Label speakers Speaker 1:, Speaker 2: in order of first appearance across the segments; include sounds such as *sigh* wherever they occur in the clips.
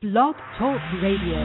Speaker 1: Blog Talk Radio.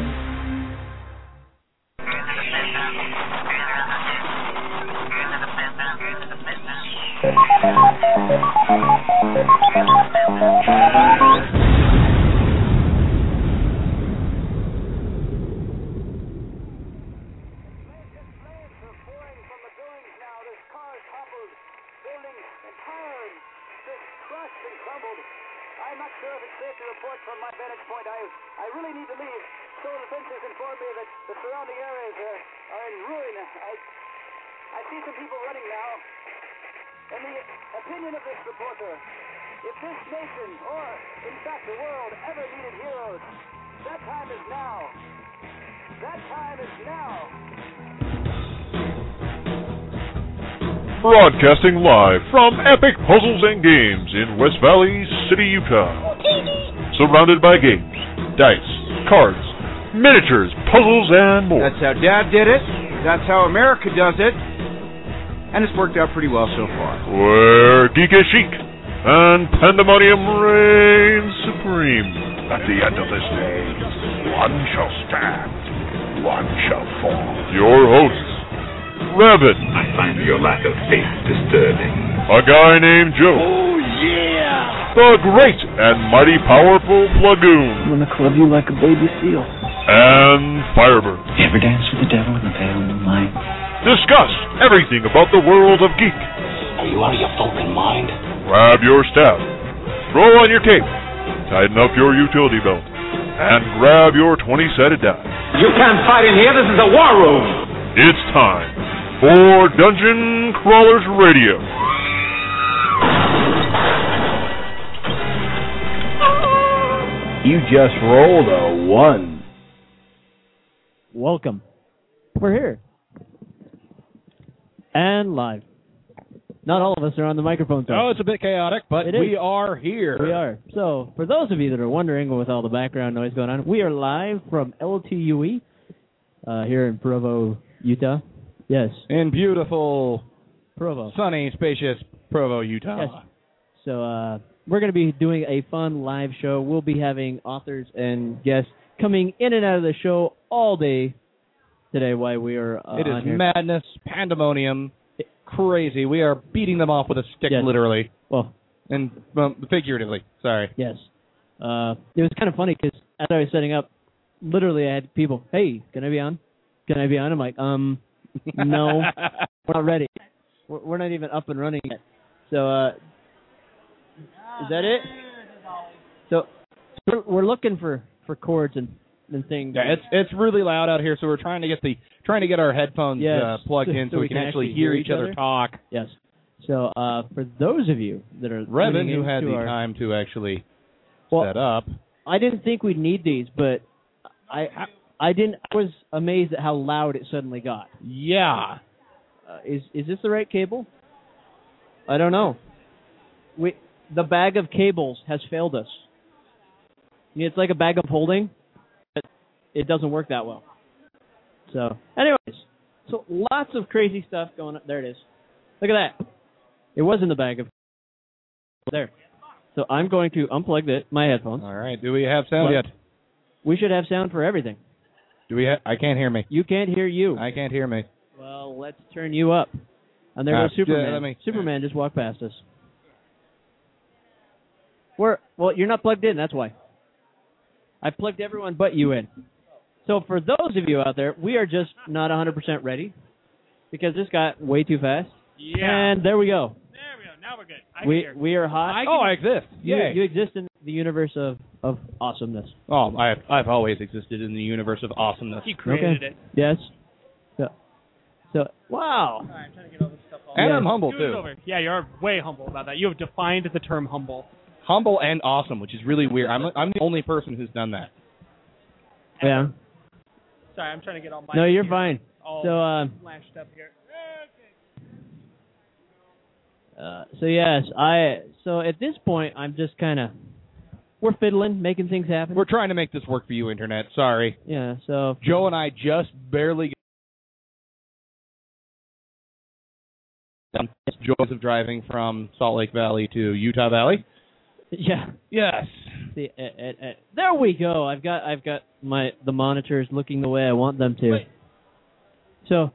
Speaker 2: Broadcasting live from Epic Puzzles and Games in West Valley City, Utah. Surrounded by games, dice, cards, miniatures, puzzles, and more.
Speaker 3: That's how Dad did it. That's how America does it. And it's worked out pretty well so far.
Speaker 2: Where geek is chic and pandemonium reigns supreme. At the end of this day, one shall stand, one shall fall. Your hosts, Rabbit,
Speaker 4: I find your lack of faith disturbing.
Speaker 2: a guy named Joe,
Speaker 4: Oh, yeah!
Speaker 2: the great and mighty powerful Plagoon,
Speaker 5: I'm gonna club you like a baby seal.
Speaker 2: and Firebird.
Speaker 5: You ever dance with the devil in the pale moonlight?
Speaker 2: Discuss everything about the world of geek.
Speaker 5: Are you out of your fucking mind?
Speaker 2: Grab your staff, throw on your cape, tighten up your utility belt, and grab your 20-sided die.
Speaker 4: You can't fight in here. This is the war room.
Speaker 2: It's time for Dungeon Crawlers Radio.
Speaker 6: You just rolled a one.
Speaker 7: Welcome. We're here. And live. Not all of us are on the microphone, though.
Speaker 8: Oh, it's a bit chaotic, but
Speaker 7: It is.
Speaker 8: we are here.
Speaker 7: We are. So, for those of you that are wondering with all the background noise going on, we are live from LTUE E, uh, here in Provo, Utah. Yes,
Speaker 8: in beautiful,
Speaker 7: Provo.
Speaker 8: sunny, spacious Provo, Utah.
Speaker 7: Yes. So, uh, we're going to be doing a fun live show. We'll be having authors and guests coming in and out of the show all day today while we are uh,
Speaker 8: it
Speaker 7: on
Speaker 8: is
Speaker 7: here.
Speaker 8: madness, pandemonium, crazy. We are beating them off with a stick,
Speaker 7: Yes.
Speaker 8: literally
Speaker 7: well,
Speaker 8: and well, figuratively. Sorry.
Speaker 7: Yes. Uh, it was kind of funny because as I was setting up, literally I had people, hey, can I be on? Can I be on? I'm like, um,
Speaker 8: *laughs*
Speaker 7: no, we're not ready. We're, we're not even up and running yet. So, uh, is that it? So, we're, we're looking for, for chords and, and things.
Speaker 8: Yeah, it's it's really loud out here, so we're trying to get the trying to get our headphones
Speaker 7: Yes.
Speaker 8: uh,
Speaker 7: *laughs*
Speaker 8: plugged in so, we can, actually hear each other, talk.
Speaker 7: Yes. So, uh, for those of you that are
Speaker 8: Revan,
Speaker 7: tuning
Speaker 8: who had
Speaker 7: into
Speaker 8: the
Speaker 7: our-
Speaker 8: time to actually
Speaker 7: Well,
Speaker 8: set up.
Speaker 7: I didn't think we'd need these, but I I didn't. I was amazed at how loud it suddenly got.
Speaker 8: Yeah.
Speaker 7: Uh, is is this the right cable? I don't know. We the bag of cables has failed us. It's like a bag of holding, but it doesn't work that well. So, anyways, so lots of crazy stuff going. on. There it is. Look at that. It was in the bag of there. So I'm going to unplug the, my headphones.
Speaker 8: All right. Do we have sound
Speaker 7: What?
Speaker 8: yet?
Speaker 7: We should have sound for everything.
Speaker 8: Do we? Ha- I can't hear me.
Speaker 7: You can't hear you.
Speaker 8: I can't hear me.
Speaker 7: Well, let's turn you up. And there
Speaker 8: Uh,
Speaker 7: goes Superman.
Speaker 8: yeah, let me-
Speaker 7: Superman just walked past us. We're well, you're not plugged in. That's why. I plugged everyone but you in. So for those of you out there, we are just not 100% ready because this got way too fast.
Speaker 9: Yeah.
Speaker 7: And there we go.
Speaker 9: there we go. Now we're good. I
Speaker 7: we
Speaker 9: can hear.
Speaker 7: we are hot.
Speaker 8: oh, I exist.
Speaker 7: you,
Speaker 8: Yay.
Speaker 7: you exist in the universe of of awesomeness.
Speaker 8: oh, I've, I've always existed in the universe of awesomeness.
Speaker 9: He created it.
Speaker 7: Yes. So, so wow.
Speaker 9: All right, I'm trying to get all this stuff off.
Speaker 8: And
Speaker 7: Yeah.
Speaker 8: I'm humble,
Speaker 9: Scoot it
Speaker 8: too.
Speaker 9: over. Yeah, you're way humble about that. You have defined the term humble.
Speaker 8: Humble and awesome, which is really weird. I'm, I'm the only person who's done that.
Speaker 7: Yeah.
Speaker 9: Sorry, I'm trying to get all my.
Speaker 7: No, you're
Speaker 9: gear
Speaker 7: fine.
Speaker 9: All
Speaker 7: So um
Speaker 9: lashed up here.
Speaker 7: Uh, so yes, I so at this point I'm just kind of we're fiddling, making things happen.
Speaker 8: We're trying to make this work for you, Internet. Sorry.
Speaker 7: yeah, *laughs* so
Speaker 8: Joe and I just barely got the joys of driving from Salt Lake Valley to Utah Valley.
Speaker 7: Yeah.
Speaker 8: Yes.
Speaker 7: See, eh, eh, eh. there we go. I've got I've got my the monitors looking the way I want them to.
Speaker 9: Wait.
Speaker 7: So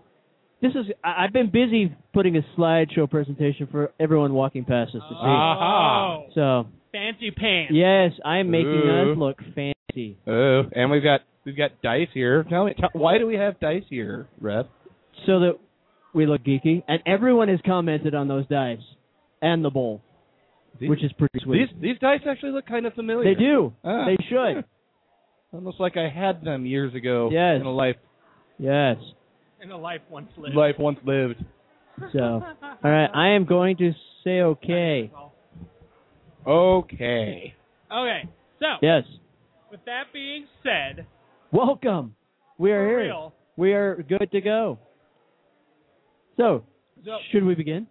Speaker 7: this is I, I've been busy putting a slideshow presentation for everyone walking past us to see.
Speaker 8: Aha.
Speaker 9: Oh,
Speaker 7: So
Speaker 9: fancy pants.
Speaker 7: yes, I'm making
Speaker 8: Ooh.
Speaker 7: us look fancy.
Speaker 8: Oh, and we've got we've got dice here. Tell me, tell, why do we have dice here, Rev?
Speaker 7: so that we look geeky. And everyone has commented on those dice and the bowl,
Speaker 8: These,
Speaker 7: which is pretty sweet.
Speaker 8: these these dice actually look kind of familiar.
Speaker 7: they do.
Speaker 8: Ah.
Speaker 7: They should.
Speaker 8: *laughs* Almost like I had them years ago.
Speaker 7: Yes.
Speaker 8: In a life
Speaker 7: Yes.
Speaker 9: In a life once
Speaker 8: *laughs*
Speaker 9: lived.
Speaker 8: life once lived.
Speaker 7: So, all right, I am going to say okay.
Speaker 8: Okay.
Speaker 9: Okay. So,
Speaker 7: Yes.
Speaker 9: with that being said,
Speaker 7: Welcome. We are
Speaker 9: for
Speaker 7: here.
Speaker 9: real.
Speaker 7: We are good to go. So,
Speaker 9: So,
Speaker 7: should we begin?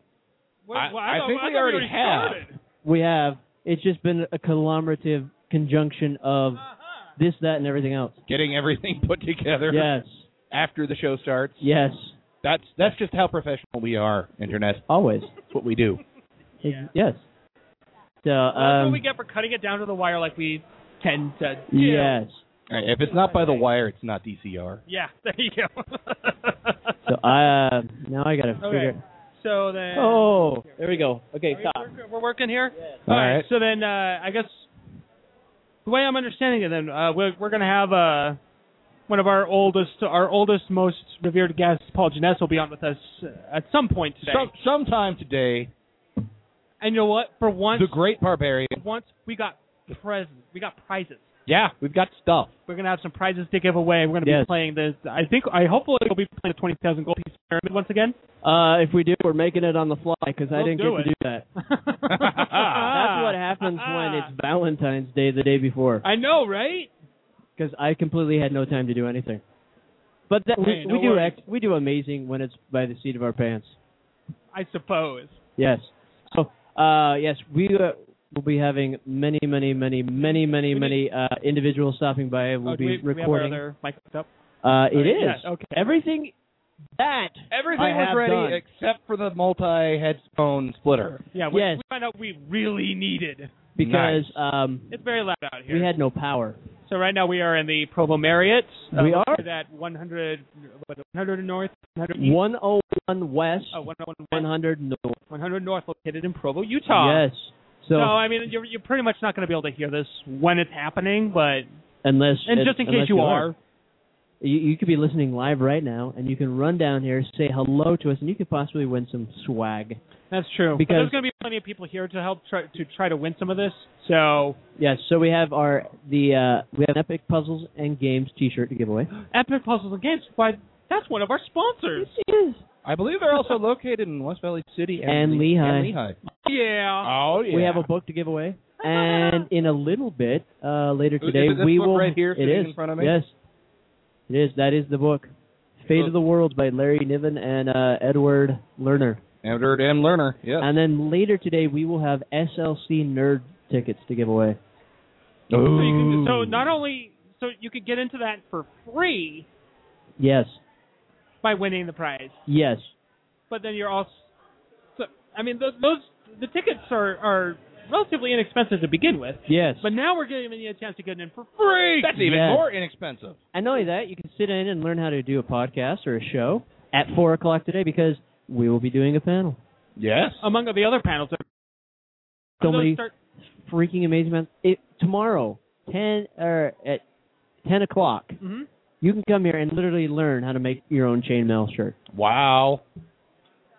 Speaker 9: what,
Speaker 8: I-
Speaker 9: well,
Speaker 8: I
Speaker 9: thought-
Speaker 8: think
Speaker 9: I
Speaker 8: we
Speaker 9: thought
Speaker 8: already have.
Speaker 9: started.
Speaker 7: We have. It's just been a collaborative conjunction of
Speaker 9: Uh-huh.
Speaker 7: this, that, and everything else.
Speaker 8: Getting everything put together
Speaker 7: Yes.
Speaker 8: *laughs* after the show starts.
Speaker 7: Yes.
Speaker 8: That's that's just how professional we are, internet.
Speaker 7: Always.
Speaker 8: That's what
Speaker 7: *laughs*
Speaker 8: we do.
Speaker 9: Yeah.
Speaker 7: Yes. So,
Speaker 9: Well, that's
Speaker 7: um,
Speaker 9: what we get for cutting it down to the wire like we tend to do.
Speaker 7: yes.
Speaker 8: All right, if it's not by the wire, it's not DCR.
Speaker 9: Yeah, *laughs* there you go.
Speaker 7: So I uh, now I gotta
Speaker 9: okay.
Speaker 7: figure.
Speaker 9: So then.
Speaker 7: Oh, there we go. Okay,
Speaker 9: Are we
Speaker 7: stop.
Speaker 9: work- we're working here?
Speaker 8: All
Speaker 9: All
Speaker 8: right.
Speaker 9: So then, uh, I guess the way I'm understanding it, then uh, we're, we're going to have uh, one of our oldest, our oldest, most revered guests, Paul Jeunesse, will be on with us uh, at some point today.
Speaker 8: Some, sometime today,
Speaker 9: and you know what? For once,
Speaker 8: the Great Barbarian.
Speaker 9: once we got presents, we got prizes.
Speaker 8: Yeah, we've got stuff.
Speaker 9: We're gonna have some prizes to give away. We're gonna
Speaker 7: Yes.
Speaker 9: be playing the. I think I hopefully we'll be playing the twenty thousand gold piece pyramid once again.
Speaker 7: Uh, if we do, we're making it on the fly because I
Speaker 9: We'll
Speaker 7: didn't
Speaker 9: do
Speaker 7: get to
Speaker 9: it.
Speaker 7: do
Speaker 9: *laughs*
Speaker 7: that. *laughs* That's
Speaker 9: That's
Speaker 7: what happens when it's Valentine's Day the day before
Speaker 9: I know, right?
Speaker 7: because I completely had no time to do anything. But that, we,
Speaker 9: Hey, no
Speaker 7: we do
Speaker 9: worries.
Speaker 7: act, we do amazing when it's by the seat of our pants.
Speaker 9: I suppose.
Speaker 7: Yes. So uh, yes, we uh, will be having many, many, many, many, many,
Speaker 9: We
Speaker 7: many uh, individuals stopping by. We'll
Speaker 9: oh,
Speaker 7: be
Speaker 9: do we, do we have our
Speaker 7: recording.
Speaker 9: other mic up.
Speaker 7: uh, it
Speaker 9: Sorry,
Speaker 7: is
Speaker 9: yes, okay.
Speaker 7: everything that
Speaker 8: Everything
Speaker 7: I
Speaker 8: was
Speaker 7: have
Speaker 8: ready
Speaker 7: done.
Speaker 8: except for the multi headphone splitter.
Speaker 9: Yeah, we,
Speaker 7: Yes.
Speaker 9: we found out we really needed.
Speaker 7: because um,
Speaker 9: It's very loud out here.
Speaker 7: we had no power.
Speaker 9: so right now we are in the Provo Marriott. Uh,
Speaker 7: We are.
Speaker 9: located at 100, what, 100 North, 100 East,
Speaker 7: 101 West,
Speaker 9: oh, 101
Speaker 7: 100 North.
Speaker 9: 100 North, located in Provo, Utah.
Speaker 7: Yes. So
Speaker 9: So I mean, you're you're pretty much not going to be able to hear this when it's happening, but
Speaker 7: unless
Speaker 9: and just in case
Speaker 7: unless
Speaker 9: you
Speaker 7: you
Speaker 9: are,
Speaker 7: you, you could be listening live right now, and you can run down here, say hello to us, and you could possibly win some swag.
Speaker 9: that's true.
Speaker 7: Because-
Speaker 9: But there's going to be plenty of people here to help try to try to win some of this. So
Speaker 7: Yes. So we have our the uh, we have an epic puzzles and games T-shirt to give
Speaker 8: *gasps*
Speaker 7: away.
Speaker 9: Epic Puzzles and Games, why that's one of our sponsors.
Speaker 8: I believe they're also located in West Valley City and,
Speaker 7: And Lehigh.
Speaker 8: and Lehigh.
Speaker 9: Yeah.
Speaker 8: Oh yeah.
Speaker 7: We have a book to give
Speaker 8: *laughs*
Speaker 7: away, and in a little bit uh, later
Speaker 8: Is it
Speaker 7: today
Speaker 8: this
Speaker 7: we
Speaker 8: book
Speaker 7: will.
Speaker 8: right here
Speaker 7: it
Speaker 8: sitting
Speaker 7: is
Speaker 8: in front of me?
Speaker 7: Yes, it is. That is the book, Fate
Speaker 8: Oh.
Speaker 7: of the Worlds by Larry Niven and uh, Edward Lerner.
Speaker 8: Edward M. Lerner. Yeah.
Speaker 7: And then later today we will have SLC nerd tickets to give away.
Speaker 9: So, you can, so not only so you could get into that for free
Speaker 7: Yes,
Speaker 9: by winning the prize,
Speaker 7: yes,
Speaker 9: but then you're also, so, I mean, those, those the tickets are are relatively inexpensive to begin with,
Speaker 7: yes.
Speaker 9: but now we're giving you a chance to get in for free.
Speaker 8: That's even
Speaker 7: Yes.
Speaker 8: more inexpensive.
Speaker 7: and not only that, you can sit in and learn how to do a podcast or a show at four o'clock today because we will be doing a panel.
Speaker 8: Yes.
Speaker 9: among the other panels.
Speaker 7: So
Speaker 9: Those
Speaker 7: many
Speaker 9: start-
Speaker 7: freaking amazing man. It, tomorrow, ten or at ten o'clock,
Speaker 9: Mhm.
Speaker 7: you can come here and literally learn how to make your own chainmail shirt.
Speaker 8: Wow.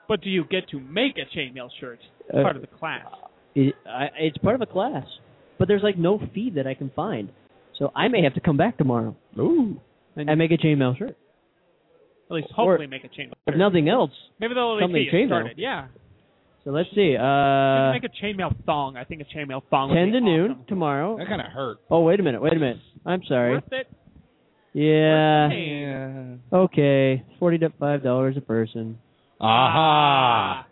Speaker 9: But do you get to make a chainmail shirt?
Speaker 7: Uh,
Speaker 9: Part of the class.
Speaker 7: It, I, it's part of a class, but there's like no fee that I can find, so I may have to come back tomorrow
Speaker 8: Ooh.
Speaker 7: and make a chainmail shirt.
Speaker 9: At least hopefully make a chainmail
Speaker 7: If
Speaker 9: shirt.
Speaker 7: nothing else,
Speaker 9: Maybe they'll at
Speaker 7: something
Speaker 9: least get it
Speaker 7: chainmail.
Speaker 9: started. Yeah.
Speaker 7: so let's see. Uh,
Speaker 9: make a chainmail thong. I think a chainmail thong. would
Speaker 7: ten
Speaker 9: be
Speaker 7: to noon
Speaker 9: awesome.
Speaker 7: tomorrow.
Speaker 8: That kind of hurt.
Speaker 7: Oh wait a minute, wait a minute. I'm sorry. Uh,
Speaker 9: Worth it.
Speaker 7: Yeah.
Speaker 9: Hey.
Speaker 7: Okay, forty to five dollars a person.
Speaker 8: Aha.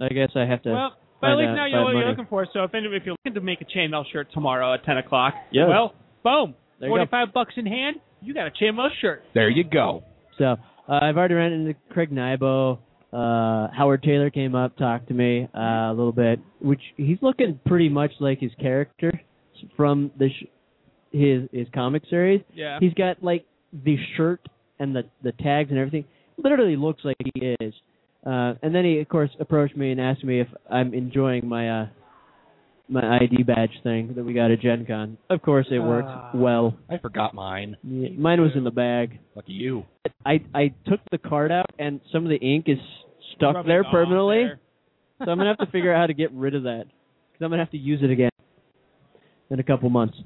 Speaker 7: I guess I have to.
Speaker 9: Ah. Well, but at
Speaker 7: find
Speaker 9: least
Speaker 7: out
Speaker 9: now you know
Speaker 7: about
Speaker 9: what you're
Speaker 7: money.
Speaker 9: looking for. So if any, if you're looking to make a chainmail shirt tomorrow at ten o'clock,
Speaker 7: Yeah.
Speaker 9: well, boom,
Speaker 7: There you go.
Speaker 9: forty-five bucks in hand, you got a chainmail shirt.
Speaker 8: There you go.
Speaker 7: So uh, I've already ran into Craig Nybo, Uh, Howard Taylor came up, talked to me uh, a little bit, which he's looking pretty much like his character from the sh- his his comic series.
Speaker 9: Yeah.
Speaker 7: He's got like the shirt and the the tags and everything. Literally looks like he is. Uh, and then he of course approached me and asked me if I'm enjoying my uh my ID badge thing that we got at Gen Con. Of course it worked
Speaker 9: Ah.
Speaker 7: well.
Speaker 8: I forgot mine.
Speaker 7: Yeah, mine was in the bag.
Speaker 8: Lucky you.
Speaker 7: I I took the card out and some of the ink is stuck
Speaker 9: Rubbing
Speaker 7: there
Speaker 9: off
Speaker 7: permanently.
Speaker 9: there.
Speaker 7: so I'm gonna have to figure out how to get rid of that because I'm gonna have to use it again in a couple months.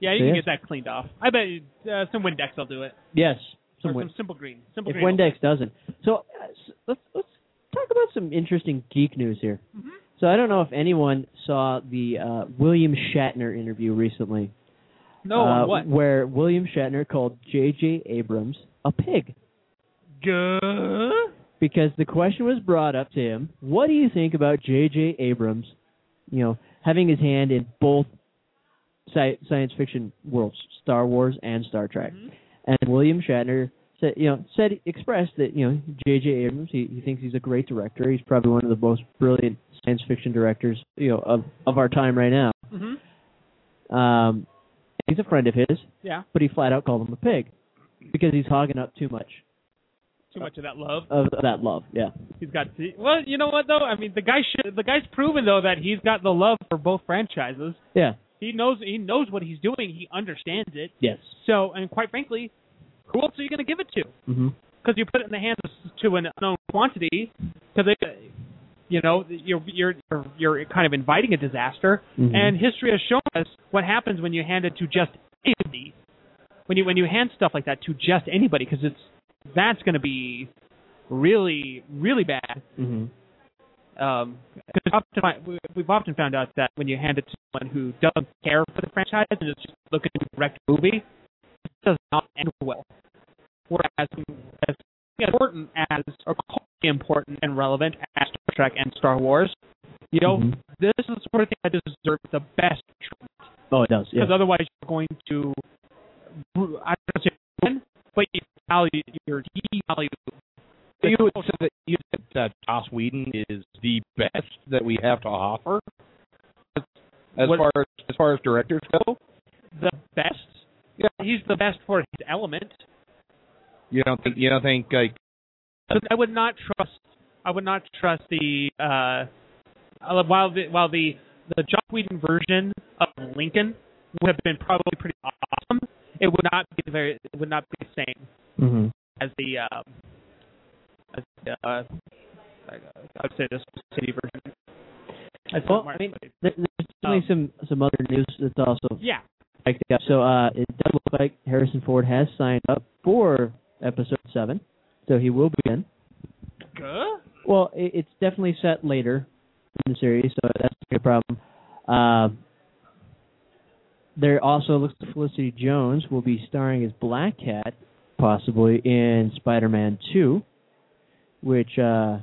Speaker 9: Yeah, you
Speaker 7: So,
Speaker 9: can
Speaker 7: yeah.
Speaker 9: get that cleaned off. I bet uh, some Windex will do it.
Speaker 7: Yes, some
Speaker 9: or
Speaker 7: win-
Speaker 9: some simple green. Simple
Speaker 7: if
Speaker 9: green. will do it.
Speaker 7: Windex doesn't. So uh, s- let's let's talk about some interesting geek news here.
Speaker 9: Mm-hmm.
Speaker 7: So I don't know if anyone saw the uh, William Shatner interview recently.
Speaker 9: No,
Speaker 7: uh,
Speaker 9: on what?
Speaker 7: Where William Shatner called J.J. Abrams a pig
Speaker 9: Good.
Speaker 7: because the question was brought up to him. What do you think about J.J. Abrams? You know, having his hand in both sci- science fiction worlds, Star Wars and Star Trek. And William Shatner said, you know, said expressed that you know J.J. Abrams, he, he thinks he's a great director. He's probably one of the most brilliant science fiction directors, you know, of of our time right now.
Speaker 9: Mm-hmm.
Speaker 7: Um, he's a friend of his,
Speaker 9: Yeah,
Speaker 7: but he flat out called him a pig because he's hogging up too much
Speaker 9: too much of that love.
Speaker 7: of that love. Yeah.
Speaker 9: He's got. The, well, you know what though? I mean, the guy should. The guy's proven though that he's got the love for both franchises.
Speaker 7: Yeah.
Speaker 9: He knows. He knows what he's doing. He understands it.
Speaker 7: Yes.
Speaker 9: So, and quite frankly, who else are you going to give it to?
Speaker 7: Mm-hmm.
Speaker 9: Because you put it in the hands of, to an unknown quantity. Because you know, you're you're you're- you're kind of inviting a disaster.
Speaker 7: Mhm.
Speaker 9: And history has shown us what happens when you hand it to just anybody. When you when you hand stuff like that to just anybody, because it's that's going to be really really bad.
Speaker 7: Mm-hmm.
Speaker 9: Um, cause we've often find, we- we've often found out that when you hand it to someone who doesn't care for the franchise and is just looking to direct a movie, it does not end well. Whereas as important as or culturally important and relevant as Star Trek and Star Wars, you know,
Speaker 7: Mhm.
Speaker 9: this is the sort of thing that deserves the best treatment
Speaker 7: Oh, it does. Yeah.
Speaker 9: because otherwise you're going to ru- I don't say ruin, but you value your devalue.
Speaker 8: So you would say that you said that Joss Whedon is the best that we have to offer as, as
Speaker 9: What-
Speaker 8: far as, as far as directors go.
Speaker 9: the best.
Speaker 8: Yeah.
Speaker 9: He's the best for his element.
Speaker 8: You don't think you don't think like
Speaker 9: But I would not trust. I would not trust the uh, uh, while the while the the Joss Whedon version of Lincoln would have been probably pretty awesome. It would not be the very. It would not be the same
Speaker 7: Mm-hmm.
Speaker 9: as the. Um, as the uh, I would say the city version. As
Speaker 7: Well,
Speaker 9: Mark
Speaker 7: I mean,
Speaker 9: played.
Speaker 7: There, there's definitely some some other news that's also
Speaker 9: yeah,
Speaker 7: picked up. So uh, it does look like Harrison Ford has signed up for episode seven, so he will be in.
Speaker 9: good.
Speaker 7: Well, it, it's definitely set later in the series, so that's a good problem. Um, there also looks like Felicity Jones will be starring as Black Cat, possibly in Spider-Man 2, which uh,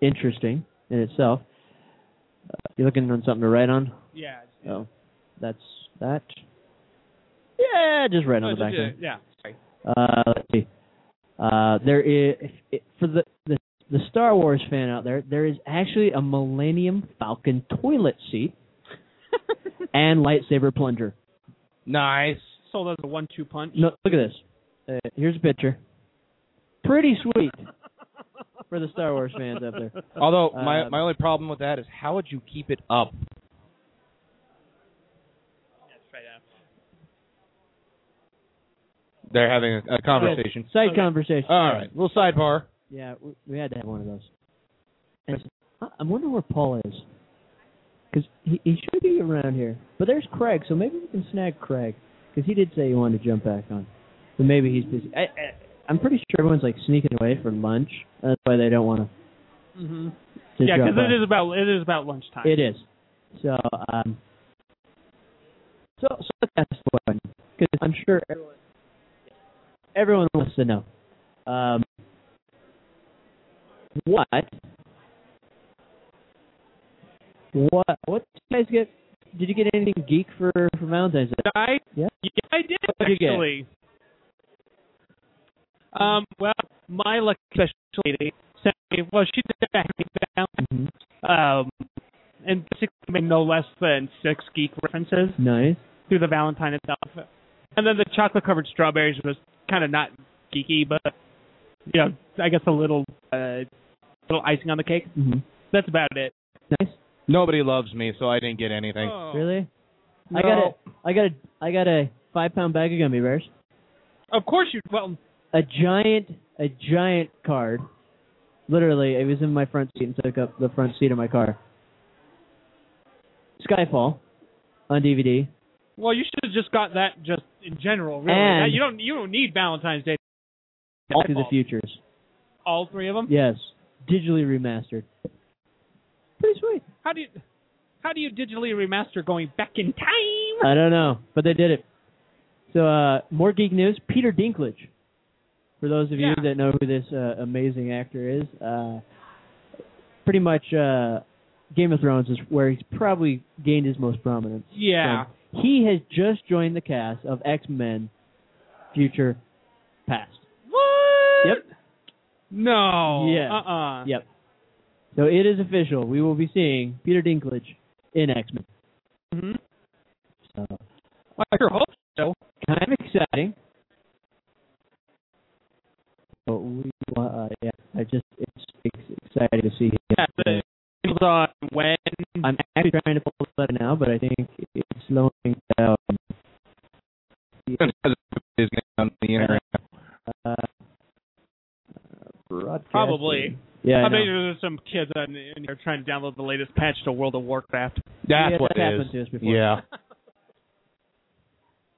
Speaker 7: interesting in itself. Uh, you looking on something to write on?
Speaker 9: Yeah.
Speaker 7: Oh, that's that. Yeah, just right
Speaker 9: Oh,
Speaker 7: on the back. there.
Speaker 9: yeah.
Speaker 7: Uh, let's see. Uh, there is for the, the the Star Wars fan out there. There is actually a Millennium Falcon toilet seat and lightsaber plunger.
Speaker 8: nice.
Speaker 9: So that's a one-two punch.
Speaker 7: No, look at this. Uh, here's a picture. Pretty sweet for the Star Wars fans out there.
Speaker 8: *laughs* Although my
Speaker 7: Um,
Speaker 8: my only problem with that is how would you keep it up? They're having a, a conversation.
Speaker 7: Side conversation.
Speaker 8: All right, little sidebar.
Speaker 7: Yeah, we, we had to have one of those. And I- I'm wondering where Paul is, because he, he should be around here. But there's Craig, so maybe we can snag Craig, because he did say he wanted to jump back on. But maybe he's busy. I, I, I'm pretty sure everyone's like sneaking away for lunch. That's why they don't want
Speaker 9: hmm
Speaker 7: to.
Speaker 9: Yeah,
Speaker 7: jump
Speaker 9: because it
Speaker 7: on.
Speaker 9: is about it is about lunchtime.
Speaker 7: It is. So, um, so, so that's the one because I'm sure everyone, everyone wants to know. Um, what? What? What did you guys get? Did you get anything geek for for Valentine's Day?
Speaker 9: I
Speaker 7: Yeah.
Speaker 9: I did
Speaker 7: What'd you get?
Speaker 9: actually. Um, well, my lucky special lady sent me, well, she did that hand down, um, and basically made no less than six geek references
Speaker 7: Nice.
Speaker 9: through the Valentine itself. And then the chocolate covered strawberries was kind of not geeky, but you know, I guess a little uh, little icing on the cake.
Speaker 7: Mm-hmm.
Speaker 9: That's about it.
Speaker 7: Nice.
Speaker 8: Nobody loves me, so I didn't get anything.
Speaker 9: Oh.
Speaker 7: Really? I got a, I got a, I got a five pound bag of gummy bears.
Speaker 9: Of course you. Well,
Speaker 7: a giant a giant card. Literally, it was in my front seat and took up the front seat of my car. Skyfall on DVD.
Speaker 9: well, you should have just got that just in general. Really,
Speaker 7: And-
Speaker 9: That- you don't you don't need Valentine's Day.
Speaker 7: All to the futures.
Speaker 9: All three of them.
Speaker 7: Yes, digitally remastered. Pretty sweet.
Speaker 9: How do you how do you digitally remaster going back in time?
Speaker 7: I don't know, but they did it. So uh, more geek news. Peter Dinklage. For those of
Speaker 9: Yeah.
Speaker 7: you that know who this uh, amazing actor is, uh, pretty much uh, Game of Thrones is where he's probably gained his most prominence.
Speaker 9: Yeah.
Speaker 7: from. He has just joined the cast of X Men Future Past.
Speaker 9: What?
Speaker 7: Yep.
Speaker 9: No.
Speaker 7: Yeah.
Speaker 9: Uh. uh
Speaker 7: Yep. So it is official. We will be seeing Peter Dinklage in X Men.
Speaker 9: hmm
Speaker 7: So
Speaker 9: I sure hope so.
Speaker 7: kind of exciting. But we, uh, yeah, I just it's, it's exciting to see him.
Speaker 9: Yeah, the depends on when.
Speaker 7: I'm actually trying to pull that now, but I think it's slowing down.
Speaker 8: Is on the internet.
Speaker 7: Uh, broadcasting.
Speaker 9: Probably.
Speaker 7: Yeah. I
Speaker 9: I
Speaker 7: know.
Speaker 9: bet you there's some kids on the- in here trying to download the latest patch to World of Warcraft.
Speaker 8: That's
Speaker 7: Yeah,
Speaker 8: what
Speaker 7: that
Speaker 8: it
Speaker 7: happened
Speaker 8: is.
Speaker 7: to us before. *laughs*
Speaker 8: Yeah.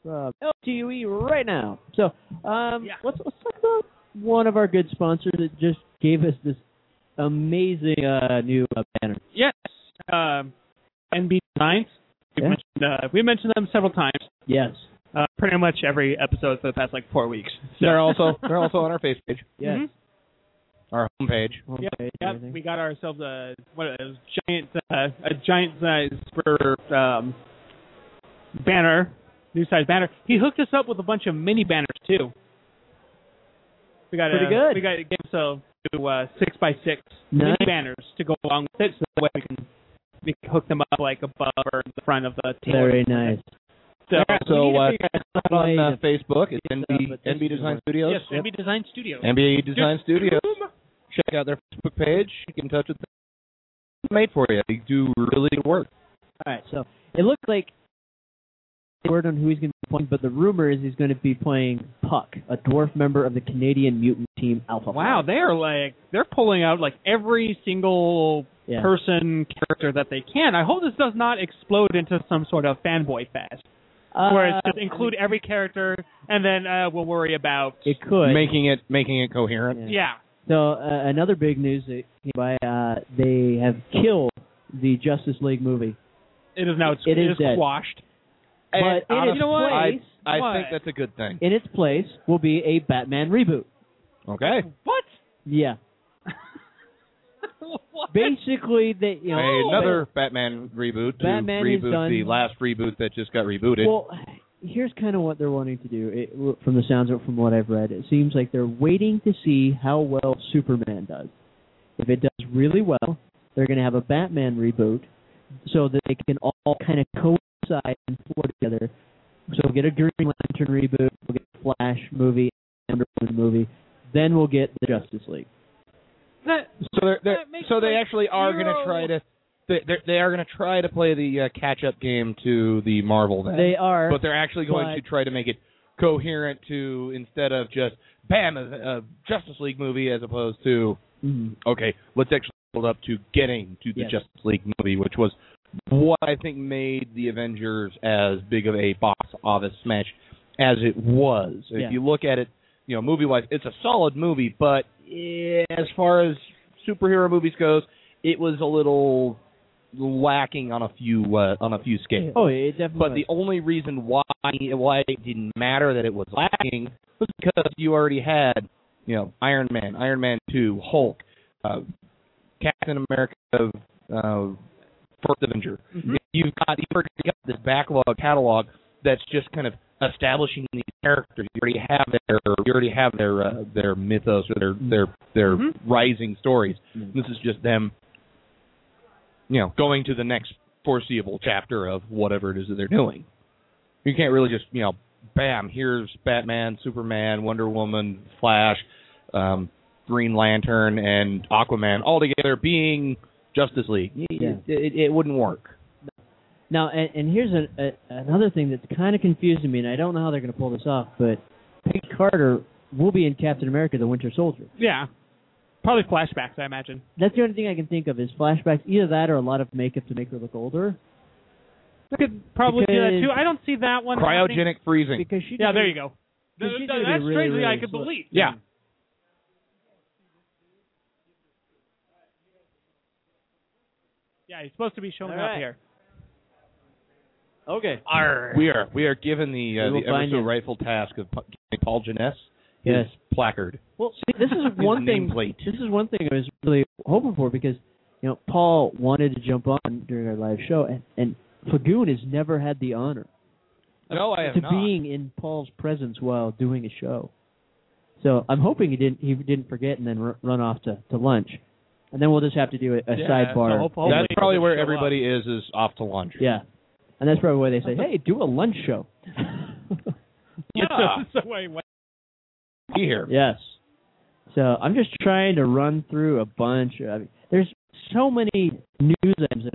Speaker 7: from LTE E right now. So um,
Speaker 9: Yeah.
Speaker 7: let's, let's talk about one of our good sponsors that just gave us this amazing uh, new uh, banner.
Speaker 9: Yes. Um, NB Designs. We
Speaker 7: Yeah.
Speaker 9: mentioned uh, we mentioned them several times.
Speaker 7: Yes.
Speaker 9: Uh, pretty much every episode for the past like four weeks. So-
Speaker 8: They're
Speaker 9: *laughs*
Speaker 8: also they're also on our face page,
Speaker 7: Yes.
Speaker 9: Mhm.
Speaker 8: our homepage.
Speaker 7: Homepage,
Speaker 9: Yep, yep,
Speaker 7: everything.
Speaker 9: we got ourselves a what a giant uh, a giant size for um, banner, new size banner. He hooked us up with a bunch of mini banners too. We got
Speaker 7: Pretty
Speaker 9: a,
Speaker 7: good.
Speaker 9: We got to give ourselves to uh, six by six
Speaker 7: Nice.
Speaker 9: mini banners to go along with it, so that way we can, we can hook them up like above or in the front of the
Speaker 7: *laughs*
Speaker 9: table.
Speaker 7: Very nice.
Speaker 9: So,
Speaker 8: So uh, check us out on uh,
Speaker 7: Way to
Speaker 8: Facebook. It's
Speaker 7: fix it up,
Speaker 8: NB
Speaker 7: but this
Speaker 8: NB Design
Speaker 7: is-
Speaker 8: Studios.
Speaker 9: yes, MB Design Studio.
Speaker 8: NBA Design Studios. Check out their Facebook page. Get in touch with them. Made for you. They do really good work.
Speaker 7: All right. So it looked like word on who he's going to be playing, but the rumor is he's going to be playing Puck, a dwarf member of the Canadian mutant team Alpha.
Speaker 9: Wow, they are like they're pulling out like every single
Speaker 7: Yeah.
Speaker 9: person character that they can. I hope this does not explode into some sort of fanboy fest
Speaker 7: Uh,
Speaker 9: where it's just include every character and then uh, we'll worry about
Speaker 7: It could.
Speaker 8: Making it making it coherent.
Speaker 9: yeah.
Speaker 7: So uh, another big news that came by, uh, they have killed the Justice League movie.
Speaker 9: It is now
Speaker 7: It is dead.
Speaker 9: squashed. uh,
Speaker 8: And
Speaker 7: but in
Speaker 8: honestly,
Speaker 7: its place,
Speaker 8: I, I think
Speaker 9: what?
Speaker 8: that's a good thing.
Speaker 7: in its place will be a Batman reboot.
Speaker 8: Okay.
Speaker 9: What?
Speaker 8: *laughs*
Speaker 7: Yeah,
Speaker 9: what?
Speaker 7: basically they you know
Speaker 8: Another Batman reboot to
Speaker 7: Oh. Batman is
Speaker 8: reboot
Speaker 7: done.
Speaker 8: the last reboot that just got rebooted.
Speaker 7: Well, here's kind of what they're wanting to do. It, from the sounds of from what I've read, it seems like they're waiting to see how well Superman does. If it does really well, they're going to have a Batman reboot so that they can all kind of coincide and flow together. So we'll get a Green Lantern reboot, we'll get a Flash movie, Wonder Woman movie, then we'll get the Justice League.
Speaker 9: That-
Speaker 8: so they're, they're,
Speaker 9: that makes,
Speaker 8: so they
Speaker 9: like,
Speaker 8: actually are going to
Speaker 9: zero-
Speaker 8: try to they they're- they are going to try to play the uh, catch up game to the Marvel then.
Speaker 7: They are.
Speaker 8: but they're actually going
Speaker 7: but-
Speaker 8: to try to make it coherent to instead of just bam a, a Justice League movie as opposed to
Speaker 7: Mhm.
Speaker 8: okay let's actually build up to getting to the
Speaker 7: Yes.
Speaker 8: Justice League movie, which was what I think made the Avengers as big of a box office smash as it was. If
Speaker 7: Yeah.
Speaker 8: you look at it, you know, movie wise, it's a solid movie, but eh, as far as superhero movies goes, it was a little lacking on a few uh, on a few scales.
Speaker 7: Oh, it definitely.
Speaker 8: But the
Speaker 7: was.
Speaker 8: only reason why why it didn't matter that it was lacking was because you already had, you know, Iron Man, Iron Man Two, Hulk, uh, Captain America, uh, First Avenger. You've got you've already got this backlog catalog that's just kind of establishing these characters. You already have their you already have their uh, their mythos or their their their rising stories. This is just them, you know, going to the next foreseeable chapter of whatever it is that they're doing. You can't really just you know, bam, here's Batman, Superman, Wonder Woman, Flash, um, Green Lantern, and Aquaman all together being Justice League. Y-
Speaker 7: Yeah.
Speaker 8: It, it wouldn't work.
Speaker 7: Now, and, and here's a, a, another thing that's kind of confusing me, and I don't know how they're going to pull this off, but Peggy Carter will be in Captain America: The Winter Soldier.
Speaker 9: Yeah. Probably flashbacks, I imagine.
Speaker 7: That's the only thing I can think of is flashbacks. Either that or a lot of makeup to make her look older.
Speaker 9: We could probably do that
Speaker 7: Because-
Speaker 9: too. I don't see that one. happening.
Speaker 8: Cryogenic freezing.
Speaker 7: Because she.
Speaker 9: Yeah, there you go.
Speaker 7: Because
Speaker 9: Th-
Speaker 7: she's
Speaker 9: th-
Speaker 7: gonna be
Speaker 9: that's
Speaker 7: really,
Speaker 9: strangely I
Speaker 7: really
Speaker 9: could
Speaker 7: slick.
Speaker 9: believe.
Speaker 8: Yeah.
Speaker 9: Yeah, he's supposed to be showing
Speaker 7: All
Speaker 9: up
Speaker 7: right. *laughs*
Speaker 9: here.
Speaker 7: Okay.
Speaker 8: We are we are given the
Speaker 7: We
Speaker 8: uh,
Speaker 7: will
Speaker 8: the ever
Speaker 7: find
Speaker 8: so
Speaker 7: you.
Speaker 8: rightful task of pu- getting Paul Jeunesse his
Speaker 7: Yes.
Speaker 8: placard.
Speaker 7: Well, see, this is
Speaker 8: His
Speaker 7: one thing.
Speaker 8: nameplate.
Speaker 7: This is one thing I was really hoping for because you know Paul wanted to jump on during our live show, and and Fagoon has never had the honor
Speaker 8: No, I have
Speaker 7: to
Speaker 8: not.
Speaker 7: being in Paul's presence while doing a show. So I'm hoping he didn't he didn't forget and then r- run off to, to lunch, and then we'll just have to do a, a
Speaker 9: Yeah,
Speaker 7: sidebar.
Speaker 9: so hope-
Speaker 7: and-
Speaker 9: hopefully-
Speaker 8: That's probably where
Speaker 9: show up.
Speaker 8: everybody is is off to laundry.
Speaker 7: yeah, and that's probably why they
Speaker 8: *laughs*
Speaker 7: say, hey, do a lunch show.
Speaker 8: Yeah.
Speaker 9: *laughs* so, wait, what?
Speaker 8: Be here.
Speaker 7: yes. So I'm just trying to run through a bunch. Of, I mean, there's so many news items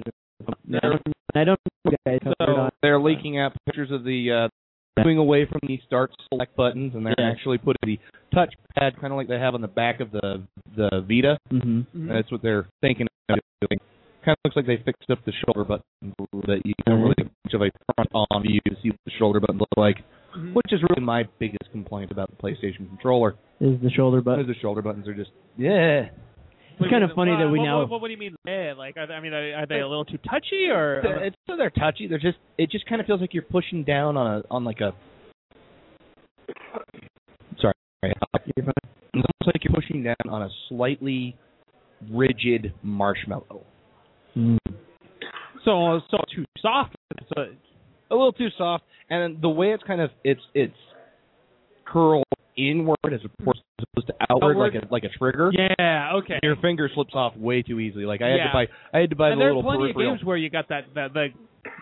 Speaker 7: that are coming. I don't, I don't know if you guys covered
Speaker 8: So
Speaker 7: on-
Speaker 8: they're leaking out pictures of the uh, moving away from the start select buttons, and they're
Speaker 7: Yeah.
Speaker 8: actually putting the touchpad kind of like they have on the back of the the Vita.
Speaker 7: Mhm.
Speaker 9: Mm-hmm.
Speaker 8: That's what they're thinking of doing. Kind of looks like they fixed up the shoulder button a little bit. You don't really get much of a front-on view to see what the shoulder button looks like,
Speaker 9: Mm-hmm.
Speaker 8: which is really my biggest complaint about the PlayStation controller.
Speaker 7: Is the shoulder
Speaker 8: is
Speaker 7: button?
Speaker 8: the shoulder buttons are just yeah.
Speaker 7: It's kind of funny that we
Speaker 9: what,
Speaker 7: now.
Speaker 9: What, what, do you mean? Eh, like, are they, I mean, are, are they a little too touchy or?
Speaker 8: They're- It's so they're touchy. They're just it just kind of feels like you're pushing down on a on like a. Sorry, uh,
Speaker 7: You're fine.
Speaker 8: It looks like you're pushing down on a slightly rigid marshmallow.
Speaker 9: so so too soft. So,
Speaker 8: A little too soft, and the way it's kind of it's it's curled inward as opposed as opposed to outward,
Speaker 9: Outward.
Speaker 8: like a like a trigger.
Speaker 9: yeah. Okay.
Speaker 8: Your finger slips off way too easily. Like I had
Speaker 9: Yeah.
Speaker 8: to buy I had to buy
Speaker 9: and
Speaker 8: the
Speaker 9: there
Speaker 8: little
Speaker 9: are plenty
Speaker 8: peripheral.
Speaker 9: of games where you got that that the.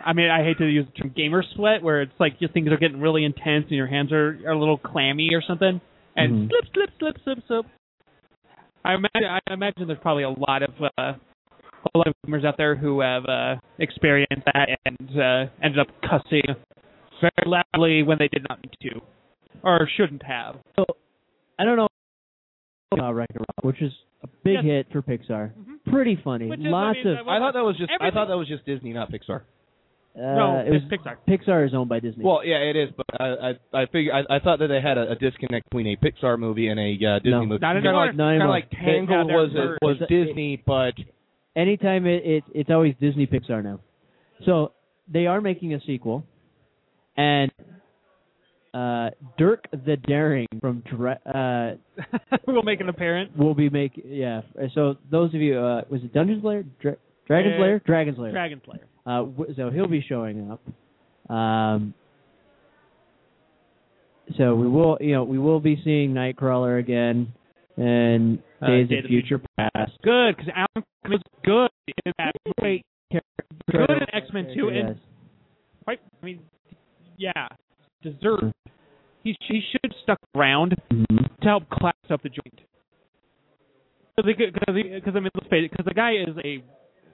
Speaker 9: I mean, I hate to use the term gamer sweat, where it's like your things are getting really intense and your hands are, are a little clammy or something, and
Speaker 8: Mm-hmm.
Speaker 7: Mhm.
Speaker 9: slip, slip, slip, slip, slip. I imagine I imagine there's probably a lot of uh, a lot of gamers out there who have uh, experienced that and uh, ended up cussing very loudly when they did not need
Speaker 8: *laughs*
Speaker 9: to, or shouldn't have.
Speaker 7: I don't know about Wreck-It Ralph, which is a big
Speaker 9: Yes.
Speaker 7: hit for Pixar. Pretty funny.
Speaker 9: Mm-hmm. Which is, I
Speaker 7: Lots
Speaker 9: mean,
Speaker 7: of.
Speaker 9: that-
Speaker 8: I thought that was just I
Speaker 9: Everything.
Speaker 8: thought that was just Disney, not Pixar.
Speaker 7: Uh,
Speaker 9: no,
Speaker 7: it was
Speaker 9: it's Pixar.
Speaker 7: Pixar is owned by Disney.
Speaker 8: Well, yeah, it is, but I I, I figure I, I thought that they had a, a disconnect between a Pixar movie and a uh, Disney
Speaker 7: No.
Speaker 8: movie.
Speaker 9: Not
Speaker 8: kind of
Speaker 9: anymore.
Speaker 8: like
Speaker 7: Not
Speaker 8: kind
Speaker 7: anymore.
Speaker 8: of like Tangled
Speaker 9: Yeah,
Speaker 8: was
Speaker 9: they're
Speaker 8: a- was
Speaker 7: merged.
Speaker 8: Disney, but
Speaker 7: Anytime it, it it's always Disney Pixar now. So they are making a sequel, and uh, Dirk the Daring from Dra-
Speaker 9: We'll make an apparent.
Speaker 7: uh, will be make yeah. So those of you, uh, was it Dungeon Slayer, Dra- Dragon
Speaker 9: Yeah.
Speaker 7: Slayer, Dragon Slayer?
Speaker 9: Dragon Slayer.
Speaker 7: Uh, w- so he'll be showing up. Um, so we will, you know, we will be seeing Nightcrawler again and
Speaker 9: Uh,
Speaker 7: Days
Speaker 9: Day of
Speaker 7: of
Speaker 9: the
Speaker 7: Future Past.
Speaker 9: Good, because Alan Cumming is good in that movie. Good in X Men Two,
Speaker 7: Yes.
Speaker 9: and quite. I mean, yeah, deserved. He he should have stuck around to help class up the joint. Because I mean, let's face it. Because the guy is a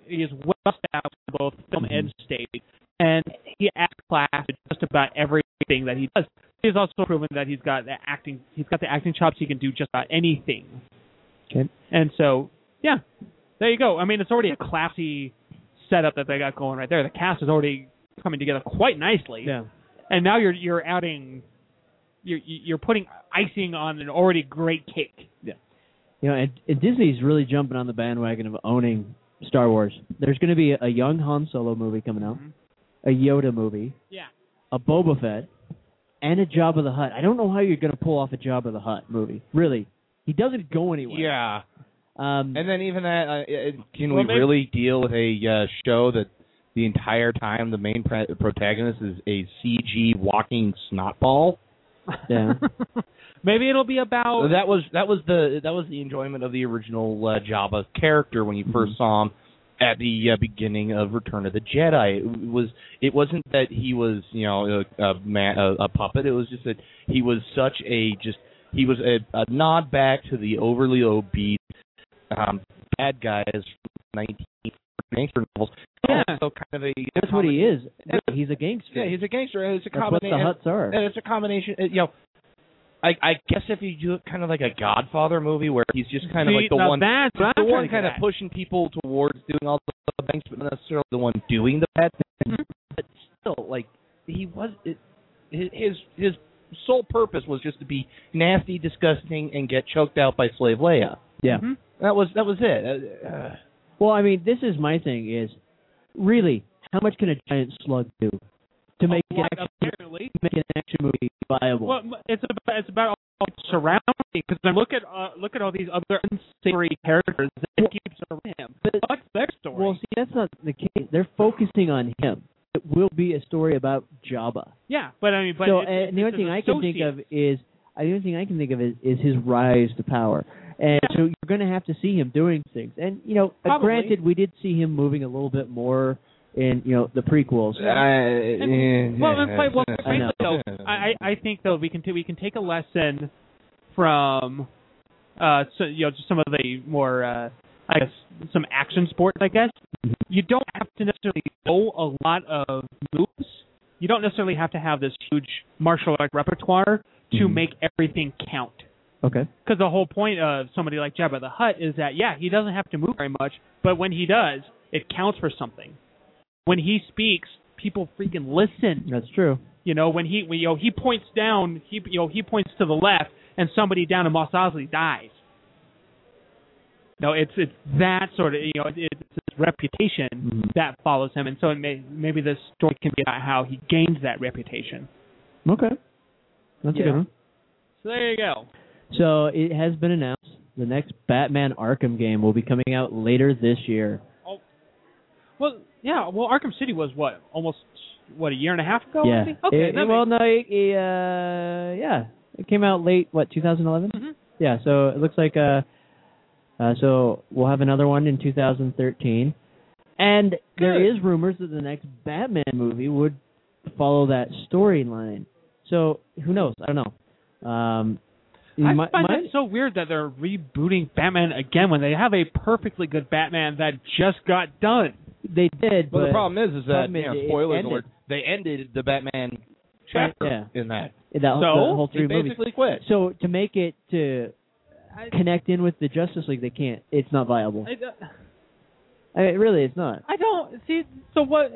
Speaker 9: he is well established in both film and stage, and he acts class in just about everything that he does. He's also proven that he's got the acting. He's got the acting chops. He can do just about anything.
Speaker 7: Okay.
Speaker 9: And so, yeah, there you go. I mean, it's already a classy setup that they got going right there. The cast is already coming together quite nicely.
Speaker 7: Yeah.
Speaker 9: And now you're you're outing, you're you're putting icing on an already great cake.
Speaker 7: You know, and, and Disney's really jumping on the bandwagon of owning Star Wars. There's going to be a young Han Solo movie coming out, a Yoda movie,
Speaker 9: Yeah.
Speaker 7: a Boba Fett, and a Jabba the Hutt. I don't know how you're going to pull off a Jabba the Hutt movie. Really, he doesn't go anywhere.
Speaker 8: yeah.
Speaker 7: Um,
Speaker 8: And then even that, uh, it, can
Speaker 7: Well,
Speaker 8: we
Speaker 7: maybe-
Speaker 8: really deal with a uh, show that the entire time the main pre- protagonist is a CG walking snotball.
Speaker 7: Yeah.
Speaker 9: Maybe it'll be
Speaker 7: Oh.
Speaker 9: about
Speaker 8: That was that was the that was the enjoyment of the original uh, Jabba character when you 1st
Speaker 7: Mm-hmm.
Speaker 8: saw him at the uh, beginning of Return of the Jedi. It was it wasn't that he was you know a a, man, a, a puppet. It was just that he was such a just he was a, a nod back to the overly obese um, bad guys from 19th nature novels.
Speaker 9: Yeah.
Speaker 8: Also kind of a
Speaker 7: That's what he is. He's a gangster.
Speaker 8: Yeah, he's a gangster. It's a
Speaker 7: That's what the
Speaker 8: combination.
Speaker 7: huts are.
Speaker 8: And it's a combination. uh, You know, I I guess if you do it kind of like a Godfather movie where he's just kind of
Speaker 9: See,
Speaker 8: like the
Speaker 9: now
Speaker 8: one,
Speaker 9: That's what
Speaker 8: the
Speaker 9: I'm
Speaker 8: one
Speaker 9: trying to
Speaker 8: kind of
Speaker 9: get at.
Speaker 8: pushing people towards doing all the things, but not necessarily the one doing the bad thing.
Speaker 9: Mhm.
Speaker 8: But still, like he was, it, his his his sole purpose was just to be nasty, disgusting, and get choked out by Slave Leia.
Speaker 7: Yeah.
Speaker 9: Mhm.
Speaker 8: mm-hmm. That was that was it. Uh, uh,
Speaker 7: Well, I mean, this is my thing is really how much can a giant slug do to make
Speaker 9: A
Speaker 7: an
Speaker 9: lot,
Speaker 7: action,
Speaker 9: apparently.
Speaker 7: make an action movie viable?
Speaker 9: Well, m- it's about it's about all surrounding because then look at uh, look at all these other unsavory characters that he keeps around him.
Speaker 7: But-
Speaker 9: What's their story?
Speaker 7: Well, see, that's not the case. They're focusing on him. It will be a story about Jabba.
Speaker 9: yeah, but I mean, but
Speaker 7: so,
Speaker 9: it-
Speaker 7: and the
Speaker 9: it's
Speaker 7: only thing
Speaker 9: an
Speaker 7: I can think
Speaker 9: associate.
Speaker 7: of is uh, the only thing I can think of is, is his rise to power. And so you're going to have to see him doing things. And you know, uh,
Speaker 9: Probably.
Speaker 7: granted, we did see him moving a little bit more in you know the prequels.
Speaker 9: And- well, and quite- well, frankly,
Speaker 8: know.
Speaker 9: though, I, I I think though we can t- we can take a lesson from uh so, you know just some of the more uh I guess some action sports I guess you don't have to necessarily know a lot of moves you don't necessarily have to have this huge martial art repertoire to
Speaker 7: Mhm.
Speaker 9: make everything count
Speaker 7: Okay.
Speaker 9: because the whole point of somebody like Jabba the Hutt is that yeah, he doesn't have to move very much, but when he does, it counts for something. When he speaks, people freaking listen.
Speaker 7: That's true.
Speaker 9: You know, when he when, you know, he points down, he you know, he points to the left, and somebody down in Mos Eisley dies. No, it's it's that sort of you know it's his reputation
Speaker 7: Mhm.
Speaker 9: that follows him, and so it may, maybe this story can be about how he gains that reputation.
Speaker 7: Okay. That's a
Speaker 9: Yeah.
Speaker 7: good one.
Speaker 9: So there you go.
Speaker 7: So it has been announced the next Batman Arkham game will be coming out later this year.
Speaker 9: Well, yeah. Well, Arkham City was what almost what a year and a half ago.
Speaker 7: yeah.
Speaker 9: Maybe? Okay.
Speaker 7: It-
Speaker 9: that
Speaker 7: well,
Speaker 9: makes-
Speaker 7: no, it, it, uh, yeah, it came out late. What 2011?
Speaker 9: Mhm.
Speaker 7: Yeah. So it looks like uh, uh, so we'll have another one in 2013, and there
Speaker 9: Good.
Speaker 7: is rumors that the next Batman movie would follow that storyline. So who knows? I don't know. Um,
Speaker 9: I
Speaker 7: my-
Speaker 9: find
Speaker 7: my-
Speaker 9: it so weird that they're rebooting Batman again when they have a perfectly good Batman that just got done.
Speaker 7: they did,
Speaker 8: Well,
Speaker 7: but
Speaker 8: the problem is, is that
Speaker 7: problem
Speaker 8: you
Speaker 7: is
Speaker 8: know,
Speaker 7: it
Speaker 8: spoilers
Speaker 7: ended.
Speaker 8: alert. They ended the Batman chapter in that.
Speaker 7: that the
Speaker 9: So,
Speaker 7: whole
Speaker 8: They
Speaker 7: three movies.
Speaker 8: basically quit.
Speaker 7: So to make it to connect in with the Justice League, they can't. It's not viable.
Speaker 9: I, uh,
Speaker 7: I mean, really, it's not.
Speaker 9: I don't see. So what?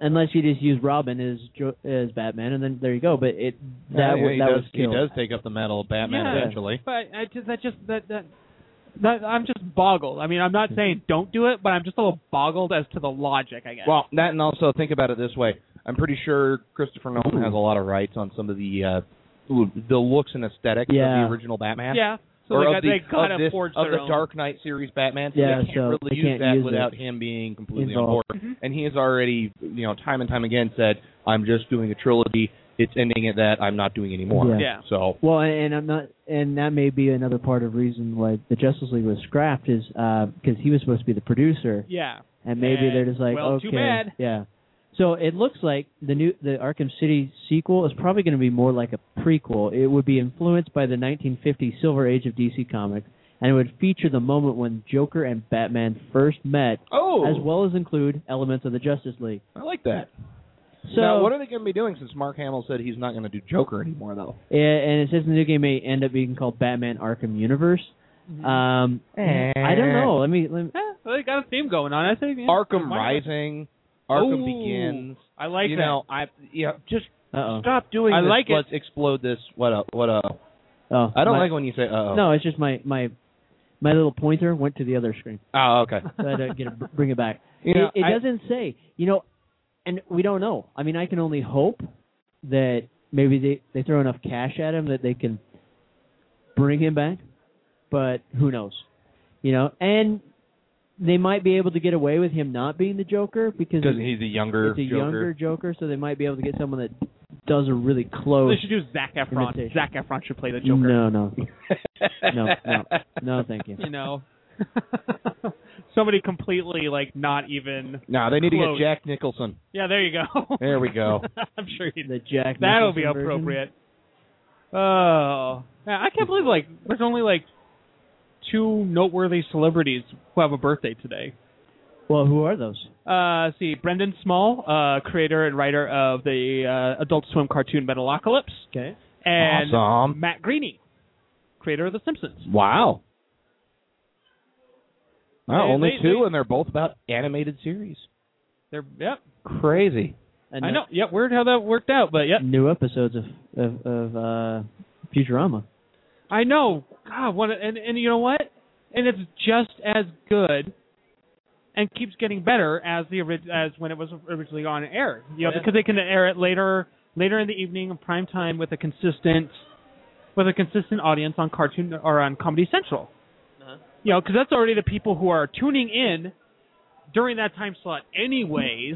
Speaker 7: Unless you just use Robin as Jo- as Batman, and then there you go. But it
Speaker 8: Yeah,
Speaker 7: that was
Speaker 8: he
Speaker 7: that
Speaker 8: does,
Speaker 7: was
Speaker 8: he
Speaker 7: killed.
Speaker 8: does take up the mantle of Batman
Speaker 9: Yeah.
Speaker 8: eventually.
Speaker 9: But I just that just that that. That, I'm just boggled. I mean, I'm not saying
Speaker 7: Mm-hmm.
Speaker 9: don't do it, but I'm just a little boggled as to the logic, I guess.
Speaker 8: Well, that and also think about it this way. I'm pretty sure Christopher Nolan has a lot of rights on some of the uh the looks and aesthetics
Speaker 7: Yeah.
Speaker 8: of the original Batman.
Speaker 9: yeah. So
Speaker 8: or
Speaker 9: they,
Speaker 8: of
Speaker 9: got,
Speaker 8: the,
Speaker 9: they kind
Speaker 8: of this,
Speaker 9: forged
Speaker 8: of
Speaker 9: their
Speaker 8: the
Speaker 9: own.
Speaker 8: Dark Knight series Batman. So
Speaker 7: Yeah,
Speaker 8: they can't
Speaker 7: so
Speaker 8: really
Speaker 7: they
Speaker 8: use
Speaker 7: can't
Speaker 8: that
Speaker 7: use
Speaker 8: without him being completely on
Speaker 7: Involved.
Speaker 8: board.
Speaker 9: Mm-hmm.
Speaker 8: And he has already, you know, time and time again said, "I'm just doing a trilogy. It's ending at that. I'm not doing any more."
Speaker 7: Yeah.
Speaker 9: Yeah.
Speaker 8: So
Speaker 7: Well, and, um, and I'm not, and that may be another part of reason why the Justice League was scrapped is because he was supposed to be the producer,
Speaker 9: Yeah.
Speaker 7: and maybe
Speaker 9: And,
Speaker 7: they're just like,
Speaker 9: well,
Speaker 7: okay,
Speaker 9: too bad.
Speaker 7: yeah. So it looks like the new the Arkham City sequel is probably going to be more like a prequel. It would be influenced by the 1950 Silver Age of DC Comics, and it would feature the moment when Joker and Batman first met,
Speaker 8: oh,
Speaker 7: as well as include elements of the Justice League.
Speaker 8: I like that.
Speaker 7: So
Speaker 8: now, what are they going to be doing since Mark Hamill said he's not going to do Joker anymore, though?
Speaker 7: and and it says the new game may end up being called Batman Arkham Universe. Um,
Speaker 8: Mm-hmm. Eh.
Speaker 7: I don't know. Let me. Let me
Speaker 9: Eh, well, they got a theme going on. I think. yeah.
Speaker 8: Arkham
Speaker 9: Why not?
Speaker 8: Rising, Arkham
Speaker 9: Ooh,
Speaker 8: Begins.
Speaker 9: I like
Speaker 8: you
Speaker 9: that.
Speaker 8: know, I yeah, just
Speaker 7: uh-oh.
Speaker 8: stop doing
Speaker 9: I
Speaker 8: this.
Speaker 9: like it.
Speaker 8: Let's explode this. What up? What up?
Speaker 7: oh.
Speaker 8: I don't
Speaker 7: my-
Speaker 8: like when you say uh.
Speaker 7: No, it's just my my my little pointer went to the other screen,
Speaker 8: Oh, okay.
Speaker 7: *laughs* so I had to get
Speaker 8: *laughs*
Speaker 7: a, bring it back.
Speaker 8: You know,
Speaker 7: it it
Speaker 8: I-
Speaker 7: doesn't say. You know, and we don't know. I mean, I can only hope that maybe they they throw enough cash at him that they can bring him back, but who knows? You know, and they might be able to get away with him not being the Joker because
Speaker 8: because he's a younger
Speaker 7: it's a
Speaker 8: Joker.
Speaker 7: younger Joker, so they might be able to get someone that does a really
Speaker 9: They
Speaker 7: close.
Speaker 9: should do Zach Efron.
Speaker 7: Imitation.
Speaker 9: Zac Efron should play the *laughs* Joker.
Speaker 7: No, no, no, no, no, thank you.
Speaker 9: You know, *laughs* somebody completely like not even.
Speaker 8: No, they need to
Speaker 9: Close.
Speaker 8: get Jack Nicholson.
Speaker 9: Yeah, there you go. *laughs*
Speaker 8: There
Speaker 7: *laughs*
Speaker 8: we go.
Speaker 9: I'm sure you
Speaker 7: The Jack.
Speaker 9: that'll
Speaker 7: Nicholson
Speaker 9: be
Speaker 7: version.
Speaker 9: appropriate. Oh, yeah, I can't believe like there's only like two noteworthy celebrities who have a birthday today.
Speaker 7: Well, who are those?
Speaker 9: Uh, let's see, Brendan Small, uh, creator and writer of the uh, Adult Swim cartoon Metalocalypse,
Speaker 7: Okay.
Speaker 9: and
Speaker 8: awesome.
Speaker 9: Matt Greeny, creator of The Simpsons.
Speaker 8: Wow. Wow,
Speaker 9: They-
Speaker 8: only
Speaker 9: they-
Speaker 8: two,
Speaker 9: they-
Speaker 8: and they're both about animated series.
Speaker 9: They're yep.
Speaker 8: Crazy.
Speaker 7: And
Speaker 9: I
Speaker 7: uh,
Speaker 9: know. Yep. Weird how that worked out, but yep.
Speaker 7: New episodes of of, of uh, Futurama.
Speaker 9: I know. God, what a- and and you know what? And it's just as good, and keeps getting better as the orig- as when it was originally on air. You know,
Speaker 7: Yeah.
Speaker 9: because they can air it later later in the evening in prime time with a consistent with a consistent audience on Cartoon or on Comedy Central. You know, because that's already the people who are tuning in during that time slot, anyways.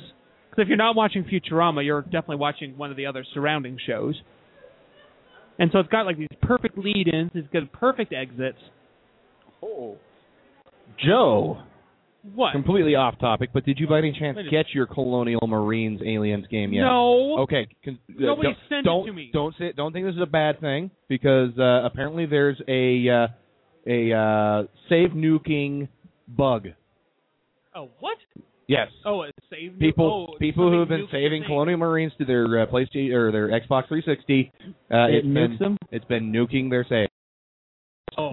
Speaker 9: Because if you're not watching Futurama, you're definitely watching one of the other surrounding shows. And so it's got like these perfect lead-ins, it's got perfect exits.
Speaker 7: Oh.
Speaker 8: Joe,
Speaker 9: What?
Speaker 8: completely off topic, but did you by any chance
Speaker 9: Wait a-
Speaker 8: get your Colonial Marines Aliens game yet?
Speaker 9: No.
Speaker 8: Okay. Con- uh,
Speaker 9: Nobody
Speaker 8: don't,
Speaker 9: sent it
Speaker 8: don't-
Speaker 9: to me.
Speaker 8: Don't say. Don't think this is a bad thing because uh, apparently there's a uh, a uh, save nuking bug.
Speaker 9: Oh, what?
Speaker 8: Yes.
Speaker 9: Oh, it saved
Speaker 8: people *laughs*
Speaker 9: oh,
Speaker 8: people
Speaker 9: something
Speaker 8: who have been
Speaker 9: nuked
Speaker 8: saving
Speaker 9: the thing.
Speaker 8: Colonial Marines to their uh, PlayStation or their Xbox 360. Uh,
Speaker 7: It
Speaker 8: has been
Speaker 7: nukes them?
Speaker 8: it's been nuking their save.
Speaker 9: Oh,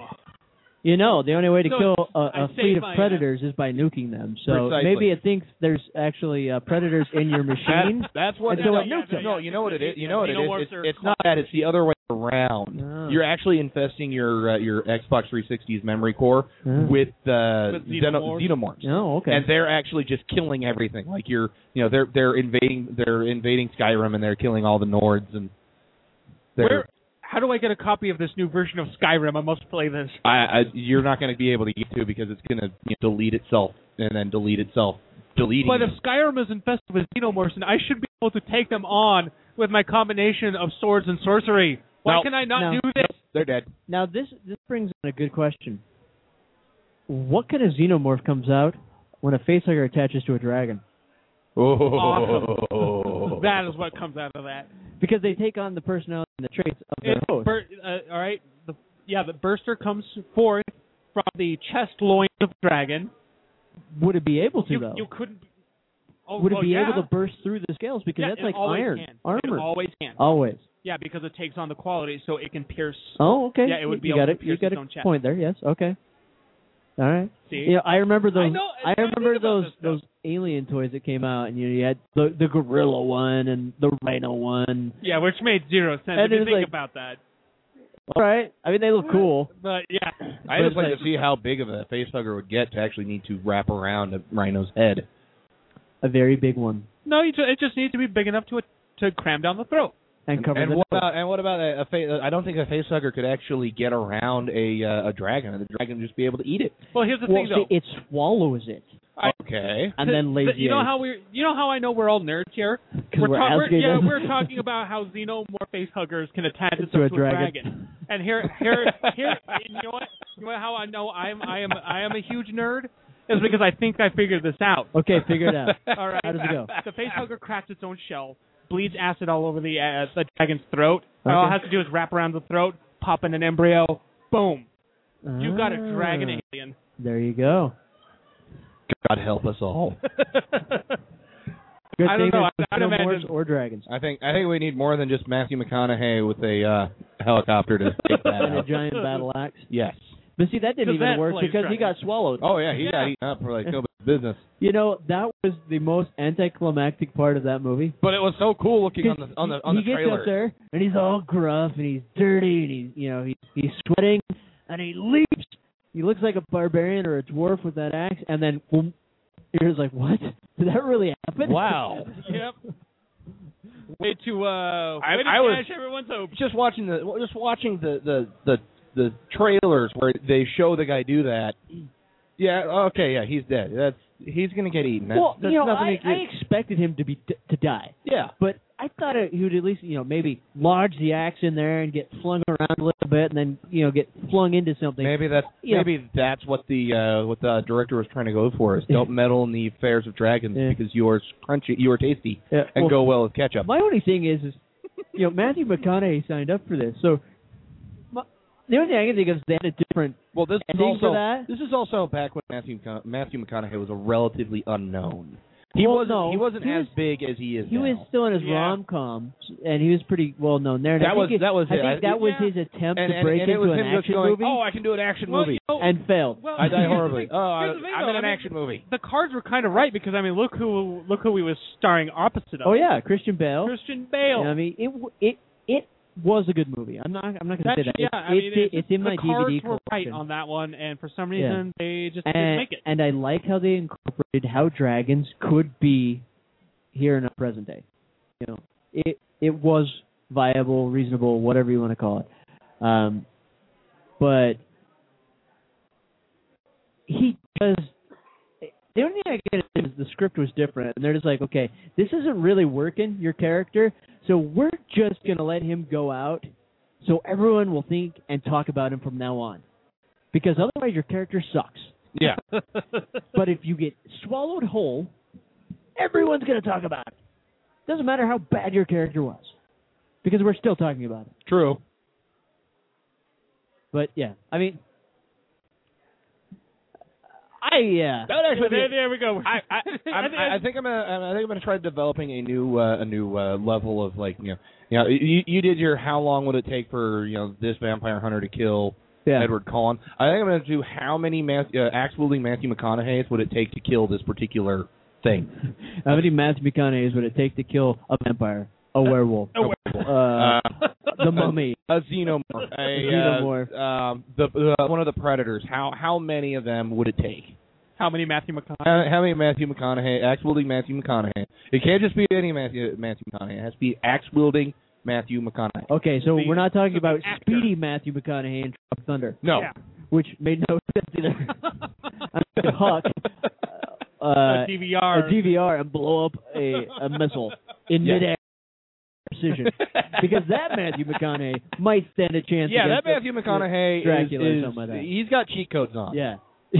Speaker 7: You know, the only way to
Speaker 9: So
Speaker 7: kill a,
Speaker 9: I
Speaker 7: a
Speaker 9: saved
Speaker 7: fleet of
Speaker 9: my, uh,
Speaker 7: predators is by nuking them. So
Speaker 8: Precisely.
Speaker 7: maybe it thinks there's actually uh, predators in
Speaker 9: *laughs*
Speaker 7: your machine.
Speaker 8: that's what
Speaker 7: And so
Speaker 8: no,
Speaker 7: it nukes them.
Speaker 8: no, you know what it is. You know what it
Speaker 9: Xeno
Speaker 8: is.
Speaker 9: Wars
Speaker 8: It's,
Speaker 9: are
Speaker 8: it's not that. It's the other way around.
Speaker 7: Ah.
Speaker 8: You're actually infesting your uh, your Xbox 360's memory core
Speaker 7: Ah.
Speaker 8: with, uh,
Speaker 9: With
Speaker 8: xeno-
Speaker 9: xenomorphs.
Speaker 8: xenomorphs.
Speaker 7: Oh, okay.
Speaker 8: And they're actually just killing everything. Like you're, you know, they're they're invading they're invading Skyrim and they're killing all the Nords and they're
Speaker 9: where? How do I get a copy of this new version of Skyrim? I must play this.
Speaker 8: I, I you're not going to be able to get to it because it's going to you know, delete itself and then delete itself, deleting.
Speaker 9: But if
Speaker 8: it.
Speaker 9: Skyrim is infested with xenomorphs, then I should be able to take them on with my combination of swords and sorcery. Why
Speaker 8: No.
Speaker 9: can I not
Speaker 7: No.
Speaker 9: do this?
Speaker 8: they're dead.
Speaker 7: Now this this brings in a good question. What kind of xenomorph comes out when a facehugger attaches to a dragon? Oh.
Speaker 9: Awesome. That is what comes out of that.
Speaker 7: *laughs* Because they take on the personality and the traits of their
Speaker 9: It's
Speaker 7: host.
Speaker 9: bur- uh, all right. The, yeah, the burster comes forth from the chest loins of the dragon.
Speaker 7: Would it be able to
Speaker 9: You,
Speaker 7: though?
Speaker 9: you couldn't. Oh,
Speaker 7: Would
Speaker 9: oh,
Speaker 7: it be
Speaker 9: yeah.
Speaker 7: able to burst through the scales? Because
Speaker 9: Yeah,
Speaker 7: that's
Speaker 9: it
Speaker 7: like
Speaker 9: always
Speaker 7: iron
Speaker 9: can.
Speaker 7: armor.
Speaker 9: It always can.
Speaker 7: always.
Speaker 9: Yeah, because it takes on the quality, so it can pierce.
Speaker 7: Oh, okay.
Speaker 9: Yeah, it would be
Speaker 7: you
Speaker 9: able
Speaker 7: got
Speaker 9: to
Speaker 7: it. You
Speaker 9: pierce
Speaker 7: got
Speaker 9: its
Speaker 7: a
Speaker 9: own chest.
Speaker 7: point there. Yes. Okay. All right.
Speaker 9: See,
Speaker 7: Yeah, I remember those.
Speaker 9: I know- I didn't
Speaker 7: remember
Speaker 9: think about
Speaker 7: those those
Speaker 9: this
Speaker 7: alien toys that came out, and you, know, you had the the gorilla one and the rhino one.
Speaker 9: yeah, which made zero sense
Speaker 7: And
Speaker 9: if you
Speaker 7: it's
Speaker 9: think
Speaker 7: like-
Speaker 9: about that.
Speaker 7: All right. I mean, they look cool.
Speaker 9: But yeah,
Speaker 8: I just like to see how big of a facehugger would get to actually need to wrap around a rhino's head.
Speaker 7: A very big one
Speaker 9: no, you ju- it just needs to be big enough to to cram down the throat.
Speaker 7: and cover
Speaker 8: and
Speaker 7: the
Speaker 8: what
Speaker 7: nose.
Speaker 8: about and what about a, a fa- I don't think a facehugger could actually get around a uh, a dragon and the dragon would just be able to eat it.
Speaker 9: Well, here's the
Speaker 7: well,
Speaker 9: thing though.
Speaker 7: see, it swallows it
Speaker 9: I-
Speaker 8: Okay.
Speaker 7: and then
Speaker 9: Th-
Speaker 7: lays
Speaker 9: you know how we you know how I know we're all nerds here.
Speaker 7: because
Speaker 9: we're,
Speaker 7: we're,
Speaker 9: ta-
Speaker 7: asking
Speaker 9: yeah,
Speaker 7: them
Speaker 9: we're talking about how xenomorph face huggers can attach
Speaker 7: To
Speaker 9: itself
Speaker 7: a
Speaker 9: to
Speaker 7: dragon.
Speaker 9: And here,
Speaker 7: *laughs*
Speaker 9: here, here, you know what? You know how I know I'm I am I am a huge nerd is because I think I figured this out.
Speaker 7: Okay, figure it out.
Speaker 9: *laughs* All right.
Speaker 7: How does it go?
Speaker 9: The face hugger cracks its own shell, bleeds acid all over the uh, the dragon's throat. And all it
Speaker 7: Okay.
Speaker 9: has to do is wrap around the throat, pop in an embryo, boom. You got a
Speaker 7: Ah,
Speaker 9: dragon alien.
Speaker 7: There you go.
Speaker 8: God help us all.
Speaker 7: Good
Speaker 9: I
Speaker 7: thing
Speaker 9: don't know.
Speaker 7: there's
Speaker 9: I- I'd
Speaker 7: no
Speaker 9: imagine-
Speaker 7: dwarves or dragons
Speaker 8: I think I think we need more than just Matthew McConaughey with a uh, helicopter to
Speaker 7: *laughs*
Speaker 8: take that
Speaker 7: and a
Speaker 8: out.
Speaker 9: *laughs*
Speaker 7: giant battle axe.
Speaker 8: Yes.
Speaker 7: But see, that didn't
Speaker 9: Because
Speaker 7: even
Speaker 9: that
Speaker 7: work
Speaker 9: plays
Speaker 7: because he got
Speaker 9: dragons.
Speaker 7: swallowed.
Speaker 8: Oh yeah, he
Speaker 9: Yeah.
Speaker 8: got eaten up for like nobody's business.
Speaker 7: You know, that was the most anticlimactic part of that movie.
Speaker 8: But it was so cool looking on the on the on
Speaker 7: he
Speaker 8: the trailer.
Speaker 7: gets up there and he's all gruff and he's dirty and he's you know he's he's sweating and he leaps. He looks like a barbarian or a dwarf with that axe, and then boom, you're just like, what? Did that really happen?
Speaker 8: Wow.
Speaker 9: *laughs* Yep. Way to uh, way
Speaker 8: I-
Speaker 9: to
Speaker 8: I was-
Speaker 9: dash everyone's hope.
Speaker 8: Just watching the well, just watching the the the the trailers where they show the guy do that. Yeah. Okay. Yeah. He's dead. That's he's gonna get eaten. That's,
Speaker 7: *laughs* well,
Speaker 8: that's
Speaker 7: you know,
Speaker 8: nothing
Speaker 7: I,
Speaker 8: he can-
Speaker 7: I expected him to be to die,
Speaker 8: yeah.
Speaker 7: but I thought it, he would at least you know maybe lodge the axe in there and get flung around a little bit, and then you know get flung into something.
Speaker 8: Maybe that's
Speaker 7: Yeah.
Speaker 8: maybe that's what the uh, what the director was trying to go for is don't meddle in the affairs of dragons
Speaker 7: Yeah.
Speaker 8: because you are crunchy, you are tasty,
Speaker 7: Yeah,
Speaker 8: and
Speaker 7: well,
Speaker 8: go well with ketchup.
Speaker 7: My only thing is, is you know Matthew McConaughey signed up for this, so my, the only thing I can think of is they had a different.
Speaker 8: Well, this is
Speaker 7: Ending for
Speaker 8: also
Speaker 7: that?
Speaker 8: this is also back when Matthew McCona- Matthew McConaughey was a relatively unknown. He
Speaker 7: Well,
Speaker 8: wasn't
Speaker 7: no,
Speaker 8: he wasn't
Speaker 7: he
Speaker 8: as
Speaker 7: was-
Speaker 8: big as he is
Speaker 7: He
Speaker 8: now.
Speaker 7: was still in his
Speaker 9: Yeah.
Speaker 7: rom com, and he was pretty well known there. And I
Speaker 8: that
Speaker 7: think
Speaker 8: was
Speaker 7: it-
Speaker 8: that was
Speaker 7: I
Speaker 8: it.
Speaker 7: think that was
Speaker 9: yeah.
Speaker 7: his attempt
Speaker 8: and,
Speaker 7: to
Speaker 8: and,
Speaker 7: break
Speaker 8: and it
Speaker 7: into
Speaker 8: was
Speaker 7: an
Speaker 8: him
Speaker 7: action
Speaker 8: just going,
Speaker 7: movie
Speaker 8: oh, I can do an action
Speaker 9: Well,
Speaker 8: movie.
Speaker 9: you know,
Speaker 7: and failed.
Speaker 9: well,
Speaker 8: I die
Speaker 9: here's the *laughs*
Speaker 8: horribly.
Speaker 9: thing-
Speaker 8: Oh, I,
Speaker 9: here's the thing,
Speaker 8: I'm
Speaker 9: though,
Speaker 8: in an
Speaker 9: I mean,
Speaker 8: action movie.
Speaker 9: The cards were kind of right because I mean, look who look who he was starring opposite of.
Speaker 7: oh yeah, *laughs* Christian Bale.
Speaker 9: Christian Bale.
Speaker 7: You know, I mean, it w- it it was a good movie. I'm not I'm not gonna
Speaker 9: That's-
Speaker 7: say that.
Speaker 9: yeah,
Speaker 7: it's,
Speaker 9: I mean,
Speaker 7: it's,
Speaker 9: it's,
Speaker 7: it's in my
Speaker 9: the cards
Speaker 7: DVD
Speaker 9: were right
Speaker 7: collection.
Speaker 9: on that one, and for some
Speaker 7: Yeah.
Speaker 9: reason they just didn't
Speaker 7: and,
Speaker 9: make it.
Speaker 7: and I like how they incorporated how dragons could be here in our present day. You know, it it was viable, reasonable, whatever you want to call it. Um, but he does. The only thing I get is the script was different, and they're just like, okay, this isn't really working your character, so we're just gonna let him go out, so everyone will think and talk about him from now on, because otherwise your character sucks.
Speaker 8: Yeah.
Speaker 7: But if you get swallowed whole, everyone's going to talk about it. Doesn't matter how bad your character was, because we're still talking about it.
Speaker 8: True.
Speaker 7: But yeah, I mean, I yeah,
Speaker 8: *laughs* That would actually be-
Speaker 9: there, there we go.
Speaker 8: I
Speaker 9: *laughs*
Speaker 8: I I'm, I I think I'm gonna I think I'm gonna try developing a new uh, a new uh, level of like you know you know you, you did your how long would it take for you know this vampire hunter to kill
Speaker 7: yeah.
Speaker 8: Edward Cullen I think I'm gonna do how many Math- uh, axe wielding Matthew McConaughey's would it take to kill this particular thing
Speaker 7: How many Matthew McConaughey's would it take to kill a vampire, a werewolf,
Speaker 9: Oh,
Speaker 8: *laughs*
Speaker 7: uh, the mummy?
Speaker 8: a xenomorph a,
Speaker 7: Xenomorph.
Speaker 8: Uh, um the uh, one of the predators how how many of them would it take
Speaker 9: how many Matthew McConaughey?
Speaker 8: how, how many Matthew McConaughey, axe wielding Matthew McConaughey? It can't just be any Matthew Matthew McConaughey. It has to be axe wielding Matthew McConaughey.
Speaker 7: Okay, so
Speaker 9: The-
Speaker 7: we're not talking
Speaker 9: the
Speaker 7: about
Speaker 9: actor.
Speaker 7: speedy Matthew McConaughey and Tropic Thunder,
Speaker 8: No.
Speaker 9: Yeah.
Speaker 7: which made no *laughs* sense
Speaker 9: *laughs*
Speaker 7: either. I'm gonna Huck, uh,
Speaker 9: a
Speaker 7: uh,
Speaker 9: DVR.
Speaker 7: a DVR and blow up a, a
Speaker 8: *laughs*
Speaker 7: missile in
Speaker 8: Yeah.
Speaker 7: midair precision because that Matthew McConaughey might stand a chance.
Speaker 8: Yeah, that
Speaker 7: against
Speaker 8: Matthew McConaughey
Speaker 7: Dracula or
Speaker 8: is, is
Speaker 7: something like that.
Speaker 8: he's got cheat codes on.
Speaker 7: the- Yeah, *laughs*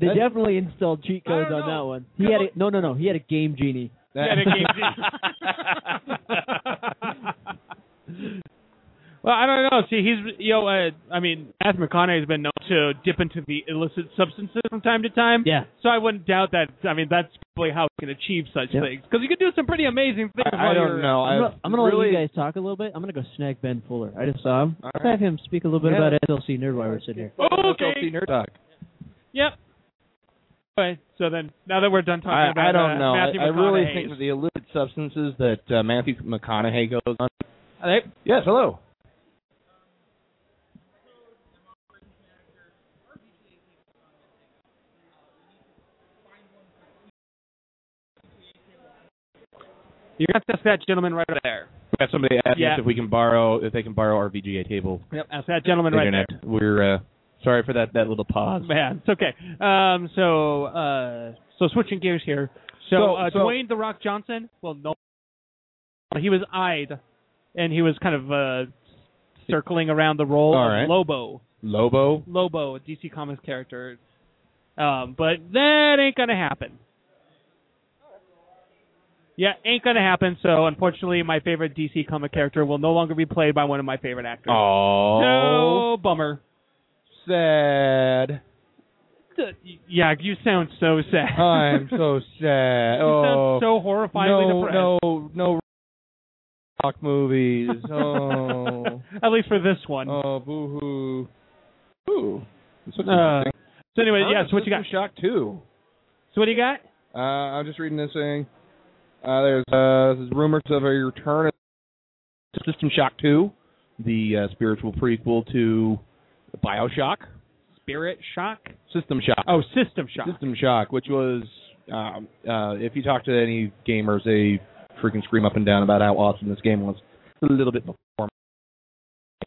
Speaker 7: they
Speaker 8: That-
Speaker 7: definitely installed cheat
Speaker 9: I don't
Speaker 7: codes on
Speaker 9: know.
Speaker 7: that one. He had a, no, no, no. He had a game genie.
Speaker 8: That- *laughs*
Speaker 9: Yeah, the
Speaker 7: *laughs*
Speaker 9: game- well, I don't know. See, he's you know, uh, I mean, Matthew McConaughey's been known to dip into the illicit substances from time to time.
Speaker 7: Yeah,
Speaker 9: So I wouldn't doubt that. I mean, that's probably how he can achieve such
Speaker 7: Yep.
Speaker 9: things because you can do some pretty amazing things.
Speaker 8: I, I
Speaker 9: while
Speaker 8: don't
Speaker 9: you're-
Speaker 8: know.
Speaker 7: I'm
Speaker 8: I
Speaker 7: gonna, I'm gonna
Speaker 8: really,
Speaker 7: let you guys talk a little bit. I'm gonna go snag Ben Fuller. I just saw him.
Speaker 8: All
Speaker 7: Let's
Speaker 8: right.
Speaker 7: have him speak a little bit
Speaker 8: Yeah.
Speaker 7: about SLC Nerd while we're sitting here.
Speaker 8: SLC
Speaker 9: Okay.
Speaker 8: Nerd Talk.
Speaker 9: Yep. Okay. So then, now that we're done talking
Speaker 8: I,
Speaker 9: about
Speaker 8: I don't
Speaker 9: uh,
Speaker 8: know.
Speaker 9: Matthew
Speaker 8: I, I really
Speaker 9: McConaughey's-
Speaker 8: think that the illicit substances that uh, Matthew McConaughey goes on.
Speaker 9: Hey,
Speaker 8: Yes, hello.
Speaker 9: you're gonna have to ask that gentleman right there.
Speaker 8: We have somebody asked
Speaker 9: Yeah.
Speaker 8: us if we can borrow if they can borrow our VGA table
Speaker 9: Yep. Ask that gentleman right there.
Speaker 8: internet. We're uh, sorry for that that little pause.
Speaker 9: Man, it's okay. Um, so, uh, so switching gears here. So,
Speaker 8: So-
Speaker 9: uh,
Speaker 8: so-
Speaker 9: Dwayne the Rock Johnson. Well, no, he was eyed, and he was kind of uh, circling around the role
Speaker 8: All
Speaker 9: of
Speaker 8: right.
Speaker 9: Lobo.
Speaker 8: Lobo.
Speaker 9: Lobo, a DC Comics character. Um, but that ain't gonna happen. Yeah, ain't gonna happen. So unfortunately, my favorite DC comic character will no longer be played by one of my favorite actors.
Speaker 8: Oh,
Speaker 9: No bummer.
Speaker 8: sad.
Speaker 9: D- Yeah, you sound so sad.
Speaker 8: I'm
Speaker 9: *laughs*
Speaker 8: so sad.
Speaker 9: you
Speaker 8: Oh,
Speaker 9: sound so horrifyingly
Speaker 8: no,
Speaker 9: depressed.
Speaker 8: no, no. Rock movies.
Speaker 9: *laughs*
Speaker 8: Oh,
Speaker 9: At least for this one.
Speaker 8: oh, boo hoo. *laughs* Ooh. This looks
Speaker 9: Uh,
Speaker 8: interesting.
Speaker 9: so anyway,
Speaker 8: Huh?
Speaker 9: yeah. So what you got?
Speaker 8: System Shock two.
Speaker 9: So what do you got?
Speaker 8: Uh, I'm just reading this thing. Uh, there's uh, there's rumors of a return of System Shock 2, the uh, spiritual prequel to Bioshock.
Speaker 9: Spirit Shock.
Speaker 8: System Shock.
Speaker 9: Oh, System Shock.
Speaker 8: System Shock, which was, um, uh, if you talk to any gamers, they freaking scream up and down about how awesome this game was. A little bit before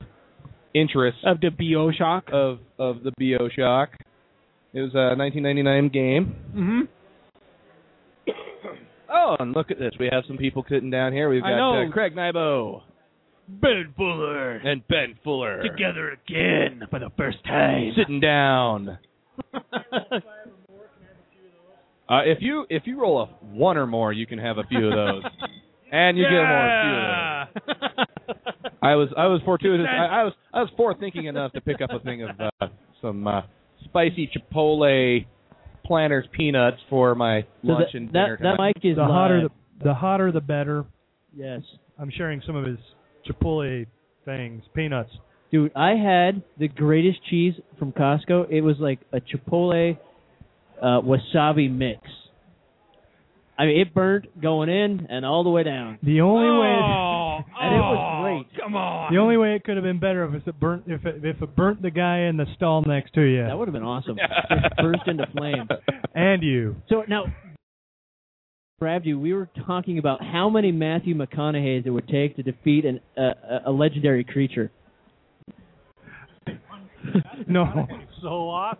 Speaker 8: my interest
Speaker 9: Of the BO Shock.
Speaker 8: of of the BioShock. It was a 1999 game.
Speaker 9: Mm-hmm.
Speaker 8: Oh, and look at this. We have some people sitting down here. We've
Speaker 9: I
Speaker 8: got
Speaker 9: know.
Speaker 8: uh, Craig Nybo. Ben Fuller. And Ben Fuller.
Speaker 9: Together again for the first time.
Speaker 8: Sitting
Speaker 9: *laughs*
Speaker 8: down. Uh, if you if you roll a one or more, you can have a few of
Speaker 9: *laughs*
Speaker 8: those, and you get more a few of those.
Speaker 9: yeah.
Speaker 8: I was I was fortuitous.
Speaker 9: Nice.
Speaker 8: I, I was I was forethinking enough to pick up a thing of uh, some uh, spicy chipotle planters peanuts for my lunch
Speaker 7: that,
Speaker 8: and dinner.
Speaker 7: that, that mic is uh,
Speaker 10: The hotter
Speaker 7: live.
Speaker 10: the the hotter the better.
Speaker 7: yes,
Speaker 10: I'm sharing some of his Chipotle things, peanuts.
Speaker 7: dude. I had the greatest cheese from Costco. It was like a Chipotle uh, wasabi mix. I mean, it burnt going in and all the way down.
Speaker 10: The only way
Speaker 9: oh,
Speaker 7: And it was
Speaker 9: great. Come on.
Speaker 10: the only way it could have been better if it burnt if it, if it burnt the guy in the stall next to you
Speaker 7: That would have been awesome. Just burst into
Speaker 9: *laughs*
Speaker 7: flames.
Speaker 10: and you.
Speaker 7: So now, grabbed you. We were talking about how many Matthew McConaughey's it would take to defeat an, a- a, a legendary
Speaker 9: *laughs*
Speaker 7: creature.
Speaker 10: No,
Speaker 8: well, all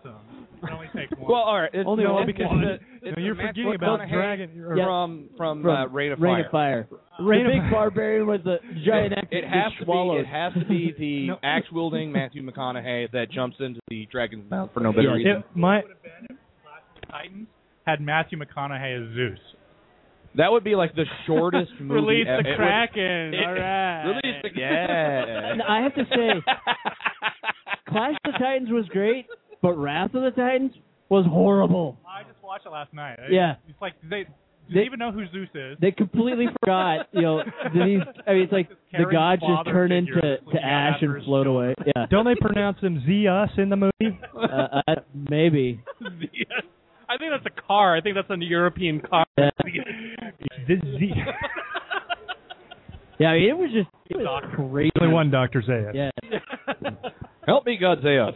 Speaker 8: right. It's,
Speaker 7: Only
Speaker 8: no,
Speaker 7: one.
Speaker 8: because
Speaker 10: One.
Speaker 8: the, it's
Speaker 10: no
Speaker 8: the
Speaker 10: you're
Speaker 8: Matt
Speaker 10: forgetting about
Speaker 8: McConaughey
Speaker 10: Dragon. Or,
Speaker 7: Yeah.
Speaker 8: from from,
Speaker 7: From
Speaker 8: uh, Rain of
Speaker 7: Rain
Speaker 8: Fire.
Speaker 7: of Fire.
Speaker 10: Rain
Speaker 7: the
Speaker 10: of
Speaker 7: big
Speaker 10: Fire.
Speaker 7: barbarian with the giant axe
Speaker 8: *laughs* It
Speaker 7: that
Speaker 8: has
Speaker 7: gets
Speaker 8: to be.
Speaker 7: swallowed.
Speaker 8: It has to
Speaker 7: *laughs*
Speaker 8: be the
Speaker 10: No.
Speaker 8: axe wielding Matthew McConaughey that jumps into the dragon's mouth for no better
Speaker 7: Yes.
Speaker 8: reason.
Speaker 10: It, my
Speaker 9: Titans had Matthew McConaughey as Zeus.
Speaker 8: That would be like the
Speaker 9: *laughs*
Speaker 8: shortest movie.
Speaker 9: Release
Speaker 8: ever.
Speaker 9: the
Speaker 8: It would-
Speaker 9: Kraken.
Speaker 8: *laughs* it-
Speaker 9: All right.
Speaker 8: Release the yeah.
Speaker 7: And I have to say, Clash of the Titans was great, but Wrath of the Titans was horrible.
Speaker 9: I just watched it last night.
Speaker 7: Yeah.
Speaker 9: It's like they do
Speaker 7: They-
Speaker 9: they even know who Zeus is.
Speaker 7: They *laughs*
Speaker 8: *laughs*
Speaker 9: *laughs*
Speaker 7: completely forgot, you know, that these. I mean, it's like the
Speaker 9: Karen's
Speaker 7: gods just
Speaker 9: father
Speaker 7: turn into
Speaker 9: figure is
Speaker 7: to
Speaker 9: looking out
Speaker 7: ash
Speaker 9: after
Speaker 7: and
Speaker 9: his
Speaker 10: *laughs*
Speaker 7: float away. Yeah,
Speaker 10: don't they pronounce him Zeus in the movie?
Speaker 7: uh, uh, maybe.
Speaker 9: Yes. *laughs* I think that's a car. I think that's a European car.
Speaker 7: Yeah.
Speaker 9: *laughs*
Speaker 10: It's
Speaker 8: *laughs*
Speaker 10: Zeus.
Speaker 7: Yeah, I mean, it was just it was crazy.
Speaker 10: Only one Doctor Zayas.
Speaker 7: Yeah.
Speaker 10: *laughs*
Speaker 8: Help me, Godzilla.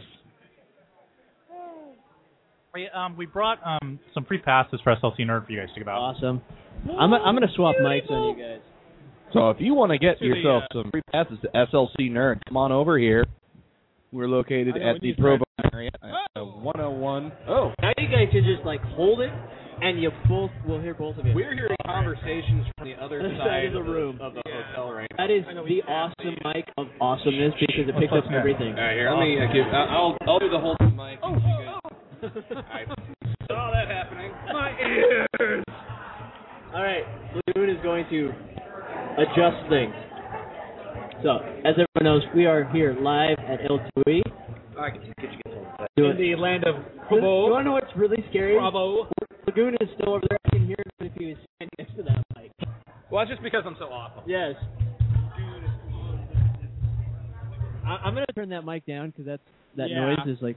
Speaker 9: We, um, we brought um, some free passes for SLC Nerd for you guys to give out.
Speaker 7: Awesome. I'm I'm gonna swap mics on you guys.
Speaker 8: So if you want to get
Speaker 9: To the,
Speaker 8: yourself
Speaker 9: uh,
Speaker 8: some free passes to SLC Nerd, come on over here. We're located
Speaker 9: I know
Speaker 8: at
Speaker 9: what
Speaker 8: the
Speaker 9: you
Speaker 8: Provo area, uh, 101. Oh,
Speaker 7: Now you guys should just like hold it, and you both will hear both of you.
Speaker 4: We're hearing conversations from the other
Speaker 7: Other
Speaker 4: side
Speaker 7: side of the room.
Speaker 4: of the hotel right now.
Speaker 7: That is the awesome mic of awesomeness because it picks up everything.
Speaker 4: All right, here, let me uh, give. I- I'll I'll do the whole mic. Oh,
Speaker 9: oh.
Speaker 7: *laughs*
Speaker 4: I
Speaker 9: *laughs*
Speaker 4: saw that happening. My ears.
Speaker 7: All right, Loon is going to adjust things. So, as everyone knows, we are here live at E. L2E.
Speaker 4: I can get you guys on.
Speaker 7: Do
Speaker 4: In
Speaker 7: it.
Speaker 4: the land of
Speaker 7: You
Speaker 4: Hobo.
Speaker 7: want to know what's really scary?
Speaker 4: Bravo.
Speaker 7: Lagoon is still over there. I can hear him if he was standing next to that mic.
Speaker 4: Well, that's just because I'm so awful.
Speaker 7: Yes. I, I'm gonna turn that mic down because that's that
Speaker 9: Yeah.
Speaker 7: noise is like.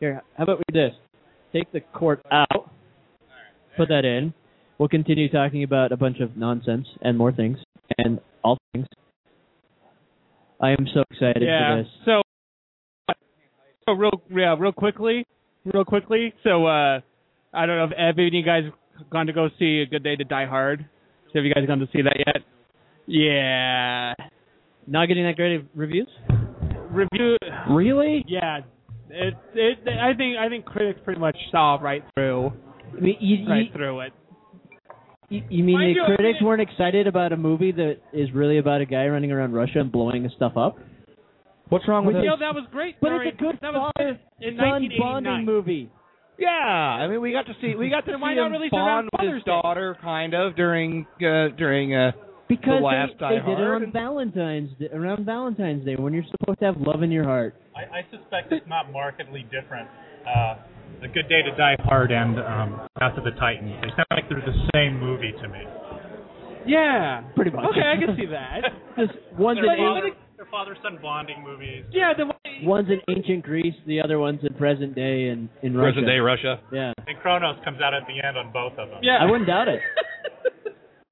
Speaker 7: Here, how about we do this? Take the cork out, put that in. We'll continue talking about a bunch of nonsense and more things and all things. I am so excited
Speaker 9: yeah.
Speaker 7: for this.
Speaker 9: So, so real, yeah, real quickly, real quickly. So, uh, I don't know if have any of you guys gone to go see A Good Day to Die Hard. So have you guys gone to see that yet? Yeah.
Speaker 7: Not getting that great of reviews.
Speaker 9: Review.
Speaker 7: Really?
Speaker 9: Yeah. It, it, I think, I think critics pretty much saw right through,
Speaker 7: I mean, you,
Speaker 9: right
Speaker 7: you-
Speaker 9: through it.
Speaker 7: You, you mean the critics weren't excited about a movie that is really about a guy running around Russia and blowing stuff up?
Speaker 8: what's wrong with
Speaker 9: You
Speaker 8: it?
Speaker 9: know, that was great.
Speaker 7: But
Speaker 9: Sorry.
Speaker 7: it's a good
Speaker 9: that was
Speaker 7: father
Speaker 9: in
Speaker 7: son bonding
Speaker 9: 1989.
Speaker 7: movie.
Speaker 8: Yeah, I mean we got to see we got to
Speaker 9: Then
Speaker 8: see
Speaker 9: why not
Speaker 8: him
Speaker 9: release it around
Speaker 8: bond with his
Speaker 9: Father's Day?
Speaker 8: daughter, kind of during uh, during uh,
Speaker 7: Because
Speaker 8: The last
Speaker 7: they,
Speaker 8: Die
Speaker 7: they did it
Speaker 8: Hard
Speaker 7: on
Speaker 8: and-
Speaker 7: Valentine's Day, around Valentine's Day when you're supposed to have love in your heart.
Speaker 9: I, I suspect it's not markedly different. Uh, the Good Day to Die Hard and um, Wrath of the Titans. They sound like they're the same movie to me. Yeah.
Speaker 7: Pretty much.
Speaker 9: Okay, I can see that.
Speaker 7: *laughs*
Speaker 9: *laughs*
Speaker 7: Just one's an, an,
Speaker 9: Their father-son bonding movies. Yeah, the
Speaker 7: one's in ancient Greece, the other one's in present day and in Russia.
Speaker 8: Russia.
Speaker 7: Yeah.
Speaker 9: and Kronos comes out at the end on both of them.
Speaker 7: I wouldn't doubt
Speaker 9: *laughs*
Speaker 7: it.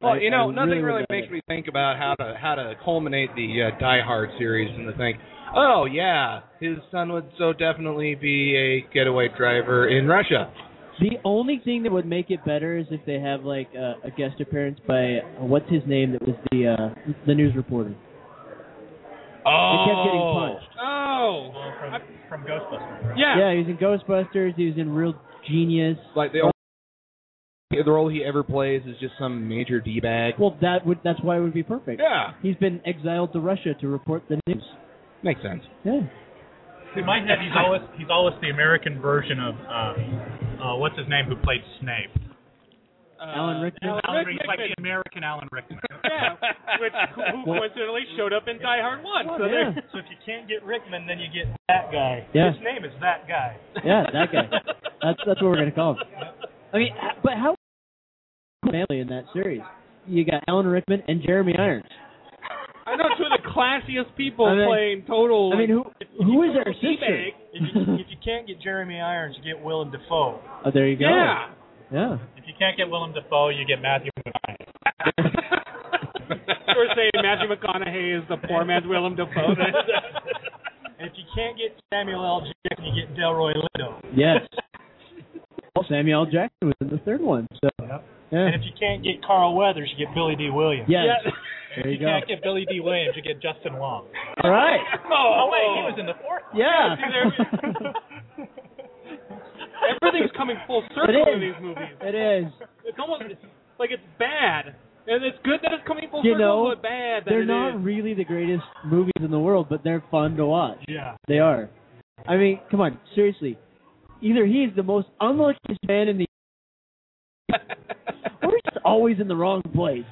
Speaker 8: Well,
Speaker 7: I-
Speaker 8: you know,
Speaker 7: I really
Speaker 8: nothing really
Speaker 7: regret
Speaker 8: makes
Speaker 7: it.
Speaker 8: me think about how to how to culminate the uh, Die Hard series and the thing. Oh yeah, his son would so definitely be a getaway driver in Russia.
Speaker 7: The only thing that would make it better is if they have like a, a guest appearance by uh, what's his name that was the uh, the news reporter.
Speaker 8: Oh,
Speaker 9: Oh.
Speaker 7: They kept getting punched.
Speaker 8: Oh, I,
Speaker 11: from Ghostbusters. Right?
Speaker 7: Yeah, he was in Ghostbusters. He was in Real Genius.
Speaker 8: Like the only the role he ever plays is just some major d bag.
Speaker 7: Well, that would that's why it would be perfect.
Speaker 8: Yeah.
Speaker 7: He's been exiled to Russia to report the news.
Speaker 8: Makes sense.
Speaker 7: Yeah.
Speaker 11: In my head, he's always he's always the American version of uh, uh, what's his name who played Snape.
Speaker 7: Uh, Alan Rickman.
Speaker 11: Alan
Speaker 9: Rick-
Speaker 11: Rickman, like the American Alan Rickman.
Speaker 9: *laughs* yeah, which who who
Speaker 11: Well-
Speaker 9: coincidentally showed up in Die Hard One.
Speaker 11: so, there- so if you can't get Rickman, then you get that guy.
Speaker 7: Yeah.
Speaker 11: His name is that guy.
Speaker 7: Yeah, that
Speaker 11: *laughs*
Speaker 7: guy. That's that's what we're gonna call him. I mean, h- but how family in that series? You got Alan Rickman and Jeremy Irons.
Speaker 9: I know two of the classiest people
Speaker 7: I mean-
Speaker 9: playing total.
Speaker 7: I mean, who who is their
Speaker 9: total
Speaker 7: sister?
Speaker 9: D-bag.
Speaker 11: If
Speaker 7: *laughs*
Speaker 11: you, if you can't get Jeremy Irons, you get Willem Dafoe.
Speaker 7: Oh, there you go.
Speaker 11: Yeah.
Speaker 7: Yeah.
Speaker 11: If you can't get Willem Dafoe, you get
Speaker 9: *laughs*
Speaker 11: Matthew McConaughey.
Speaker 9: We're saying Matthew McConaughey is the poor man's Willem Dafoe.
Speaker 11: if you can't get Samuel L. Jackson, you get Delroy Lindo.
Speaker 7: Yes. Well, Samuel L. Jackson was in the third one, so yeah.
Speaker 11: And if you can't get Carl Weathers, you get Billy D. Williams.
Speaker 7: Yes.
Speaker 11: And
Speaker 7: There
Speaker 11: if
Speaker 7: you
Speaker 11: you
Speaker 7: go.
Speaker 11: can't get Billy D. Williams, you get Justin Long.
Speaker 7: All right.
Speaker 11: *laughs* Oh, oh, wait, he was in the fourth.
Speaker 7: Yeah.
Speaker 9: *laughs*
Speaker 7: *laughs*
Speaker 9: Everything's coming full circle
Speaker 7: It is.
Speaker 9: in these movies.
Speaker 7: It is.
Speaker 9: It's almost like it's bad, and it's good that it's coming full
Speaker 7: You
Speaker 9: circle,
Speaker 7: know,
Speaker 9: but bad that
Speaker 7: They're
Speaker 9: it
Speaker 7: not
Speaker 9: is.
Speaker 7: really the greatest movies in the world, but they're fun to watch.
Speaker 11: Yeah.
Speaker 7: They are. I mean, come on, seriously. Either he's the most unluckiest man in the or he's just always in the wrong place.